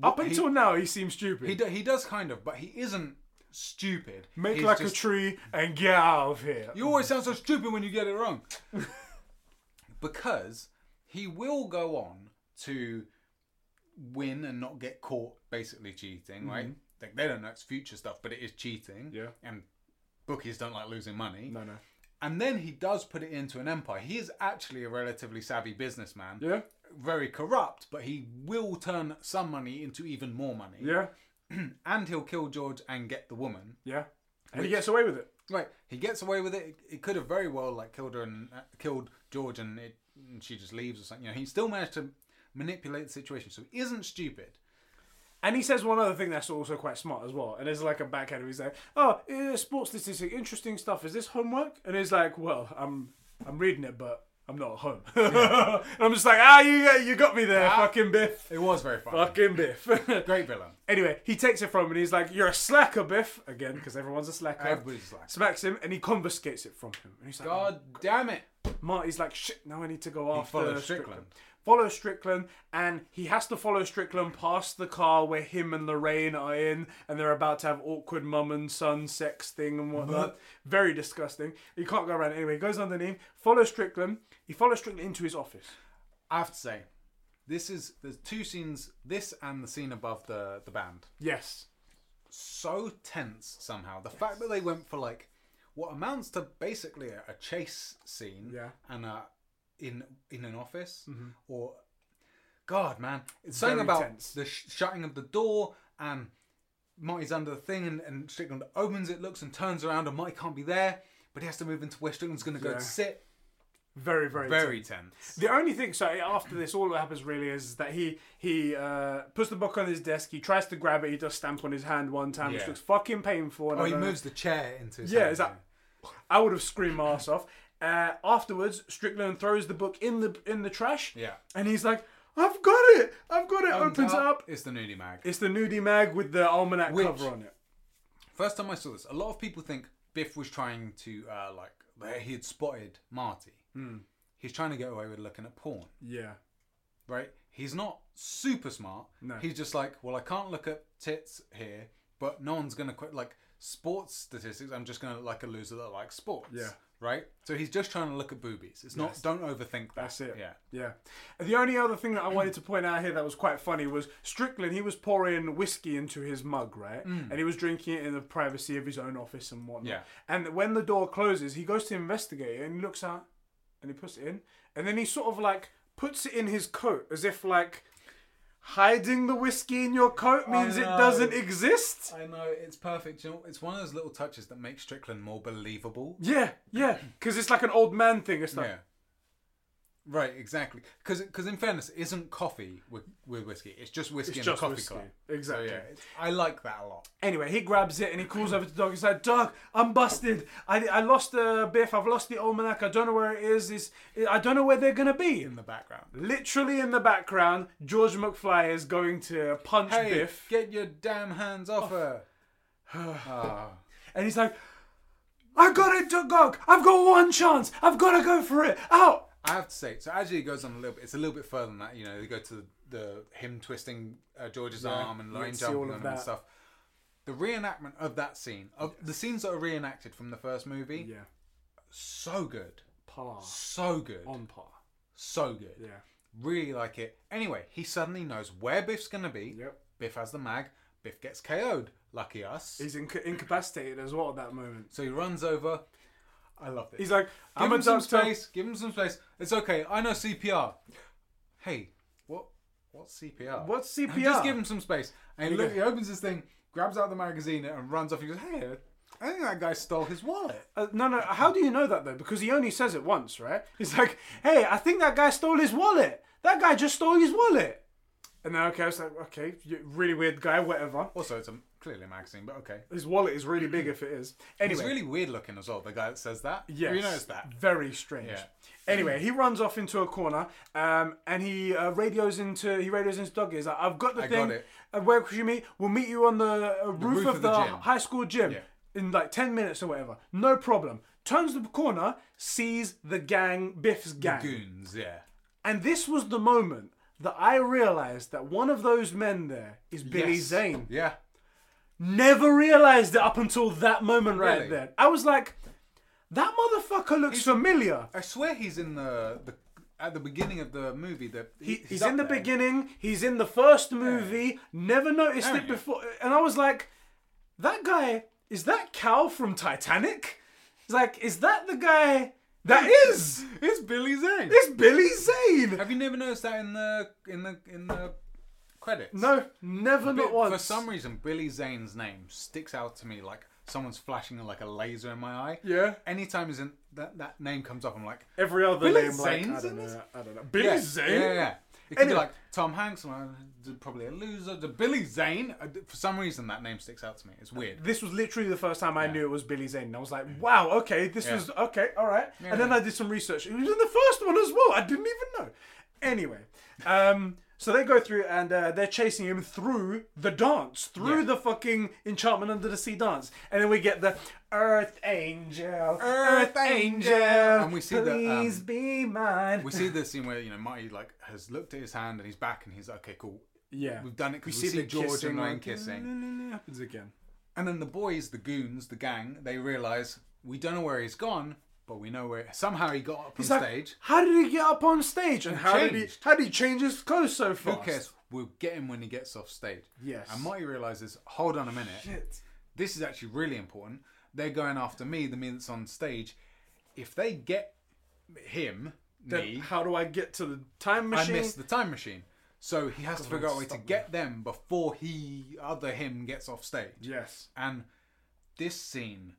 [SPEAKER 1] Up
[SPEAKER 2] he-
[SPEAKER 1] until now, he seems stupid.
[SPEAKER 2] he do, he does kind of, but he isn't stupid.
[SPEAKER 1] Make
[SPEAKER 2] He's
[SPEAKER 1] like
[SPEAKER 2] just-
[SPEAKER 1] a tree and get out of here.
[SPEAKER 2] You always sound so stupid when you get it wrong. because he will go on to win and not get caught basically cheating, right? Like they don't know it's future stuff, but it is cheating.
[SPEAKER 1] Mm-hmm. Yeah.
[SPEAKER 2] And bookies don't like losing money.
[SPEAKER 1] No, no.
[SPEAKER 2] And then he does put it into an empire. He is actually a relatively savvy businessman.
[SPEAKER 1] Yeah?
[SPEAKER 2] very corrupt, but he will turn some money into even more money.
[SPEAKER 1] Yeah?
[SPEAKER 2] And he'll kill George and get the woman.
[SPEAKER 1] Yeah? And he gets away with it.
[SPEAKER 2] Right, he gets away with it. It could have very well like killed her and uh, killed George, and, it, and she just leaves or something. You know, he still managed to manipulate the situation, so he isn't stupid.
[SPEAKER 1] And he says one other thing that's also quite smart as well. And there's like a backheader. He's like, "Oh, eh, sports statistic, interesting stuff. Is this homework?" And he's like, "Well, I'm I'm reading it, but I'm not at home. and I'm just like, ah, you got, you got me there,
[SPEAKER 2] Ah.
[SPEAKER 1] fucking Biff.
[SPEAKER 2] It was very fun.
[SPEAKER 1] Fucking Biff.
[SPEAKER 2] Great villain.
[SPEAKER 1] anyway, he takes it from him and he's like, you're a slacker, Biff. Again, because everyone's a slacker.
[SPEAKER 2] Everybody's like,
[SPEAKER 1] Smacks him and he confiscates it from him. And he's like,
[SPEAKER 2] God damn it.
[SPEAKER 1] Marty's like, shit, now I need to go after
[SPEAKER 2] follows Strickland.
[SPEAKER 1] Follow Strickland, and he has to follow Strickland past the car where him and Lorraine are in, and they're about to have awkward mum and son sex thing and whatnot. Very disgusting. He can't go around anyway. He goes underneath, follows Strickland. He follows Strickland into his office.
[SPEAKER 2] I have to say, this is, there's two scenes, this and the scene above the, the band.
[SPEAKER 1] Yes.
[SPEAKER 2] so tense somehow. The fact that they went for like what amounts to basically a, a chase scene,
[SPEAKER 1] Yeah. Mm-hmm.
[SPEAKER 2] and uh, in in an office or God, man, it's something
[SPEAKER 1] very
[SPEAKER 2] about
[SPEAKER 1] tense.
[SPEAKER 2] the sh- shutting of the door and Marty's under the thing and, and Strickland opens it, looks and turns around, and Marty can't be there, but he has to move into where Strickland's going to go
[SPEAKER 1] Yeah.
[SPEAKER 2] to sit.
[SPEAKER 1] Very, very,
[SPEAKER 2] Very tense.
[SPEAKER 1] The only thing, so after this, all that happens really is that he he uh, puts the book on his desk. He tries to grab it. He does stamp on his hand one time, which
[SPEAKER 2] Yeah.
[SPEAKER 1] looks fucking painful. and
[SPEAKER 2] Oh,
[SPEAKER 1] I
[SPEAKER 2] he
[SPEAKER 1] don't know-
[SPEAKER 2] moves the chair into his
[SPEAKER 1] Uh, Yeah,
[SPEAKER 2] hand,
[SPEAKER 1] is that? I would have screamed my ass off. Uh, afterwards, Strickland throws the book in the in the trash.
[SPEAKER 2] Yeah.
[SPEAKER 1] and he's like, "I've got it! I've got it!" Opens it up.
[SPEAKER 2] It's the nudie mag.
[SPEAKER 1] It's the nudie mag with the almanac
[SPEAKER 2] Which-
[SPEAKER 1] cover on it.
[SPEAKER 2] First time I saw this, a lot of people think Biff was trying to uh, like that he had spotted Marty.
[SPEAKER 1] Hmm.
[SPEAKER 2] He's trying to get away with looking at porn,
[SPEAKER 1] Yeah,
[SPEAKER 2] right? He's not super smart.
[SPEAKER 1] No.
[SPEAKER 2] He's just like, well, I can't look at tits here, but no one's gonna quit like sports statistics. I'm just gonna look like a loser that likes sports.
[SPEAKER 1] Yeah.
[SPEAKER 2] Right. So he's just trying to look at boobies. It's not. Don't overthink that.
[SPEAKER 1] that's it.
[SPEAKER 2] Yeah.
[SPEAKER 1] yeah. The only other thing that I wanted to point out here that was quite funny was Strickland. He was pouring whiskey into his mug, right? And he was drinking it in the privacy of his own office and whatnot.
[SPEAKER 2] Mm. Yeah.
[SPEAKER 1] And when the door closes, he goes to investigate it and he looks out and he puts it in. And then he sort of like puts it in his coat as if like hiding the whiskey in your coat means it
[SPEAKER 2] know.
[SPEAKER 1] doesn't exist.
[SPEAKER 2] I know it's perfect. You know, it's one of those little touches that makes Strickland more believable.
[SPEAKER 1] Yeah, yeah. Because it's like an old man thing. It's like,
[SPEAKER 2] Yeah. Right, exactly. Because in fairness, it isn't coffee with, with whiskey. It's just whiskey
[SPEAKER 1] It's
[SPEAKER 2] and a
[SPEAKER 1] just
[SPEAKER 2] coffee
[SPEAKER 1] whiskey.
[SPEAKER 2] club.
[SPEAKER 1] Exactly.
[SPEAKER 2] So, yeah, it's- I like that a lot.
[SPEAKER 1] Anyway, he grabs it and he calls over to Doc. He's like, Doc, I'm busted. I, I lost the Biff. I've lost the almanac. I don't know where it is. It's, I don't know where they're going to be.
[SPEAKER 2] In the background.
[SPEAKER 1] Literally in the background, George McFly is going to punch
[SPEAKER 2] Hey,
[SPEAKER 1] Biff. Oh.
[SPEAKER 2] get your damn hands off her. Ah.
[SPEAKER 1] And he's like, I got it, Doc. I've got one chance. I've got to go for it. Out.
[SPEAKER 2] I have to say, so actually, it goes on a little bit. It's a little bit further than that. You know, they go to the, the him twisting uh, George's arm and
[SPEAKER 1] you
[SPEAKER 2] Lorraine
[SPEAKER 1] can see
[SPEAKER 2] jumping
[SPEAKER 1] all
[SPEAKER 2] on
[SPEAKER 1] of
[SPEAKER 2] him
[SPEAKER 1] that.
[SPEAKER 2] and stuff. The reenactment of that scene, of the scenes that are reenacted from the first movie,
[SPEAKER 1] Yeah.
[SPEAKER 2] so good,
[SPEAKER 1] Par.
[SPEAKER 2] so good,
[SPEAKER 1] On par.
[SPEAKER 2] so good.
[SPEAKER 1] Yeah.
[SPEAKER 2] Really like it. Anyway, he suddenly knows where Biff's gonna be.
[SPEAKER 1] Yep.
[SPEAKER 2] Biff has the mag. Biff gets KO'd. Lucky us.
[SPEAKER 1] He's inca- incapacitated as well at that moment.
[SPEAKER 2] so he runs over. I love this.
[SPEAKER 1] He's like,
[SPEAKER 2] give
[SPEAKER 1] I'm
[SPEAKER 2] him
[SPEAKER 1] a
[SPEAKER 2] some
[SPEAKER 1] doctor.
[SPEAKER 2] space. Give him some space. It's okay. I know CPR. Hey, what? What's CPR?
[SPEAKER 1] What's
[SPEAKER 2] And
[SPEAKER 1] CPR?
[SPEAKER 2] Just give him some space. And he, look, he opens his thing, grabs out the magazine, and runs off. He goes, "Hey, I think that guy stole his wallet."
[SPEAKER 1] Uh, no, no. How do you know that though? Because he only says it once, right? He's like, "Hey, I think that guy stole his wallet. That guy just stole his wallet." And then okay, I was like, "Okay, you really weird guy, whatever."
[SPEAKER 2] Also, it's a, clearly a magazine, but okay.
[SPEAKER 1] His wallet is really big if it is. Anyway,
[SPEAKER 2] He's really weird looking as well. The guy that says that.
[SPEAKER 1] yes,
[SPEAKER 2] Have you noticed that?
[SPEAKER 1] very strange.
[SPEAKER 2] Yeah.
[SPEAKER 1] Anyway, he runs off into a corner, um, and he uh, radios into he radios into Doggy. He's like, "I've got the
[SPEAKER 2] I
[SPEAKER 1] thing.
[SPEAKER 2] got it.
[SPEAKER 1] Uh, where could you meet? We'll meet you on the, uh, roof, of, the,
[SPEAKER 2] gym."
[SPEAKER 1] high school gym in like ten minutes or whatever. No problem." Turns the corner, sees the gang, Biff's gang.
[SPEAKER 2] Goons. Yeah.
[SPEAKER 1] And this was the moment that I realized that one of those men there is Billy
[SPEAKER 2] Yes.
[SPEAKER 1] Zane.
[SPEAKER 2] Yeah.
[SPEAKER 1] Never realized it up until that moment right
[SPEAKER 2] Really?
[SPEAKER 1] there. I was like, that motherfucker looks familiar.
[SPEAKER 2] I swear he's in the, the at the beginning of the movie. The,
[SPEAKER 1] He, he's
[SPEAKER 2] up
[SPEAKER 1] in the
[SPEAKER 2] there.
[SPEAKER 1] beginning, he's in the first movie, never noticed it
[SPEAKER 2] yeah.
[SPEAKER 1] before. And I was like, that guy, is that Cal from Titanic? It's like, is that the guy? That is!
[SPEAKER 2] It's Billy Zane.
[SPEAKER 1] It's Billy Zane!
[SPEAKER 2] Have you never noticed that in the in the in the credits?
[SPEAKER 1] No, never,
[SPEAKER 2] Bi-
[SPEAKER 1] not once.
[SPEAKER 2] For some reason, Billy Zane's name sticks out to me like someone's flashing like a laser in my eye.
[SPEAKER 1] Yeah.
[SPEAKER 2] Anytime is in, that that name comes up, I'm like
[SPEAKER 1] Every other
[SPEAKER 2] Billy
[SPEAKER 1] name, like, I
[SPEAKER 2] Zane's
[SPEAKER 1] don't
[SPEAKER 2] in
[SPEAKER 1] know,
[SPEAKER 2] this?
[SPEAKER 1] I don't know. Billy
[SPEAKER 2] yeah,
[SPEAKER 1] Zane?
[SPEAKER 2] Yeah, yeah. It could
[SPEAKER 1] Anyway.
[SPEAKER 2] be like Tom Hanks, and I'm probably a loser. The Billy Zane. I d- For some reason, that name sticks out to me. It's weird.
[SPEAKER 1] This was literally the first time I knew it was Billy Zane. And I was like, wow, okay, this
[SPEAKER 2] Yeah.
[SPEAKER 1] was okay, all right.
[SPEAKER 2] Yeah.
[SPEAKER 1] And then I did some research. It was in the first one as well. I didn't even know. Anyway, um, so they go through and uh, they're chasing him through the dance, through
[SPEAKER 2] Yeah.
[SPEAKER 1] the fucking Enchantment Under the Sea dance. And then we get the Earth Angel,
[SPEAKER 2] Earth Angel.
[SPEAKER 1] And
[SPEAKER 2] we see that, um,
[SPEAKER 1] Please be mine.
[SPEAKER 2] We see the scene where you know Marty like has looked at his hand and he's back, and he's like, okay, cool.
[SPEAKER 1] yeah.
[SPEAKER 2] We've done it
[SPEAKER 1] We
[SPEAKER 2] because we see,
[SPEAKER 1] the
[SPEAKER 2] George
[SPEAKER 1] kissing,
[SPEAKER 2] and Ryan
[SPEAKER 1] like,
[SPEAKER 2] kissing.
[SPEAKER 1] happens again.
[SPEAKER 2] And then the boys, the goons, the gang, they realize we don't know where he's gone, but we know where somehow he got up on
[SPEAKER 1] It's like,
[SPEAKER 2] stage.
[SPEAKER 1] How did he get up on stage? And, how did he
[SPEAKER 2] changed.
[SPEAKER 1] how did he change his clothes so fast?
[SPEAKER 2] Who cares? We'll get him when he gets off stage.
[SPEAKER 1] Yes.
[SPEAKER 2] And Marty realizes, hold on a minute.
[SPEAKER 1] Shit.
[SPEAKER 2] This is actually really important. They're going after me, the me that's on stage. If they get him,
[SPEAKER 1] Then
[SPEAKER 2] me,
[SPEAKER 1] how do I get to the time
[SPEAKER 2] I
[SPEAKER 1] machine?
[SPEAKER 2] missed the time machine. So he has to figure out a way to
[SPEAKER 1] stop me.
[SPEAKER 2] get them before he, other him, gets off stage.
[SPEAKER 1] yes.
[SPEAKER 2] And this scene,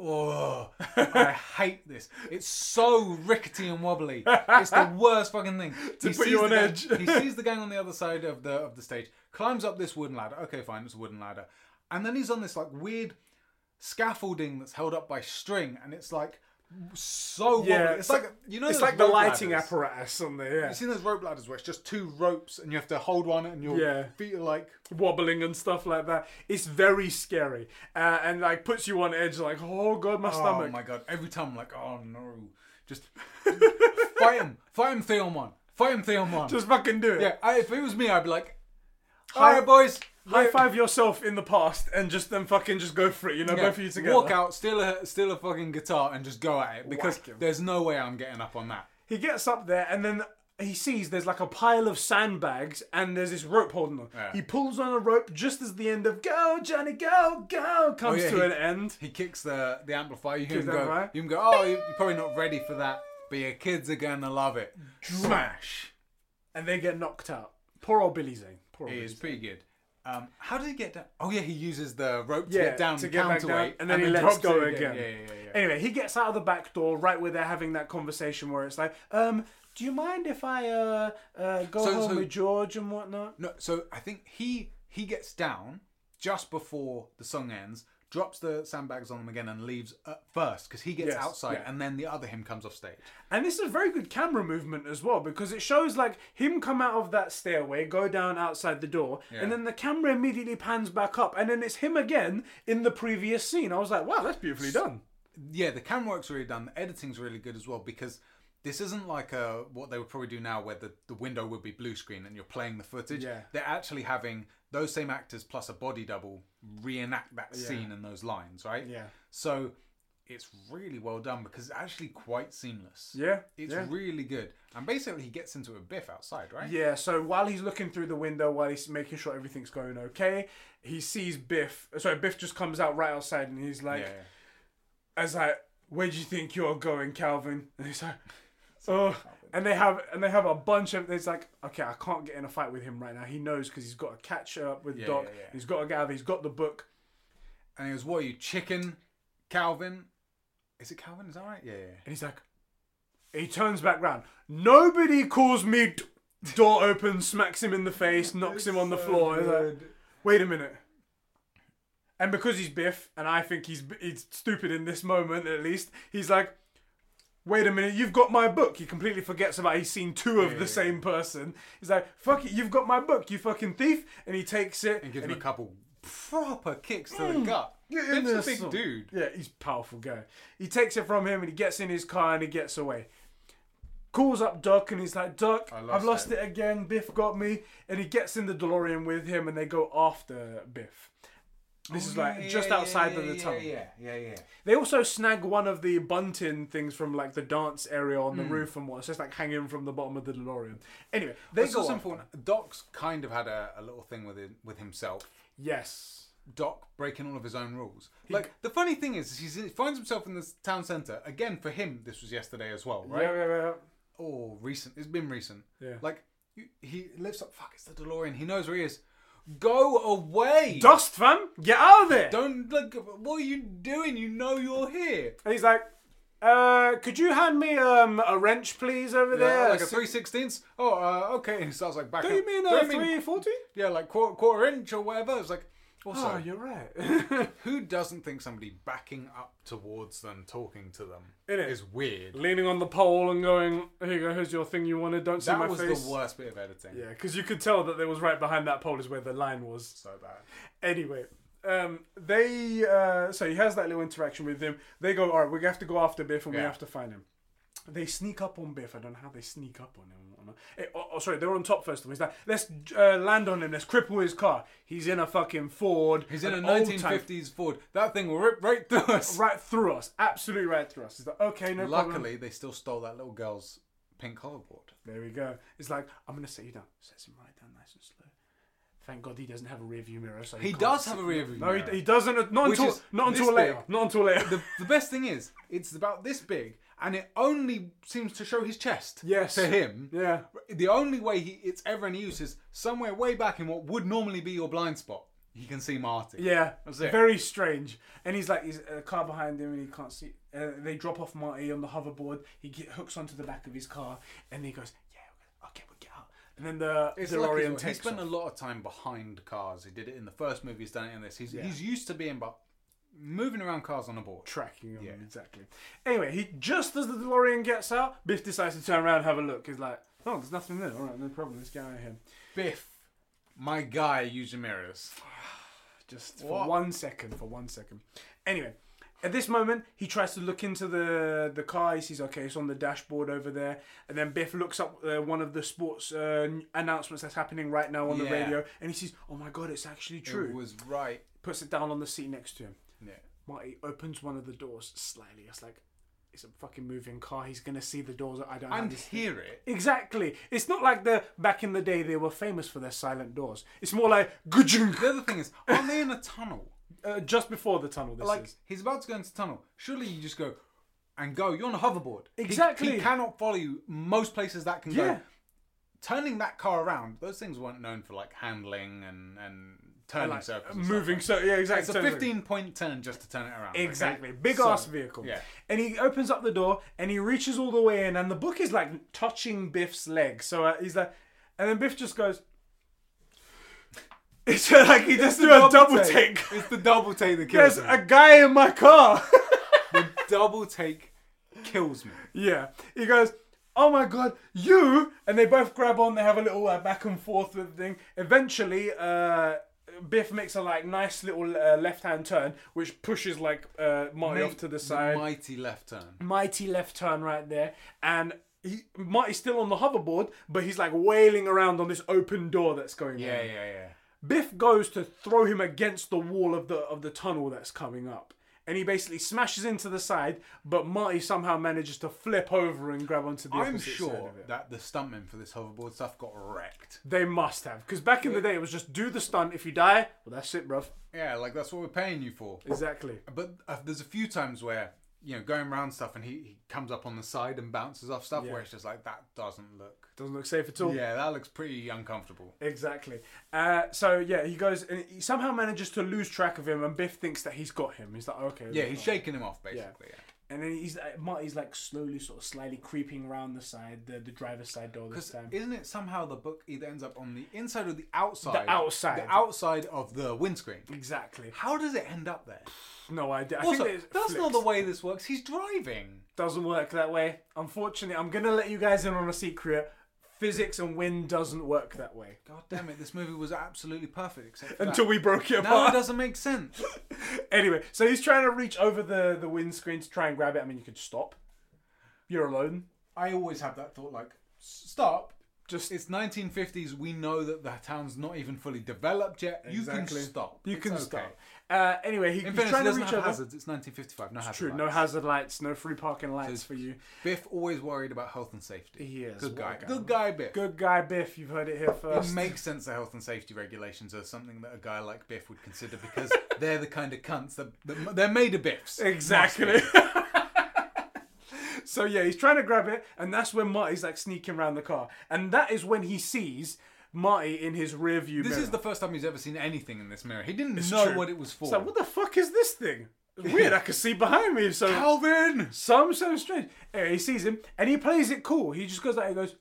[SPEAKER 2] oh, I hate this. It's so rickety and wobbly. It's the worst fucking thing. to
[SPEAKER 1] put you on edge.
[SPEAKER 2] he sees the gang on the other side of the of the stage, climbs up this wooden ladder. Okay, fine, it's a wooden ladder. And then he's on this like weird scaffolding that's held up by string, and it's like so wobbly.
[SPEAKER 1] Yeah,
[SPEAKER 2] it's like Oh, you know,
[SPEAKER 1] it's
[SPEAKER 2] those
[SPEAKER 1] like the
[SPEAKER 2] rope
[SPEAKER 1] lighting
[SPEAKER 2] ladders?
[SPEAKER 1] apparatus on there, yeah.
[SPEAKER 2] You've seen those rope ladders where it's just two ropes and you have to hold one and your
[SPEAKER 1] Yeah.
[SPEAKER 2] feet are like
[SPEAKER 1] wobbling and stuff like that. It's very scary uh, and like puts you on edge, like oh god, my
[SPEAKER 2] Oh
[SPEAKER 1] stomach.
[SPEAKER 2] my god! Every time I'm like, oh no, just fight him, fight him, Theomon, fight him, Theomon.
[SPEAKER 1] Just fucking do it.
[SPEAKER 2] yeah, I, if it was me, I'd be like,
[SPEAKER 1] Hi-
[SPEAKER 2] hi boys,
[SPEAKER 1] High five yourself in the past and just then fucking just go for it. You know,
[SPEAKER 2] Yeah,
[SPEAKER 1] both of you together.
[SPEAKER 2] Walk out, steal a steal a fucking guitar, and just go at it because
[SPEAKER 1] Whack him.
[SPEAKER 2] there's no way I'm getting up on that.
[SPEAKER 1] He gets up there and then he sees there's like a pile of sandbags and there's this rope holding on.
[SPEAKER 2] Yeah.
[SPEAKER 1] He pulls on a rope just as the end of "Go Johnny, go, go" comes
[SPEAKER 2] Oh, yeah,
[SPEAKER 1] to
[SPEAKER 2] he-
[SPEAKER 1] an end.
[SPEAKER 2] He kicks the the amplifier. You
[SPEAKER 1] Kicks
[SPEAKER 2] can
[SPEAKER 1] the
[SPEAKER 2] go,
[SPEAKER 1] amplifier.
[SPEAKER 2] you can go. Oh, you're probably not ready for that, but your kids are gonna love it. Smash.
[SPEAKER 1] and they get knocked out. Poor old Billy Zane. Poor old
[SPEAKER 2] It
[SPEAKER 1] Billy
[SPEAKER 2] is
[SPEAKER 1] Zane.
[SPEAKER 2] pretty good. Um, how did he get down? Oh yeah, he uses the rope to
[SPEAKER 1] Yeah,
[SPEAKER 2] get down
[SPEAKER 1] to
[SPEAKER 2] the
[SPEAKER 1] get back down,
[SPEAKER 2] counterweight,
[SPEAKER 1] and then he lets
[SPEAKER 2] drops
[SPEAKER 1] go
[SPEAKER 2] it
[SPEAKER 1] again.
[SPEAKER 2] Yeah, yeah, yeah. yeah.
[SPEAKER 1] Anyway, he gets out of the back door right where they're having that conversation where it's like, um, do you mind if I uh, uh go
[SPEAKER 2] So-
[SPEAKER 1] home
[SPEAKER 2] so-
[SPEAKER 1] with George and whatnot?
[SPEAKER 2] No, so I think he he gets down just before the song ends, drops the sandbags on them again, and leaves at first because he gets
[SPEAKER 1] Yes,
[SPEAKER 2] outside,
[SPEAKER 1] yeah.
[SPEAKER 2] and then the other him comes off stage.
[SPEAKER 1] And this is very good camera movement as well because it shows like him come out of that stairway, go down outside the door,
[SPEAKER 2] Yeah.
[SPEAKER 1] and then the camera immediately pans back up, and then it's him again in the previous scene. I was like, wow, that's beautifully done.
[SPEAKER 2] Yeah, the camera work's really done. The editing's really good as well because this isn't like uh what they would probably do now where the, the window would be blue screen and you're playing the footage.
[SPEAKER 1] Yeah.
[SPEAKER 2] They're actually having those same actors plus a body double reenact that scene and those lines, right?
[SPEAKER 1] Yeah.
[SPEAKER 2] So it's really well done because it's actually quite seamless.
[SPEAKER 1] Yeah,
[SPEAKER 2] It's
[SPEAKER 1] yeah.
[SPEAKER 2] really good. And basically, he gets into a biff outside, right?
[SPEAKER 1] Yeah, so while he's looking through the window, while he's making sure everything's going okay, he sees Biff. So Biff just comes out right outside and he's like,
[SPEAKER 2] Yeah.
[SPEAKER 1] as like, where do you think you're going, Calvin? And he's like, oh. And they have and they have a bunch of. It's like, okay, I can't get in a fight with him right now. He knows because he's got to catch up with
[SPEAKER 2] Yeah,
[SPEAKER 1] Doc.
[SPEAKER 2] yeah, yeah.
[SPEAKER 1] He's got to get out. He's got the book.
[SPEAKER 2] And he goes, What are you, chicken? Calvin? Is it Calvin? Is that right? Yeah, yeah. yeah.
[SPEAKER 1] And he's like, he turns back round. Nobody calls me. d-" Door opens, smacks him in the face, knocks him on the floor. He's like, wait a minute. And because he's Biff, and I think he's he's stupid in this moment at least, he's like, wait a minute, you've got my book. He completely forgets about he's seen two of the
[SPEAKER 2] yeah,
[SPEAKER 1] same person. He's like, fuck it, you've got my book, you fucking thief. And he takes it.
[SPEAKER 2] And gives
[SPEAKER 1] and
[SPEAKER 2] him a couple proper kicks to the gut.
[SPEAKER 1] Get in
[SPEAKER 2] Biff's
[SPEAKER 1] there,
[SPEAKER 2] a big
[SPEAKER 1] son.
[SPEAKER 2] dude.
[SPEAKER 1] Yeah, he's a powerful guy. He takes it from him and he gets in his car and he gets away. Calls up Doc and he's like, Doc,
[SPEAKER 2] lost
[SPEAKER 1] I've lost
[SPEAKER 2] it."
[SPEAKER 1] it. again. Biff got me. And he gets in the DeLorean with him and they go after Biff. This is like just outside of the tunnel.
[SPEAKER 2] Oh, Yeah, yeah, yeah.
[SPEAKER 1] They also snag one of the bunting things from like the dance area on
[SPEAKER 2] Hmm.
[SPEAKER 1] the roof and what. So it's like hanging from the bottom of the DeLorean. Anyway, they
[SPEAKER 2] This
[SPEAKER 1] go
[SPEAKER 2] is
[SPEAKER 1] after-
[SPEAKER 2] important. Doc's kind of had a, a little thing with him, with himself.
[SPEAKER 1] Yes.
[SPEAKER 2] Doc breaking all of his own rules. Like the funny thing is, he's, he finds himself in this town center again. For him, this was yesterday as well, right?
[SPEAKER 1] Yeah, yeah, yeah.
[SPEAKER 2] Or recent. It's been recent.
[SPEAKER 1] Yeah.
[SPEAKER 2] Like you, he lifts up. Fuck! It's the DeLorean. He knows where he is. Go away.
[SPEAKER 1] Dust, fam, get out of there.
[SPEAKER 2] Don't like. What are you doing? You know you're here.
[SPEAKER 1] And he's like, Uh, could you hand me um a wrench, please, over there?
[SPEAKER 2] Yeah, Uh, like a
[SPEAKER 1] Si-
[SPEAKER 2] three sixteenths. Oh, uh, okay. And he starts like back.
[SPEAKER 1] Don't you mean
[SPEAKER 2] do
[SPEAKER 1] a three forty?
[SPEAKER 2] Yeah, like quarter, quarter inch or whatever. It's like also
[SPEAKER 1] Oh, you're right.
[SPEAKER 2] who doesn't think somebody backing up towards them, talking to them,
[SPEAKER 1] Innit?
[SPEAKER 2] is weird.
[SPEAKER 1] Leaning on the pole and going, "Here you go. Here's your thing you wanted. Don't see
[SPEAKER 2] That
[SPEAKER 1] my
[SPEAKER 2] was
[SPEAKER 1] face."
[SPEAKER 2] the worst bit of editing.
[SPEAKER 1] Yeah, because you could tell that there was right behind that pole is where the line was.
[SPEAKER 2] So bad.
[SPEAKER 1] Anyway, um, they uh, so he has that little interaction with them. They go, all right, we have to go after Biff and we
[SPEAKER 2] Yeah.
[SPEAKER 1] have to find him. They sneak up on Biff. I don't know how they sneak up on him. I don't know. Eh, oh, oh, sorry, they're on top first of all. He's like, let's uh, land on him. Let's cripple his car. He's in a fucking Ford.
[SPEAKER 2] He's in
[SPEAKER 1] an
[SPEAKER 2] a
[SPEAKER 1] old-time-
[SPEAKER 2] 1950s Ford. That thing will rip right through us.
[SPEAKER 1] Right through us, absolutely right through us. He's like, okay, no
[SPEAKER 2] Luckily,
[SPEAKER 1] problem.
[SPEAKER 2] they still stole that little girl's pink hoverboard.
[SPEAKER 1] There we go. It's like, I'm gonna set you down. Sets him right down, nice and slow. Thank God he doesn't have a rear view mirror. So
[SPEAKER 2] He
[SPEAKER 1] can't
[SPEAKER 2] does
[SPEAKER 1] see-
[SPEAKER 2] have a rear view
[SPEAKER 1] No,
[SPEAKER 2] mirror.
[SPEAKER 1] he, he doesn't. Not
[SPEAKER 2] Which
[SPEAKER 1] until
[SPEAKER 2] is
[SPEAKER 1] not until
[SPEAKER 2] this
[SPEAKER 1] later.
[SPEAKER 2] big.
[SPEAKER 1] Not until later.
[SPEAKER 2] The, the best thing is, it's about this big, and it only seems to show his chest.
[SPEAKER 1] Yes.
[SPEAKER 2] To him.
[SPEAKER 1] yeah.
[SPEAKER 2] The only way he, it's ever in use is somewhere way back in what would normally be your blind spot. He can see Marty.
[SPEAKER 1] Yeah,
[SPEAKER 2] That's it.
[SPEAKER 1] very strange. And he's like, he's a car behind him, and he can't see. Uh, they drop off Marty on the hoverboard. He get, hooks onto the back of his car, and he goes, "Yeah, okay, we'll get out." And then the
[SPEAKER 2] It's lucky as
[SPEAKER 1] DeLorean
[SPEAKER 2] well. he
[SPEAKER 1] takes
[SPEAKER 2] spent
[SPEAKER 1] off.
[SPEAKER 2] a lot of time behind cars. He did it in the first movie. He's done it in this. He's, he's used to being but moving around cars on a board.
[SPEAKER 1] tracking him exactly. Anyway, he just as the DeLorean gets out, Biff decides to turn around and have a look. He's like, "Oh, there's nothing there. All right, no problem. Let's get out of here."
[SPEAKER 2] Biff, my guy, using mirrors.
[SPEAKER 1] Just for
[SPEAKER 2] What?
[SPEAKER 1] one second, for one second. Anyway, at this moment, he tries to look into the the car. He sees, okay, it's on the dashboard over there. And then Biff looks up uh, one of the sports uh, n- announcements that's happening right now on the
[SPEAKER 2] Yeah.
[SPEAKER 1] radio, and he sees, oh my god, it's actually true.
[SPEAKER 2] It was right.
[SPEAKER 1] Puts it down on the seat next to him.
[SPEAKER 2] Yeah.
[SPEAKER 1] Marty opens one of the doors slightly. It's like it's a fucking moving car. He's gonna see the doors. I don't.
[SPEAKER 2] And
[SPEAKER 1] understand.
[SPEAKER 2] hear it.
[SPEAKER 1] Exactly. It's not like the back in the day they were famous for their silent doors. It's more like gujunk,
[SPEAKER 2] The other thing is, are they in a tunnel?
[SPEAKER 1] uh, just before the tunnel. This
[SPEAKER 2] Like
[SPEAKER 1] is.
[SPEAKER 2] he's about to go into the tunnel. Surely you just go and go. You're on a hoverboard. He- He,
[SPEAKER 1] Exactly.
[SPEAKER 2] cannot follow you. Most places that can go.
[SPEAKER 1] Yeah.
[SPEAKER 2] Turning that car around, those things weren't known for like handling and and turning
[SPEAKER 1] like,
[SPEAKER 2] circles. and stuff
[SPEAKER 1] moving
[SPEAKER 2] like
[SPEAKER 1] so yeah exactly
[SPEAKER 2] It's a
[SPEAKER 1] totally.
[SPEAKER 2] 15 point turn just to turn it around. okay?
[SPEAKER 1] exactly big
[SPEAKER 2] So,
[SPEAKER 1] ass vehicle
[SPEAKER 2] Yeah.
[SPEAKER 1] and he opens up the door and he reaches all the way in and the book is like touching biff's leg so uh, he's like and then biff just goes it's like he just do a double take,
[SPEAKER 2] It's the double take that kills
[SPEAKER 1] there's
[SPEAKER 2] me.
[SPEAKER 1] a guy in my car
[SPEAKER 2] the double take kills me.
[SPEAKER 1] yeah he goes oh my god you and they both grab on they have a little uh, back and forth with the thing eventually uh Biff makes a like nice little uh, left-hand turn, which pushes like uh, Marty off to the side.
[SPEAKER 2] mighty left turn.
[SPEAKER 1] mighty left turn right there, and he, Marty's still on the hoverboard, but he's like wailing around on this open door that's going.
[SPEAKER 2] Yeah,
[SPEAKER 1] on.
[SPEAKER 2] yeah, yeah.
[SPEAKER 1] Biff goes to throw him against the wall of the of the tunnel that's coming up, and he basically smashes into the side, but Marty somehow manages to flip over and grab onto the.
[SPEAKER 2] I'm
[SPEAKER 1] opposite Side
[SPEAKER 2] sure
[SPEAKER 1] of it.
[SPEAKER 2] that the stuntmen for this hoverboard stuff got wrecked.
[SPEAKER 1] They must have, because back in the day it was just do the stunt. If you die, well that's it, bruv.
[SPEAKER 2] Yeah, like that's what we're paying you for.
[SPEAKER 1] Exactly.
[SPEAKER 2] But uh, there's a few times where you know going around stuff and he, he comes up on the side and bounces off stuff where it's just like that doesn't look.
[SPEAKER 1] Doesn't look safe at all.
[SPEAKER 2] Yeah, that looks pretty uncomfortable.
[SPEAKER 1] Exactly. Uh, so yeah, he goes and he somehow manages to lose track of him, and Biff thinks that he's got him. He's like, okay.
[SPEAKER 2] Yeah,
[SPEAKER 1] look,
[SPEAKER 2] he's
[SPEAKER 1] oh.
[SPEAKER 2] shaking him off basically. Yeah.
[SPEAKER 1] And then he's like, Marty's like slowly, sort of slightly creeping round the side, the, the driver's side door this
[SPEAKER 2] Because
[SPEAKER 1] time.
[SPEAKER 2] isn't it somehow the book either ends up on the inside or the outside?
[SPEAKER 1] The outside.
[SPEAKER 2] The outside of the windscreen.
[SPEAKER 1] exactly.
[SPEAKER 2] How does it end up there?
[SPEAKER 1] No idea. I
[SPEAKER 2] Also,
[SPEAKER 1] think
[SPEAKER 2] that's
[SPEAKER 1] that
[SPEAKER 2] not the way this works. He's driving.
[SPEAKER 1] Doesn't work that way. Unfortunately, I'm gonna let you guys in on a secret. Physics and wind doesn't work that way.
[SPEAKER 2] God damn it! This movie was absolutely perfect except for
[SPEAKER 1] Until we broke it
[SPEAKER 2] that. now it
[SPEAKER 1] apart.
[SPEAKER 2] doesn't make sense.
[SPEAKER 1] anyway, so he's trying to reach over the the windscreen to try and grab it. I mean, you could stop. You're alone.
[SPEAKER 2] I always have that thought like, stop.
[SPEAKER 1] Just
[SPEAKER 2] It's 1950s. We know that the town's not even fully developed yet. You can
[SPEAKER 1] Exactly.
[SPEAKER 2] stop.
[SPEAKER 1] you
[SPEAKER 2] It's
[SPEAKER 1] can
[SPEAKER 2] okay.
[SPEAKER 1] stop. Uh, anyway, he,
[SPEAKER 2] In
[SPEAKER 1] he's
[SPEAKER 2] fairness, it
[SPEAKER 1] trying to
[SPEAKER 2] doesn't
[SPEAKER 1] reach
[SPEAKER 2] have
[SPEAKER 1] over.
[SPEAKER 2] hazards. It's 1955. No hazards.
[SPEAKER 1] True, no hazard lights, no free parking lights for you.
[SPEAKER 2] Biff always worried about health and safety.
[SPEAKER 1] He is.
[SPEAKER 2] Good
[SPEAKER 1] What a
[SPEAKER 2] guy. Good guy, Biff.
[SPEAKER 1] Good guy Biff, you've heard it here
[SPEAKER 2] It
[SPEAKER 1] first.
[SPEAKER 2] makes sense that health and safety regulations are something that a guy like Biff would consider because they're the kind of cunts that, that they're made of Biffs.
[SPEAKER 1] Exactly. so yeah, he's trying to grab it, and that's when Marty's like sneaking around the car, and that is when he sees Marty in his rear view
[SPEAKER 2] This
[SPEAKER 1] mirror.
[SPEAKER 2] is the first time he's ever seen anything in this mirror. He didn't know
[SPEAKER 1] true.
[SPEAKER 2] what it was for.
[SPEAKER 1] It's like, what the fuck is this thing? Weird, I can see behind me. So
[SPEAKER 2] Calvin!
[SPEAKER 1] some so strange. Anyway, he sees him and he plays it cool. He just goes like he goes,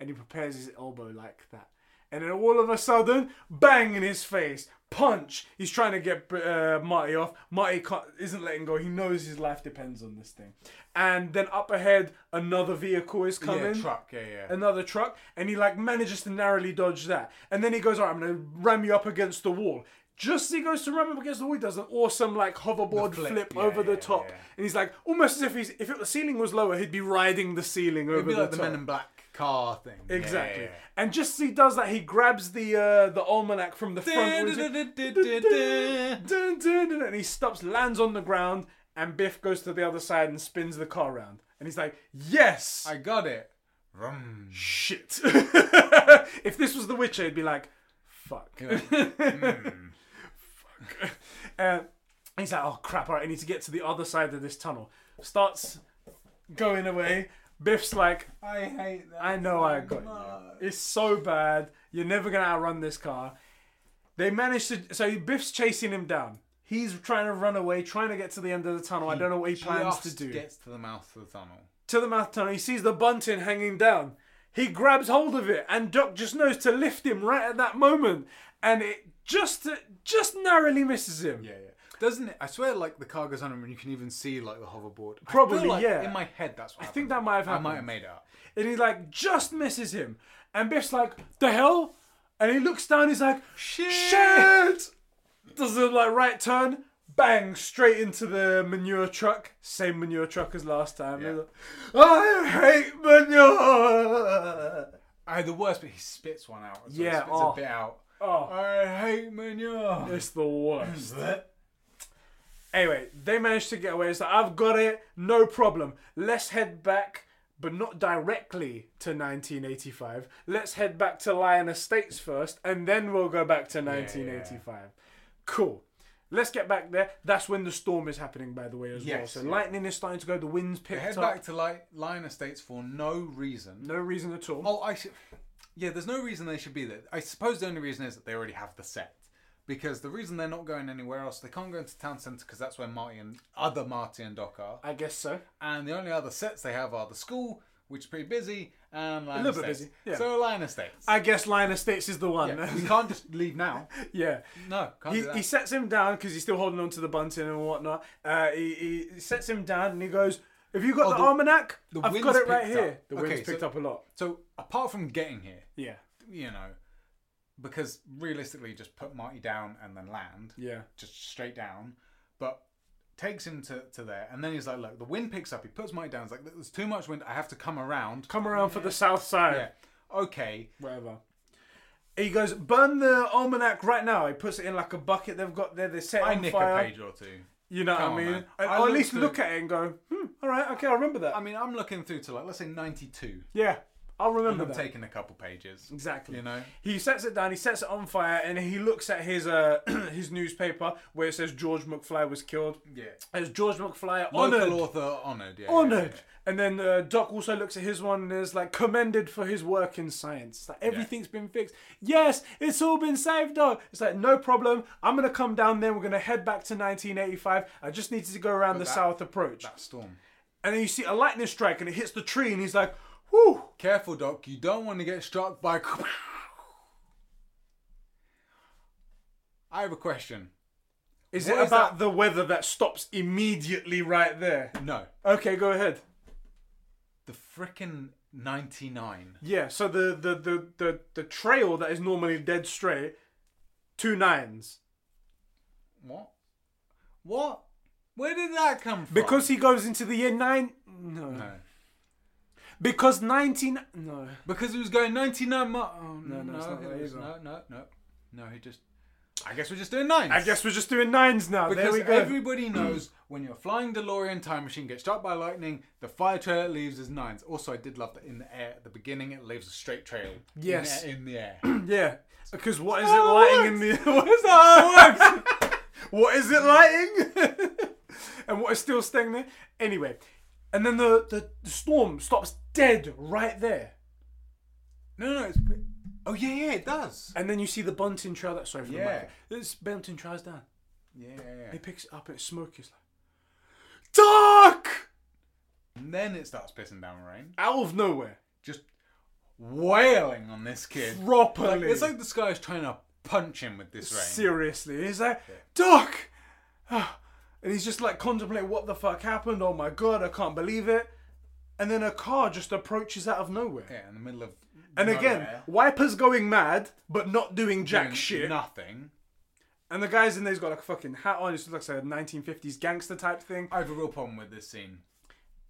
[SPEAKER 1] and he prepares his elbow like that. And then all of a sudden, bang in his face, punch. He's trying to get uh, Marty off. Marty can't, isn't letting go. He knows his life depends on this thing. And then up ahead, another vehicle is
[SPEAKER 2] Yeah,
[SPEAKER 1] coming
[SPEAKER 2] truck, yeah, yeah.
[SPEAKER 1] another truck and he like manages to narrowly dodge that and then he goes alright I'm gonna ram you up against the wall just as he goes to ram up against the wall he does an awesome like hoverboard
[SPEAKER 2] The flip.
[SPEAKER 1] flip,
[SPEAKER 2] Yeah,
[SPEAKER 1] over the
[SPEAKER 2] yeah,
[SPEAKER 1] top
[SPEAKER 2] yeah.
[SPEAKER 1] and he's like almost as if he's if it, the ceiling was lower he'd be riding the ceiling over
[SPEAKER 2] It'd be like
[SPEAKER 1] the
[SPEAKER 2] the
[SPEAKER 1] top
[SPEAKER 2] Men in Black car thing. Yeah,
[SPEAKER 1] exactly
[SPEAKER 2] yeah, yeah.
[SPEAKER 1] and just as he does that he grabs the uh, the almanac from the front what is it?
[SPEAKER 2] Dun-dun-dun-dun-dun.
[SPEAKER 1] Dun, dun, dun, and he stops, lands on the ground, and Biff goes to the other side and spins the car around. And he's like, "Yes,
[SPEAKER 2] I got it. Vroom.
[SPEAKER 1] shit. if this was The Witcher, it'd be like, fuck. fuck. Uh, he's like, oh crap, all right, I need to get to the other side of this tunnel. Starts going away. Biff's like,
[SPEAKER 2] I hate that.
[SPEAKER 1] I know I got you. It's so bad. You're never going to outrun this car. They manage to. So Biff's chasing him down. He's trying to run away, trying to get to the end of the tunnel. I don't know what he plans to
[SPEAKER 2] Just
[SPEAKER 1] do
[SPEAKER 2] Gets to the mouth of the tunnel.
[SPEAKER 1] to the mouth tunnel. He sees the bunting hanging down. He grabs hold of it, and Doc just knows to lift him right at that moment, and it just just narrowly misses him.
[SPEAKER 2] Yeah, yeah. Doesn't it? I swear, like the car goes on and you can even see like the hoverboard. I feel
[SPEAKER 1] Probably,
[SPEAKER 2] like,
[SPEAKER 1] yeah.
[SPEAKER 2] In my head, that's what
[SPEAKER 1] I think that might have
[SPEAKER 2] I
[SPEAKER 1] happened.
[SPEAKER 2] might have made it up.
[SPEAKER 1] And he like just misses him, and Biff's like, "The hell!" And he looks down. He's like,
[SPEAKER 2] Shit.
[SPEAKER 1] "Shit!" Does a like right turn, bang, straight into the manure truck. Same manure truck as last time.
[SPEAKER 2] Yeah.
[SPEAKER 1] I hate manure.
[SPEAKER 2] I had the worst, but he spits one out. as well.
[SPEAKER 1] Yeah,
[SPEAKER 2] he spits
[SPEAKER 1] oh.
[SPEAKER 2] a bit out.
[SPEAKER 1] Oh,
[SPEAKER 2] I hate manure.
[SPEAKER 1] it's the worst.
[SPEAKER 2] That-
[SPEAKER 1] Anyway, they managed to get away. So I've got it, no problem. Let's head back, but not directly to 1985. Let's head back to Lion Estates first, and then we'll go back to 1985. Cool. Let's get back there. That's when the storm is happening, by the way, as well.
[SPEAKER 2] Yes,
[SPEAKER 1] So
[SPEAKER 2] yeah.
[SPEAKER 1] lightning is starting to go. The winds picked
[SPEAKER 2] Head
[SPEAKER 1] up.
[SPEAKER 2] back to like Lion Estates for no reason.
[SPEAKER 1] no reason at all.
[SPEAKER 2] Oh, I should. Yeah, there's no reason they should be there. I suppose the only reason is that they already have the set. Because the reason they're not going anywhere else, they can't go into town centre because that's where Marty and other Marty and Doc are.
[SPEAKER 1] I guess so.
[SPEAKER 2] And the only other sets they have are the school, which is pretty busy, and Lion
[SPEAKER 1] little bit busy,
[SPEAKER 2] Estates.
[SPEAKER 1] yeah.
[SPEAKER 2] So Lion Estates.
[SPEAKER 1] I guess Lion Estates is the one.
[SPEAKER 2] Yeah, we can't just leave now.
[SPEAKER 1] yeah.
[SPEAKER 2] No, can't
[SPEAKER 1] he,
[SPEAKER 2] do that.
[SPEAKER 1] he sets him down because he's still holding on to the bunting and whatnot. Uh, he, he sets him down and he goes, "Have you got the,
[SPEAKER 2] Oh, the-
[SPEAKER 1] almanac?
[SPEAKER 2] the
[SPEAKER 1] I've
[SPEAKER 2] wind's
[SPEAKER 1] got it right
[SPEAKER 2] picked
[SPEAKER 1] here."
[SPEAKER 2] up.
[SPEAKER 1] The
[SPEAKER 2] Okay,
[SPEAKER 1] wind's picked
[SPEAKER 2] so-
[SPEAKER 1] up a lot.
[SPEAKER 2] So apart from getting here,
[SPEAKER 1] Yeah,
[SPEAKER 2] you know, because realistically, just put Marty down and then land.
[SPEAKER 1] yeah,
[SPEAKER 2] just straight down, but takes him to, to there, and then he's like, look, the wind picks up. He puts Mike down. He's like, there's too much wind. I have to come around.
[SPEAKER 1] come around for the south side.
[SPEAKER 2] Yeah. Okay.
[SPEAKER 1] Whatever. He goes, "Burn the almanac right now." He puts it in like a bucket they've got there. They set it
[SPEAKER 2] I
[SPEAKER 1] on
[SPEAKER 2] nick
[SPEAKER 1] fire.
[SPEAKER 2] a page or two.
[SPEAKER 1] You know
[SPEAKER 2] Come
[SPEAKER 1] what
[SPEAKER 2] on,
[SPEAKER 1] I mean?
[SPEAKER 2] man.
[SPEAKER 1] And- or
[SPEAKER 2] I
[SPEAKER 1] at
[SPEAKER 2] looked
[SPEAKER 1] least
[SPEAKER 2] through-
[SPEAKER 1] look at it and go, "Hmm, all right, okay, I remember that."
[SPEAKER 2] I mean, I'm looking through to like, let's say 92.
[SPEAKER 1] yeah, I'll remember
[SPEAKER 2] I'm
[SPEAKER 1] that.
[SPEAKER 2] taking a couple pages.
[SPEAKER 1] Exactly.
[SPEAKER 2] You know?
[SPEAKER 1] He sets it down. He sets it on fire, and he looks at his uh his newspaper where it says George McFly was killed.
[SPEAKER 2] Yeah.
[SPEAKER 1] As George McFly
[SPEAKER 2] Local
[SPEAKER 1] honored,
[SPEAKER 2] author honored. Yeah, yeah,
[SPEAKER 1] honored.
[SPEAKER 2] yeah.
[SPEAKER 1] And then uh, Doc also looks at his one and is like commended for his work in science. It's Like everything's been fixed. Yes, it's all been saved, Doc. It's like no problem. I'm gonna come down there. We're gonna head back to 1985. I just needed to go around the
[SPEAKER 2] that-
[SPEAKER 1] south approach.
[SPEAKER 2] That storm.
[SPEAKER 1] And then you see a lightning strike and it hits the tree and he's like, "Whoo!"
[SPEAKER 2] Careful, Doc. You don't want to get struck by. I have a question.
[SPEAKER 1] Is
[SPEAKER 2] What
[SPEAKER 1] it
[SPEAKER 2] is
[SPEAKER 1] about
[SPEAKER 2] that?
[SPEAKER 1] the weather that stops immediately right there?
[SPEAKER 2] No.
[SPEAKER 1] Okay, go ahead.
[SPEAKER 2] The frickin' 99.
[SPEAKER 1] Yeah, so the the the the, the trail that is normally dead straight, two nines.
[SPEAKER 2] What? What? Where did that come from?
[SPEAKER 1] Because he goes into the year nine. No.
[SPEAKER 2] no.
[SPEAKER 1] Because nineteen. No.
[SPEAKER 2] Because he was going 99 miles. Oh,
[SPEAKER 1] No, no,
[SPEAKER 2] no, no,
[SPEAKER 1] it's not that
[SPEAKER 2] it was-
[SPEAKER 1] either.
[SPEAKER 2] no, no, no. No, he just. I guess we're just doing nines.
[SPEAKER 1] I guess we're just doing nines now.
[SPEAKER 2] Because
[SPEAKER 1] there we go.
[SPEAKER 2] everybody knows when your flying DeLorean time machine gets struck by lightning, the fire trail it leaves is nines. Also, I did love that in the air at the beginning it leaves a straight trail. In the
[SPEAKER 1] Yes.
[SPEAKER 2] air- In the air.
[SPEAKER 1] yeah. Because what is it
[SPEAKER 2] Oh,
[SPEAKER 1] lighting in the? What is that? what is it lighting? and what is still staying there? Anyway, and then the, the the storm stops dead right there.
[SPEAKER 2] no, no, it's. Oh, yeah, yeah, it does.
[SPEAKER 1] And then you see the bunting trail. That sorry for
[SPEAKER 2] Yeah.
[SPEAKER 1] the mic. This bunting trail's down.
[SPEAKER 2] Yeah, yeah,
[SPEAKER 1] He
[SPEAKER 2] yeah.
[SPEAKER 1] picks it up and it's smoke. He's like, Duck!
[SPEAKER 2] And then it starts pissing down rain.
[SPEAKER 1] Out of nowhere.
[SPEAKER 2] Just wailing on this kid. Like,
[SPEAKER 1] Properly.
[SPEAKER 2] it's like this guy's trying to punch him with this rain.
[SPEAKER 1] Seriously, he's like, Doc! Ah. And he's just like contemplating what the fuck happened. Oh my god, I can't believe it. And then a car just approaches out of nowhere.
[SPEAKER 2] yeah, in the middle of.
[SPEAKER 1] And again,
[SPEAKER 2] nowhere,
[SPEAKER 1] Wiper's going mad, but not doing jack
[SPEAKER 2] doing
[SPEAKER 1] shit.
[SPEAKER 2] Nothing.
[SPEAKER 1] And the guy's in there's got like a fucking hat on. It looks like a 1950s gangster type thing.
[SPEAKER 2] I have a real problem with this scene.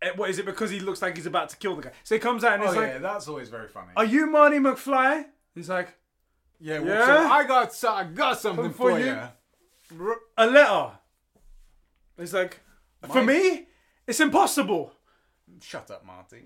[SPEAKER 1] Eh, What is it? Because he looks like he's about to kill the guy. So he comes out and
[SPEAKER 2] Oh
[SPEAKER 1] he's like,
[SPEAKER 2] yeah, that's always very funny.
[SPEAKER 1] "Are you Marty McFly?" He's like,
[SPEAKER 2] yeah,
[SPEAKER 1] Yeah?
[SPEAKER 2] so I got, so- I got something
[SPEAKER 1] for
[SPEAKER 2] for,
[SPEAKER 1] you.
[SPEAKER 2] you.
[SPEAKER 1] "R- "A letter." He's like, "For
[SPEAKER 2] My-
[SPEAKER 1] me, it's impossible."
[SPEAKER 2] Shut up, Marty.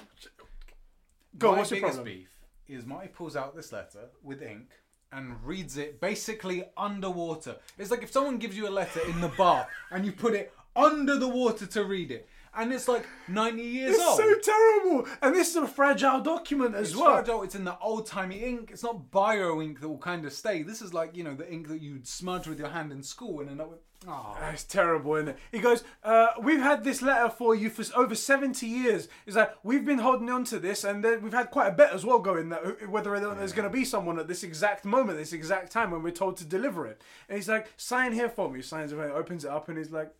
[SPEAKER 1] Go on,
[SPEAKER 2] my
[SPEAKER 1] what's your
[SPEAKER 2] biggest
[SPEAKER 1] problem?
[SPEAKER 2] beef is Marty pulls out this letter with ink and reads it basically underwater. It's like if someone gives you a letter in the bar and you put it under the water to read it, and it's like 90 years
[SPEAKER 1] It's
[SPEAKER 2] old.
[SPEAKER 1] so terrible, and this is a fragile document as
[SPEAKER 2] It's
[SPEAKER 1] well.
[SPEAKER 2] fragile, It's in the old timey ink. It's not bio ink that will kind of stay. This is like you know the ink that you'd smudge with your hand in school and end up with. Oh,
[SPEAKER 1] That's terrible, isn't it? He goes, uh, We've had this letter for you for s- over 70 years. It's like, We've been holding on to this, and then we've had quite a bit as well going that wh- whether or not there's going to be someone at this exact moment, this exact time when we're told to deliver it. And he's like, Sign here for me. He signs it, and opens it up, and he's like,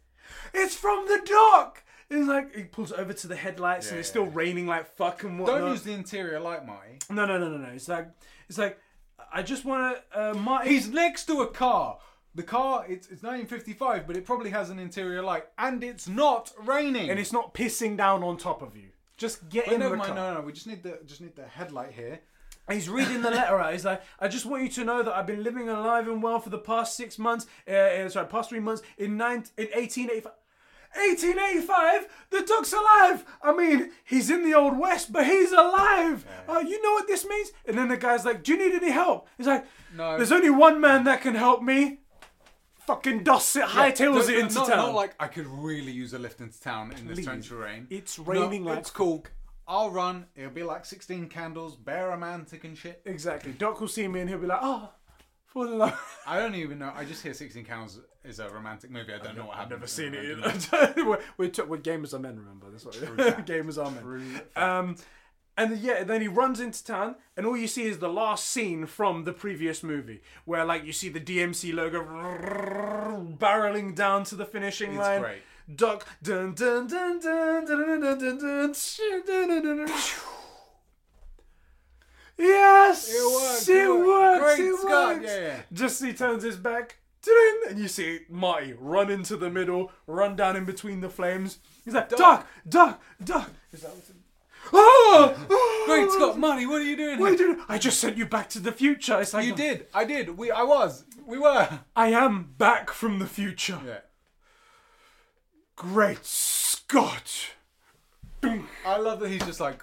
[SPEAKER 1] It's from the dock! And He's like, he pulls it over to the headlights, and it's still raining like fuck and whatnot.
[SPEAKER 2] don't use the interior light, Marty.
[SPEAKER 1] No, no, no, no, no. It's like, it's like, I just want to, uh, Marty.
[SPEAKER 2] He's next to a car. The car, it's, it's 1955, but it probably has an interior light, and it's not raining.
[SPEAKER 1] and it's not pissing down on top of you. Just get
[SPEAKER 2] Wait,
[SPEAKER 1] in
[SPEAKER 2] never
[SPEAKER 1] the
[SPEAKER 2] mind.
[SPEAKER 1] car.
[SPEAKER 2] No, no, no. We just need the just need the headlight here.
[SPEAKER 1] And he's reading the letter out. He's like, I just want you to know that I've been living alive and well for the past six months. Uh, uh, sorry, past three months in nine in 1885. 1885, the duck's alive. I mean, he's in the old west, but he's alive. Uh, you know what this means? And then the guy's like, "Do you need any help?" He's like,
[SPEAKER 2] No.
[SPEAKER 1] There's only one man that can help me. Fucking dusts it, hightails it
[SPEAKER 2] Not-
[SPEAKER 1] into
[SPEAKER 2] not,
[SPEAKER 1] town.
[SPEAKER 2] Not like I could really use a lift into town in
[SPEAKER 1] Please.
[SPEAKER 2] this torrential rain.
[SPEAKER 1] It's
[SPEAKER 2] No,
[SPEAKER 1] raining like
[SPEAKER 2] It's cool. I'll run. It'll be like 16 candles, bare romantic and shit.
[SPEAKER 1] exactly. Doc will see me and he'll be like, "Oh, for the love."
[SPEAKER 2] I don't even know. I just hear 16 candles is a romantic movie. I don't know what happened.
[SPEAKER 1] Never seen it either. we're, we're, t- we're gamers are men, remember? That's what gamers are men. Um, and yeah, then he runs into town, and all you see is the last scene from the previous movie, where like you see the DMC logo barreling down to the finishing line.
[SPEAKER 2] great.
[SPEAKER 1] Duck. Dun, dun, dun, dun, dun, dun, dun, dun, dun, shoo, dun, dun, dun, dun, shoo. Yes,
[SPEAKER 2] It works,
[SPEAKER 1] It,
[SPEAKER 2] it works.
[SPEAKER 1] works.
[SPEAKER 2] Great,
[SPEAKER 1] it
[SPEAKER 2] Scott,
[SPEAKER 1] works.
[SPEAKER 2] yeah, yeah.
[SPEAKER 1] Just he turns his back, ta-ding, and you see Marty run into the middle, run down in between the flames. He's like, duck, duck, duck. He's like, oh,
[SPEAKER 2] Great Scott, Marty, what are you doing
[SPEAKER 1] What are
[SPEAKER 2] here?
[SPEAKER 1] you doing? I just sent you back to the future. It's like
[SPEAKER 2] You did. I did. We. I was. We were.
[SPEAKER 1] I am back from the future.
[SPEAKER 2] Yeah.
[SPEAKER 1] Great Scott.
[SPEAKER 2] I love that he's just like,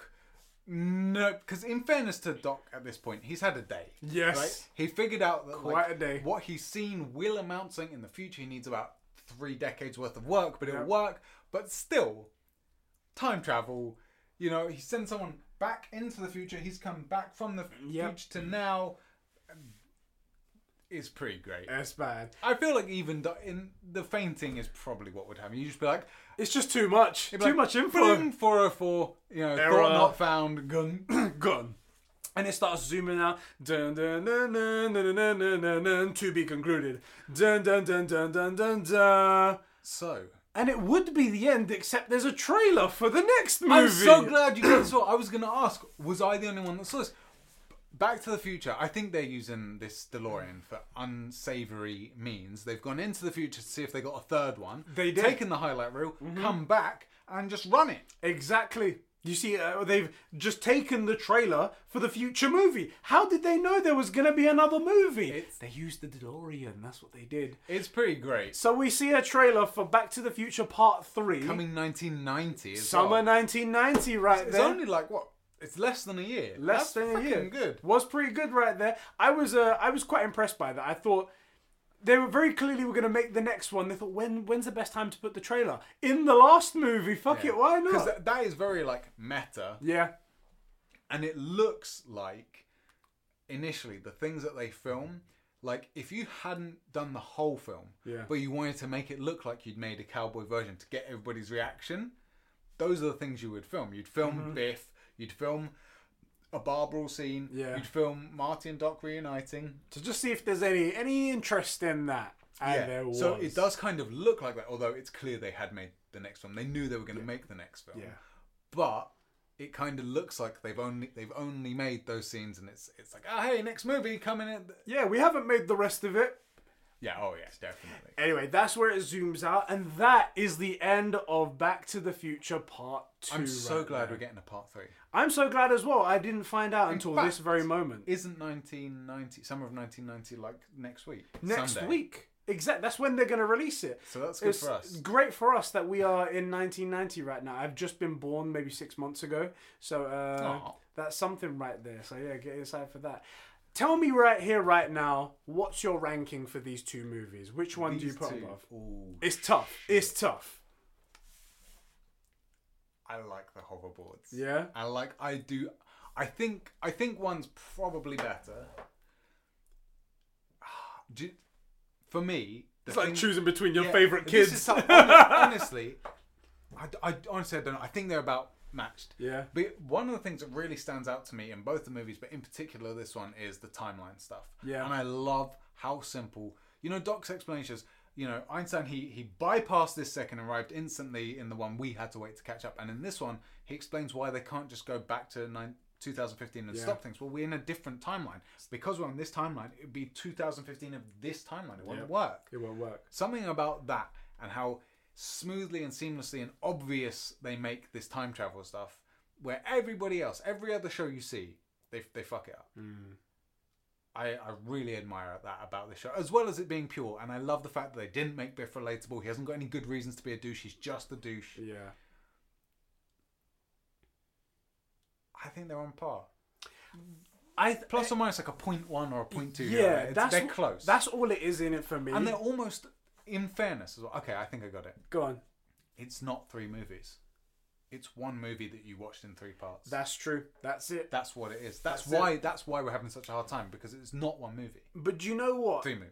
[SPEAKER 2] no, because in fairness to Doc at this point, he's had a day.
[SPEAKER 1] Yes.
[SPEAKER 2] He figured out that
[SPEAKER 1] Quite
[SPEAKER 2] like,
[SPEAKER 1] a day.
[SPEAKER 2] What he's seen will amount something in the future. He needs about three decades worth of work, but it'll work. But still, time travel. You know, he sends someone back into the future. He's come back from the
[SPEAKER 1] Yep.
[SPEAKER 2] future to now. It's pretty great.
[SPEAKER 1] That's bad.
[SPEAKER 2] I feel like even Do- in the fainting is probably what would happen. You just be like,
[SPEAKER 1] It's just too much. Too
[SPEAKER 2] like,
[SPEAKER 1] much
[SPEAKER 2] boom,
[SPEAKER 1] info.
[SPEAKER 2] 404, you know,
[SPEAKER 1] Error.
[SPEAKER 2] thought not found, gun.
[SPEAKER 1] Gone. And it starts zooming out. Dun dun dun dun dun dun dun dun dun. To be concluded. Dun dun dun dun dun dun dun.
[SPEAKER 2] So,
[SPEAKER 1] And it would be the end, except there's a trailer for the next movie.
[SPEAKER 2] I'm so glad you guys saw. I was going to ask, was I the only one that saw this? Back to the Future. I think they're using this DeLorean for unsavory means. They've gone into the future to see if they got a third one.
[SPEAKER 1] They did. Mm-hmm.
[SPEAKER 2] Taken the highlight reel, come back, and just run it.
[SPEAKER 1] Exactly. You see, uh, they've just taken the trailer for the future movie. How did they know there was going to be another movie? they used the DeLorean. That's what they did.
[SPEAKER 2] It's pretty great.
[SPEAKER 1] So we see a trailer for Back to the Future Part Three,
[SPEAKER 2] Coming 1990 as
[SPEAKER 1] summer
[SPEAKER 2] well.
[SPEAKER 1] 1990, right
[SPEAKER 2] It's
[SPEAKER 1] there.
[SPEAKER 2] only like, what? It's less than a year.
[SPEAKER 1] less
[SPEAKER 2] That's
[SPEAKER 1] than a year.
[SPEAKER 2] freaking good.
[SPEAKER 1] Was pretty good right there. I was uh, I was quite impressed by that. I thought they were very clearly were going to make the next one. They thought when when's the best time to put the trailer in the last movie? Fuck it, why not?
[SPEAKER 2] Because that, that is very like meta.
[SPEAKER 1] yeah,
[SPEAKER 2] and it looks like initially the things that they film Like if you hadn't done the whole film,
[SPEAKER 1] Yeah.
[SPEAKER 2] but you wanted to make it look like you'd made a cowboy version to get everybody's reaction, those are the things you would film. You'd film
[SPEAKER 1] Mm-hmm.
[SPEAKER 2] Biff, you'd film a bar brawl scene,
[SPEAKER 1] Yeah.
[SPEAKER 2] you'd film Marty and Doc reuniting.
[SPEAKER 1] To just see if there's any any interest in that. And there was.
[SPEAKER 2] So it does kind of look like that, although it's clear they had made the next film. They knew they were going to make the next film.
[SPEAKER 1] Yeah.
[SPEAKER 2] But it kind of looks like they've only they've only made those scenes, and it's it's like, oh hey, next movie coming in.
[SPEAKER 1] Yeah, we haven't made the rest of it.
[SPEAKER 2] Yeah, oh yeah, definitely.
[SPEAKER 1] Anyway, that's where it zooms out, and that is the end of Back to the Future Part 2.
[SPEAKER 2] I'm so
[SPEAKER 1] right
[SPEAKER 2] glad
[SPEAKER 1] there.
[SPEAKER 2] we're getting a part three.
[SPEAKER 1] I'm so glad as well. I didn't find out until this
[SPEAKER 2] fact,
[SPEAKER 1] very moment.
[SPEAKER 2] Isn't 1990 summer of 1990 like next week?
[SPEAKER 1] Next
[SPEAKER 2] Sunday.
[SPEAKER 1] week. Exact. That's when they're going to release it.
[SPEAKER 2] So that's good
[SPEAKER 1] it's
[SPEAKER 2] for us.
[SPEAKER 1] great for us that we are in 1990 right now. I've just been born maybe six months ago, so uh,
[SPEAKER 2] Aw.
[SPEAKER 1] that's something right there. So yeah, get inside for that. Tell me right here, right now, what's your ranking for these two movies? Which one do you
[SPEAKER 2] These
[SPEAKER 1] put
[SPEAKER 2] two.
[SPEAKER 1] above?
[SPEAKER 2] Ooh,
[SPEAKER 1] It's tough. It's tough.
[SPEAKER 2] I like the hoverboards.
[SPEAKER 1] Yeah.
[SPEAKER 2] I like I do. I think I think one's probably better. Ah, Do, for me, the
[SPEAKER 1] It's like
[SPEAKER 2] thing-
[SPEAKER 1] choosing between your
[SPEAKER 2] yeah,
[SPEAKER 1] favorite
[SPEAKER 2] this
[SPEAKER 1] kids.
[SPEAKER 2] is so- honestly, I, d- I d- honestly I don't know. I think they're about matched.
[SPEAKER 1] yeah.
[SPEAKER 2] But one of the things that really stands out to me in both the movies, but in particular this one, is the timeline stuff.
[SPEAKER 1] Yeah.
[SPEAKER 2] And I love how simple. You know, Doc's explanation is, you know, Einstein he he bypassed this second and arrived instantly in the one we had to wait to catch up. And in this one, he explains why they can't just go back to nine, 2015 and
[SPEAKER 1] Yeah.
[SPEAKER 2] stop things. Well, we're in a different timeline because we're on this timeline. It'd be 2015 of this timeline. It wouldn't
[SPEAKER 1] Yeah.
[SPEAKER 2] work
[SPEAKER 1] It won't work.
[SPEAKER 2] something about that and how smoothly and seamlessly and obvious they make this time travel stuff where everybody else every other show you see they, they fuck it up I, I really admire that about this show as well as it being pure and i love the fact that they didn't make biff relatable he hasn't got any good reasons to be a douche he's just a douche
[SPEAKER 1] Yeah.
[SPEAKER 2] i think they're on par
[SPEAKER 1] I th-
[SPEAKER 2] plus or minus like a point one or a point two
[SPEAKER 1] Yeah,
[SPEAKER 2] it's,
[SPEAKER 1] that's
[SPEAKER 2] they're
[SPEAKER 1] wh-
[SPEAKER 2] close
[SPEAKER 1] That's all it is in it for me.
[SPEAKER 2] and they're almost in fairness as well okay i think i got it
[SPEAKER 1] Go on.
[SPEAKER 2] it's not three movies it's one movie that you watched in three parts
[SPEAKER 1] That's true. That's it.
[SPEAKER 2] That's what it is. That's,
[SPEAKER 1] That's it.
[SPEAKER 2] why. That's why we're having such a hard time because it's not one movie,
[SPEAKER 1] But do you know what?
[SPEAKER 2] three movies.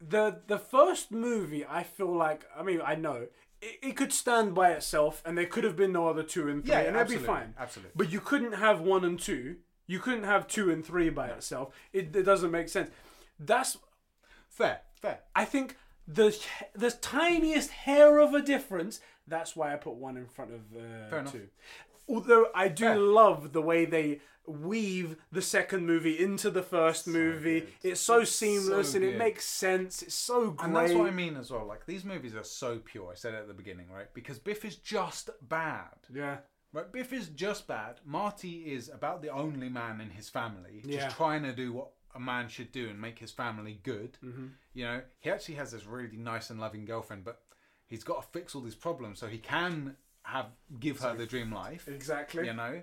[SPEAKER 1] the the first movie i feel like i mean i know it, it could stand by itself and there could have been no other two and three
[SPEAKER 2] Yeah,
[SPEAKER 1] and that'd be
[SPEAKER 2] absolutely,
[SPEAKER 1] fine
[SPEAKER 2] absolutely.
[SPEAKER 1] but you couldn't have one and two you couldn't have two and three by itself it, it doesn't make sense that's
[SPEAKER 2] Fair, fair.
[SPEAKER 1] i think the the tiniest hair of a difference that's why i put one in front of uh,
[SPEAKER 2] enough.
[SPEAKER 1] two although i do
[SPEAKER 2] Fair.
[SPEAKER 1] love the way they weave the second movie into the first movie
[SPEAKER 2] good.
[SPEAKER 1] it's so
[SPEAKER 2] It's so
[SPEAKER 1] seamless and it
[SPEAKER 2] good.
[SPEAKER 1] makes sense it's so great
[SPEAKER 2] And that's what I mean as well. Like these movies are so pure. I said it at the beginning, right? Because Biff is just bad.
[SPEAKER 1] yeah
[SPEAKER 2] Right? Biff is just bad. Marty is about the only man in his family,
[SPEAKER 1] Yeah.
[SPEAKER 2] just trying to do what a man should do and make his family good. Mm-hmm. You know, he actually has this really nice and loving girlfriend, but he's got to fix all these problems so he can have give her the dream life.
[SPEAKER 1] Exactly.
[SPEAKER 2] you know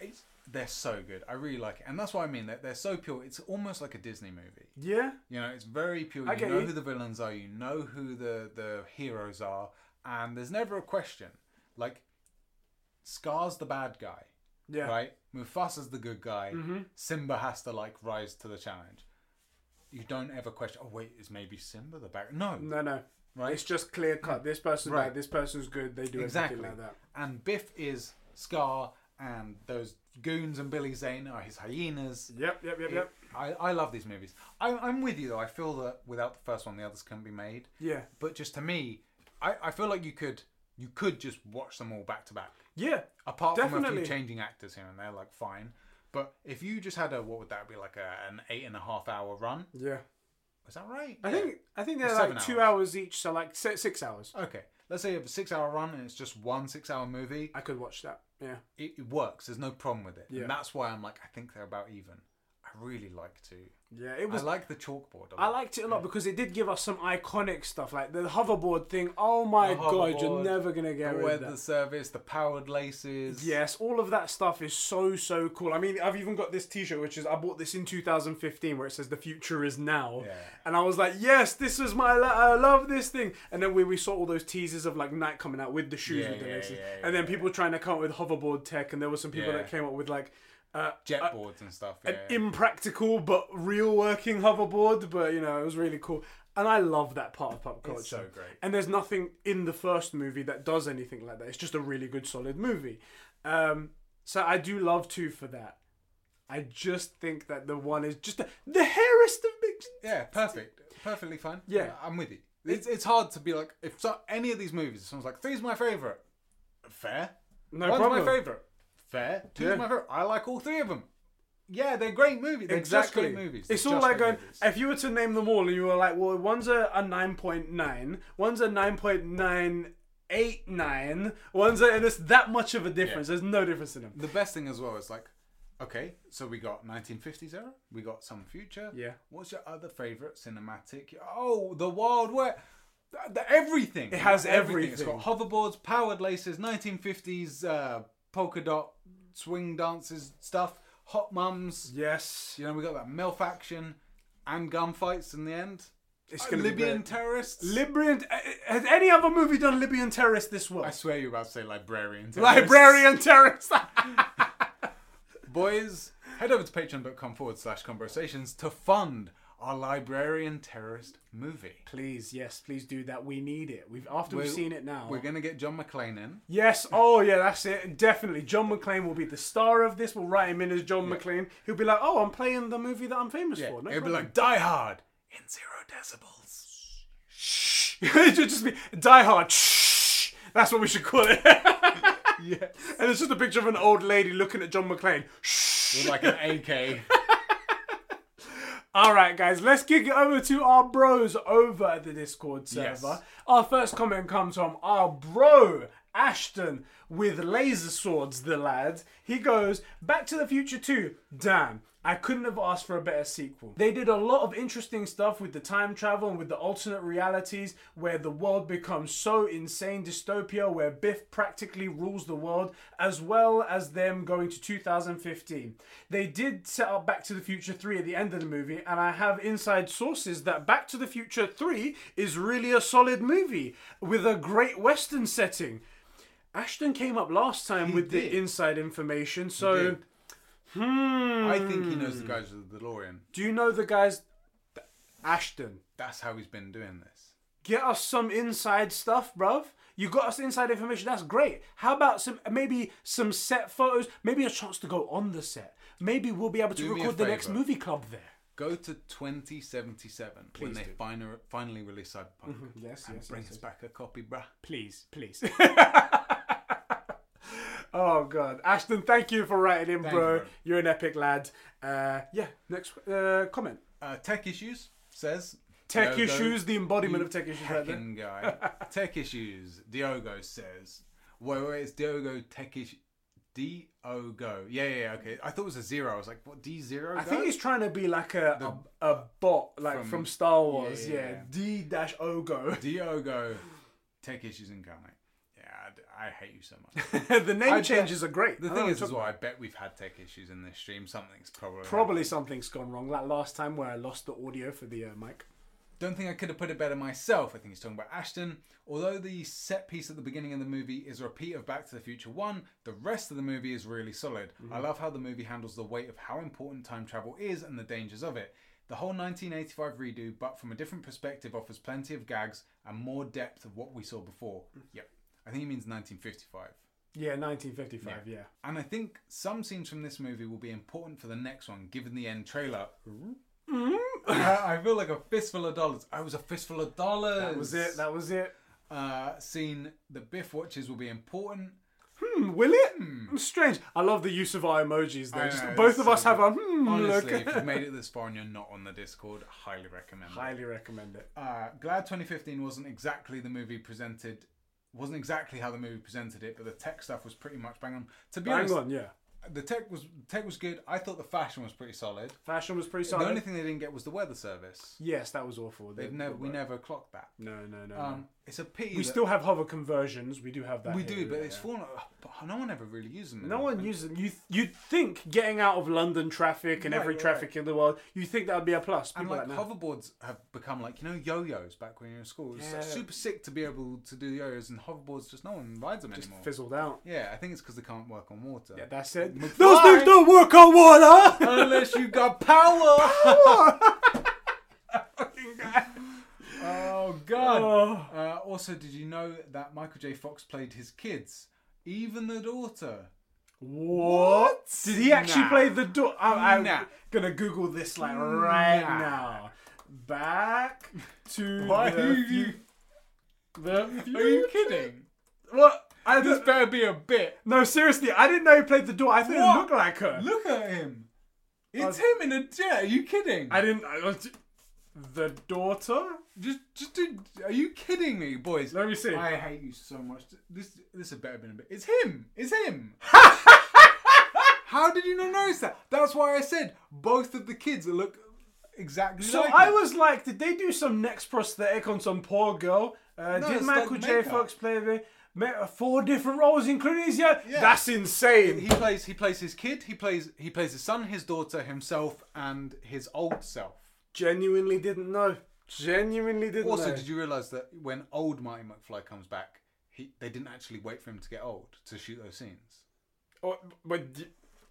[SPEAKER 2] it's they're so good i really like it and that's what i mean they're, they're so pure it's almost like a disney movie
[SPEAKER 1] Yeah.
[SPEAKER 2] you know it's very pure
[SPEAKER 1] I
[SPEAKER 2] you
[SPEAKER 1] get
[SPEAKER 2] know
[SPEAKER 1] you.
[SPEAKER 2] who the villains are you know who the the heroes are and there's never a question like scar's the bad guy
[SPEAKER 1] Yeah. Mm-hmm.
[SPEAKER 2] right mufasa's the good guy simba has to like rise to the challenge you don't ever question oh wait is maybe simba the bad no
[SPEAKER 1] No, no.
[SPEAKER 2] Right.
[SPEAKER 1] It's just clear cut. This person's
[SPEAKER 2] Right.
[SPEAKER 1] bad. This person's good. They do
[SPEAKER 2] Exactly.
[SPEAKER 1] everything like that.
[SPEAKER 2] And Biff is Scar, and those goons and Billy Zane are his hyenas.
[SPEAKER 1] Yep. Yep. Yep. Yep.
[SPEAKER 2] I, I love these movies. I, I'm with you though. I feel that without the first one, the others couldn't be made.
[SPEAKER 1] Yeah.
[SPEAKER 2] But just to me, I, I feel like you could you could just watch them all back to back.
[SPEAKER 1] Yeah.
[SPEAKER 2] Apart from a
[SPEAKER 1] Definitely.
[SPEAKER 2] few changing actors here and there, like fine. But if you just had a what would that be like a, an eight and a half hour run?
[SPEAKER 1] Yeah.
[SPEAKER 2] Is that right?
[SPEAKER 1] I
[SPEAKER 2] Yeah.
[SPEAKER 1] think I think they're
[SPEAKER 2] Seven
[SPEAKER 1] like two hours each, so like si- six hours.
[SPEAKER 2] okay. Let's say you have a six hour run and it's just one six hour movie.
[SPEAKER 1] I could watch that. Yeah.
[SPEAKER 2] it, it works. There's no problem with it.
[SPEAKER 1] Yeah.
[SPEAKER 2] And that's why I'm like, I think they're about even. I really like to.
[SPEAKER 1] Yeah. It
[SPEAKER 2] I
[SPEAKER 1] was.
[SPEAKER 2] like the chalkboard.
[SPEAKER 1] I liked it a lot because it did give us some iconic stuff like the hoverboard thing. Oh my
[SPEAKER 2] The
[SPEAKER 1] god, you're
[SPEAKER 2] hoverboard,
[SPEAKER 1] never gonna
[SPEAKER 2] the
[SPEAKER 1] get rid of
[SPEAKER 2] weather
[SPEAKER 1] that.
[SPEAKER 2] service, the powered laces.
[SPEAKER 1] Yes, all of that stuff is so so cool. I mean, I've even got this T-shirt which is I bought this in 2015, where it says "The future is now,"
[SPEAKER 2] Yeah.
[SPEAKER 1] and I was like, "Yes, this is my la- I love this thing." And then we, we saw all those teasers of like Nike coming out with the shoes
[SPEAKER 2] Yeah,
[SPEAKER 1] with the
[SPEAKER 2] yeah,
[SPEAKER 1] laces,
[SPEAKER 2] yeah,
[SPEAKER 1] and then
[SPEAKER 2] yeah,
[SPEAKER 1] people trying to come up with hoverboard tech, and there were some people
[SPEAKER 2] Yeah.
[SPEAKER 1] that came up with like Uh,
[SPEAKER 2] Jet
[SPEAKER 1] a-
[SPEAKER 2] boards and stuff.
[SPEAKER 1] an
[SPEAKER 2] Yeah.
[SPEAKER 1] impractical but real working hoverboard, but you know, it was really cool. And I love that part of pop culture.
[SPEAKER 2] so great.
[SPEAKER 1] And there's nothing in the first movie that does anything like that. It's just a really good solid movie. Um, so I do love two for that. I just think that the one is just the, the hairest of mix.
[SPEAKER 2] yeah, perfect. Perfectly fine.
[SPEAKER 1] Yeah.
[SPEAKER 2] I'm with you. It's, it's hard to be like, if so, any of these movies, someone's like, three's my favourite. Fair.
[SPEAKER 1] No
[SPEAKER 2] One's
[SPEAKER 1] problem.
[SPEAKER 2] my favourite. Fair. Two's
[SPEAKER 1] Yeah.
[SPEAKER 2] my favourite. I like all three of them. Yeah, they're great movies. They're
[SPEAKER 1] Exactly.
[SPEAKER 2] just great movies.
[SPEAKER 1] It's
[SPEAKER 2] They're
[SPEAKER 1] all
[SPEAKER 2] just
[SPEAKER 1] like
[SPEAKER 2] great
[SPEAKER 1] going,
[SPEAKER 2] movies.
[SPEAKER 1] if you were to name them all and you were like, well, one's a, a 9.9, one's a 9.989, one's a, and it's that much of a difference. There's no difference in them.
[SPEAKER 2] The best thing as well is like, okay, so we got 1950s era, we got some future.
[SPEAKER 1] Yeah.
[SPEAKER 2] What's your other favorite cinematic? Oh, the Wild West. The, the- everything. It
[SPEAKER 1] has
[SPEAKER 2] It's got hoverboards, powered laces, 1950s uh, polka dot swing dances stuff, hot mums.
[SPEAKER 1] Yes.
[SPEAKER 2] You know, we got that MILF action and gunfights in the end.
[SPEAKER 1] It's
[SPEAKER 2] Uh,
[SPEAKER 1] gonna be
[SPEAKER 2] Libyan
[SPEAKER 1] great.
[SPEAKER 2] terrorists.
[SPEAKER 1] Libyan. uh, Has any other movie done Libyan terrorists this well?
[SPEAKER 2] I swear you were about to say librarian terrorists.
[SPEAKER 1] Librarian terrorists.
[SPEAKER 2] Boys, head over to patreon.com forward slash conversations to fund our librarian terrorist movie.
[SPEAKER 1] please, yes, please do that. We need it. We've after we've
[SPEAKER 2] We're-
[SPEAKER 1] seen it now.
[SPEAKER 2] We're going to get John McClane in.
[SPEAKER 1] Yes. Oh, yeah. That's it. Definitely. John McClane will be the star of this. We'll write him in as John McClane. He'll be like, "Oh, I'm playing the movie that I'm famous for." No
[SPEAKER 2] It'll be
[SPEAKER 1] problem.
[SPEAKER 2] like Die Hard in zero decibels.
[SPEAKER 1] it should just be Die Hard. Shh. That's what we should call it. yeah. And it's just a picture of an old lady looking at John McClane. Shh.
[SPEAKER 2] With like an AK.
[SPEAKER 1] All right, guys, let's kick it over to our bros over at the Discord server.
[SPEAKER 2] Yes.
[SPEAKER 1] Our first comment comes from our bro. Ashton with laser swords, the lad. He goes, Back to the Future 2. Damn, I couldn't have asked for a better sequel. They did a lot of interesting stuff with the time travel and with the alternate realities where the world becomes so insane dystopia where Biff practically rules the world, as well as them going to 2015. They did set up Back to the Future 3 at the end of the movie, and I have inside sources that Back to the Future 3 is really a solid movie with a great Western setting. Ashton came up last time with
[SPEAKER 2] did.
[SPEAKER 1] the inside information, so
[SPEAKER 2] did. I think he knows the
[SPEAKER 1] Hmm.
[SPEAKER 2] guys with the DeLorean.
[SPEAKER 1] do you know the guys? Ashton,
[SPEAKER 2] That's how he's been doing this.
[SPEAKER 1] get us some inside stuff, bruv. You got us inside information. That's great. How about some maybe some set photos? Maybe a chance to go on the set. Maybe we'll be able to
[SPEAKER 2] Do me a
[SPEAKER 1] record the next
[SPEAKER 2] favour.
[SPEAKER 1] movie club there.
[SPEAKER 2] Go to 2077 when they finally, finally release Cyberpunk.
[SPEAKER 1] Yes, Mm-hmm. yes,
[SPEAKER 2] Bring us back a copy, bruh.
[SPEAKER 1] Ah, please, please. oh God, Ashton, thank you for writing in, bro.
[SPEAKER 2] you, bro.
[SPEAKER 1] You, are an epic lad. Uh, yeah, next uh, comment.
[SPEAKER 2] Uh, Tech Issues says.
[SPEAKER 1] Tech
[SPEAKER 2] Logo.
[SPEAKER 1] issues, the embodiment of tech issues, right there.
[SPEAKER 2] Heckin' guy. tech issues. Diogo says. Wait, wait, it's Diogo tech issues. Diogo. Yeah, yeah, yeah, okay. I thought it was a zero. I was like, what? D zero?
[SPEAKER 1] I think he's trying to be like a a, a bot, like from, Star Wars.
[SPEAKER 2] yeah,
[SPEAKER 1] Yeah,
[SPEAKER 2] yeah.
[SPEAKER 1] D dash O go.
[SPEAKER 2] Diogo tech issues incarnate. Yeah, I d- I, hate you so much.
[SPEAKER 1] the name
[SPEAKER 2] bet-
[SPEAKER 1] changes are great.
[SPEAKER 2] The
[SPEAKER 1] I
[SPEAKER 2] thing
[SPEAKER 1] know
[SPEAKER 2] is,
[SPEAKER 1] it's
[SPEAKER 2] as well, I bet we've had tech issues in this stream. Something's probably.
[SPEAKER 1] probably something's gone wrong. Like last time where I lost the audio for the uh, mic.
[SPEAKER 2] Don't think I could have put it better myself. I think he's talking about Ashton. Although the set piece at the beginning of the movie is a repeat of Back to the Future 1, the rest of the movie is really solid. I love how the movie handles the weight of how important time travel is and the dangers of it. The whole 1985 redo, but from a different perspective, offers plenty of gags and more depth of what we saw before. Yep. I think he means 1955.
[SPEAKER 1] Yeah, 1955. Yeah.
[SPEAKER 2] And I think some scenes from this movie will be important for the next one, given the end trailer.
[SPEAKER 1] Mm-hmm.
[SPEAKER 2] I I feel like a fistful of dollars. I was a fistful of dollars.
[SPEAKER 1] That was it. That was it.
[SPEAKER 2] uh, scene that Biff watches will be important.
[SPEAKER 1] Hmm, will it? Strange. I love the use of our emojis though.
[SPEAKER 2] I
[SPEAKER 1] Just,
[SPEAKER 2] know,
[SPEAKER 1] both
[SPEAKER 2] it's
[SPEAKER 1] of
[SPEAKER 2] so
[SPEAKER 1] us have
[SPEAKER 2] good.
[SPEAKER 1] a hmm
[SPEAKER 2] Honestly,
[SPEAKER 1] look.
[SPEAKER 2] if you've made it this far and you're not on the Discord, highly recommend. it.
[SPEAKER 1] Highly recommend it.
[SPEAKER 2] Uh, Glad 2015 wasn't exactly the movie presented. Wasn't exactly how the movie presented it, but the tech stuff was pretty much bang on. To be
[SPEAKER 1] Hang
[SPEAKER 2] honest,
[SPEAKER 1] on, yeah.
[SPEAKER 2] the tech was tech was good. I thought the fashion was pretty solid.
[SPEAKER 1] Fashion was pretty
[SPEAKER 2] The
[SPEAKER 1] solid.
[SPEAKER 2] only thing they didn't get was the weather service.
[SPEAKER 1] yes, that was awful. They-
[SPEAKER 2] They've never, we never clocked that.
[SPEAKER 1] No, no, no. no.
[SPEAKER 2] Um, it's a pity.
[SPEAKER 1] We
[SPEAKER 2] that-
[SPEAKER 1] still have hover conversions. We do have that.
[SPEAKER 2] we
[SPEAKER 1] here,
[SPEAKER 2] do, but
[SPEAKER 1] yeah,
[SPEAKER 2] it's
[SPEAKER 1] yeah.
[SPEAKER 2] fallen. uh, But no one ever really uses them.
[SPEAKER 1] No one uses them. You th- you'd think getting out of London traffic and
[SPEAKER 2] Right,
[SPEAKER 1] every
[SPEAKER 2] right,
[SPEAKER 1] traffic in the world, you think that would be a plus.
[SPEAKER 2] And
[SPEAKER 1] People
[SPEAKER 2] like
[SPEAKER 1] like, that.
[SPEAKER 2] hoverboards have become like you know yo-yos back when you were in school. It's like
[SPEAKER 1] Yeah.
[SPEAKER 2] super sick to be able to do yo-yos and hoverboards. Just no one rides them anymore.
[SPEAKER 1] fizzled out.
[SPEAKER 2] yeah, I think it's because they can't work on water.
[SPEAKER 1] Yeah, that's it. Those
[SPEAKER 2] Fly.
[SPEAKER 1] things don't work on water.
[SPEAKER 2] Unless you got power. Oh god.
[SPEAKER 1] Oh.
[SPEAKER 2] Uh, also, did you know that Michael J. Fox played his kids, even the daughter?
[SPEAKER 1] What? Did he actually
[SPEAKER 2] Nah.
[SPEAKER 1] play the door? I'm, I'm
[SPEAKER 2] Nah.
[SPEAKER 1] gonna Google this like right
[SPEAKER 2] Nah.
[SPEAKER 1] now. Back to
[SPEAKER 2] Why
[SPEAKER 1] the,
[SPEAKER 2] are you-
[SPEAKER 1] fu- the
[SPEAKER 2] Are
[SPEAKER 1] future.
[SPEAKER 2] you kidding?
[SPEAKER 1] What? I
[SPEAKER 2] This
[SPEAKER 1] don't-
[SPEAKER 2] better be a bit.
[SPEAKER 1] no, seriously, I didn't know he played the door. I thought
[SPEAKER 2] What?
[SPEAKER 1] it looked like her.
[SPEAKER 2] Look at him. It's
[SPEAKER 1] Uh,
[SPEAKER 2] him in a jet. Are you kidding?
[SPEAKER 1] I didn't. I, was- the daughter?
[SPEAKER 2] just, just, do, are you kidding me, boys?
[SPEAKER 1] Let me see.
[SPEAKER 2] I hate you so much. This, this had better been a bit. It's him. It's him. How did you not notice that? That's why I said both of the kids look exactly
[SPEAKER 1] so
[SPEAKER 2] like.
[SPEAKER 1] I
[SPEAKER 2] him.
[SPEAKER 1] was like, did they do some next prosthetic on some poor girl? Uh,
[SPEAKER 2] No,
[SPEAKER 1] did
[SPEAKER 2] it's
[SPEAKER 1] Michael
[SPEAKER 2] like
[SPEAKER 1] J.
[SPEAKER 2] makeup.
[SPEAKER 1] Fox play the ma- four different roles, including his yeah?
[SPEAKER 2] Yeah.
[SPEAKER 1] That's insane.
[SPEAKER 2] He plays. He plays his kid. He plays. He plays his son, his daughter, himself, and his old self.
[SPEAKER 1] Genuinely didn't know. Genuinely didn't
[SPEAKER 2] Also,
[SPEAKER 1] know.
[SPEAKER 2] did you realize that when old Marty McFly comes back, he they didn't actually wait for him to get old to shoot those scenes.
[SPEAKER 1] Oh, but d-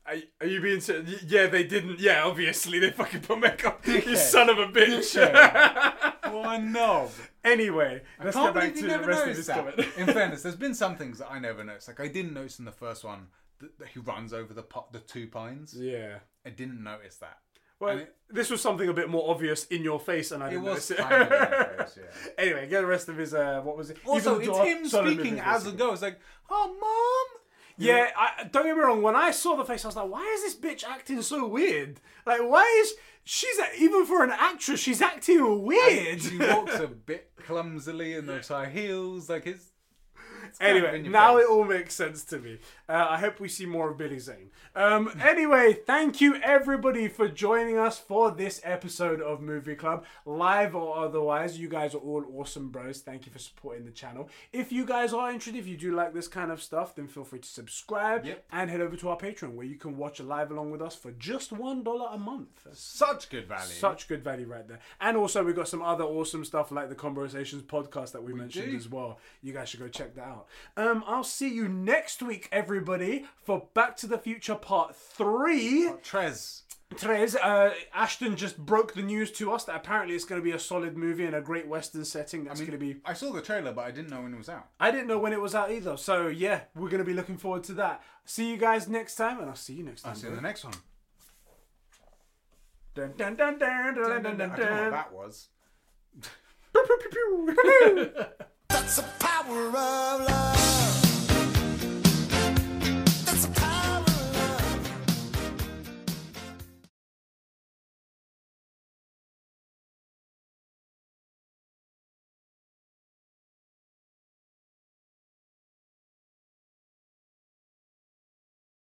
[SPEAKER 1] are, are you being ser- y- Yeah, they didn't. Yeah, obviously they fucking put makeup. you
[SPEAKER 2] Dickhead.
[SPEAKER 1] son of a bitch.
[SPEAKER 2] Dickhead. Why no?
[SPEAKER 1] anyway, let's
[SPEAKER 2] Can't
[SPEAKER 1] get
[SPEAKER 2] believe
[SPEAKER 1] back
[SPEAKER 2] you
[SPEAKER 1] to the
[SPEAKER 2] never
[SPEAKER 1] rest of
[SPEAKER 2] noticed
[SPEAKER 1] this
[SPEAKER 2] that.
[SPEAKER 1] comment.
[SPEAKER 2] in fairness, there's been some things that I never noticed. Like I didn't notice in the first one that, that he runs over the pot, the two pines.
[SPEAKER 1] yeah.
[SPEAKER 2] I didn't notice that.
[SPEAKER 1] Well,
[SPEAKER 2] And it-
[SPEAKER 1] this was something a bit more obvious in your face, and I
[SPEAKER 2] It
[SPEAKER 1] didn't
[SPEAKER 2] was
[SPEAKER 1] notice it.
[SPEAKER 2] kind of in my face, yeah.
[SPEAKER 1] anyway, get the rest of his. Uh, what was it?
[SPEAKER 2] Also,
[SPEAKER 1] Even
[SPEAKER 2] it's
[SPEAKER 1] though-
[SPEAKER 2] him
[SPEAKER 1] Solomon
[SPEAKER 2] speaking
[SPEAKER 1] Moving
[SPEAKER 2] as a
[SPEAKER 1] Voice.
[SPEAKER 2] girl. It's like, oh, mom.
[SPEAKER 1] Yeah, I, don't get me wrong. When I saw the face, I was like, "Why is this bitch acting so weird? Like, why is she's a, even for an actress, she's acting weird."
[SPEAKER 2] She walks a bit clumsily in those high heels. Like it's. it's kind of
[SPEAKER 1] anyway,
[SPEAKER 2] in your
[SPEAKER 1] now
[SPEAKER 2] face.
[SPEAKER 1] it all makes sense to me. Uh, I hope we see more of Billy Zane. Um, anyway, thank you everybody for joining us for this episode of Movie Club, live or otherwise. You guys are all awesome, bros. Thank you for supporting the channel. If you guys are interested, if you do like this kind of stuff, then feel free to subscribe
[SPEAKER 2] Yep.
[SPEAKER 1] and head over to our Patreon where you can watch live along with us for just one dollar a month.
[SPEAKER 2] such good value.
[SPEAKER 1] Such good value right there. And also, we've got some other awesome stuff like the Conversations podcast that we, mentioned
[SPEAKER 2] do.
[SPEAKER 1] as well. You guys should go check that out. Um, I'll see you next week, everybody, for Back to the Future Part 3.
[SPEAKER 2] Trez.
[SPEAKER 1] Trez, uh, Ashton just broke the news to us that apparently it's going to be a solid movie in a great Western setting. That's going to be.
[SPEAKER 2] I saw the trailer, but I didn't know when it was out.
[SPEAKER 1] I didn't know when it was out either. So, yeah, we're going to be looking forward to that. See you guys next time, and I'll see you next time.
[SPEAKER 2] I'll see you in the next one.
[SPEAKER 1] Dun, dun, dun, dun,
[SPEAKER 2] I
[SPEAKER 1] dun,
[SPEAKER 2] don't
[SPEAKER 1] dun,
[SPEAKER 2] know
[SPEAKER 1] dun,
[SPEAKER 2] what that was.
[SPEAKER 1] dun.
[SPEAKER 4] That's the power of love.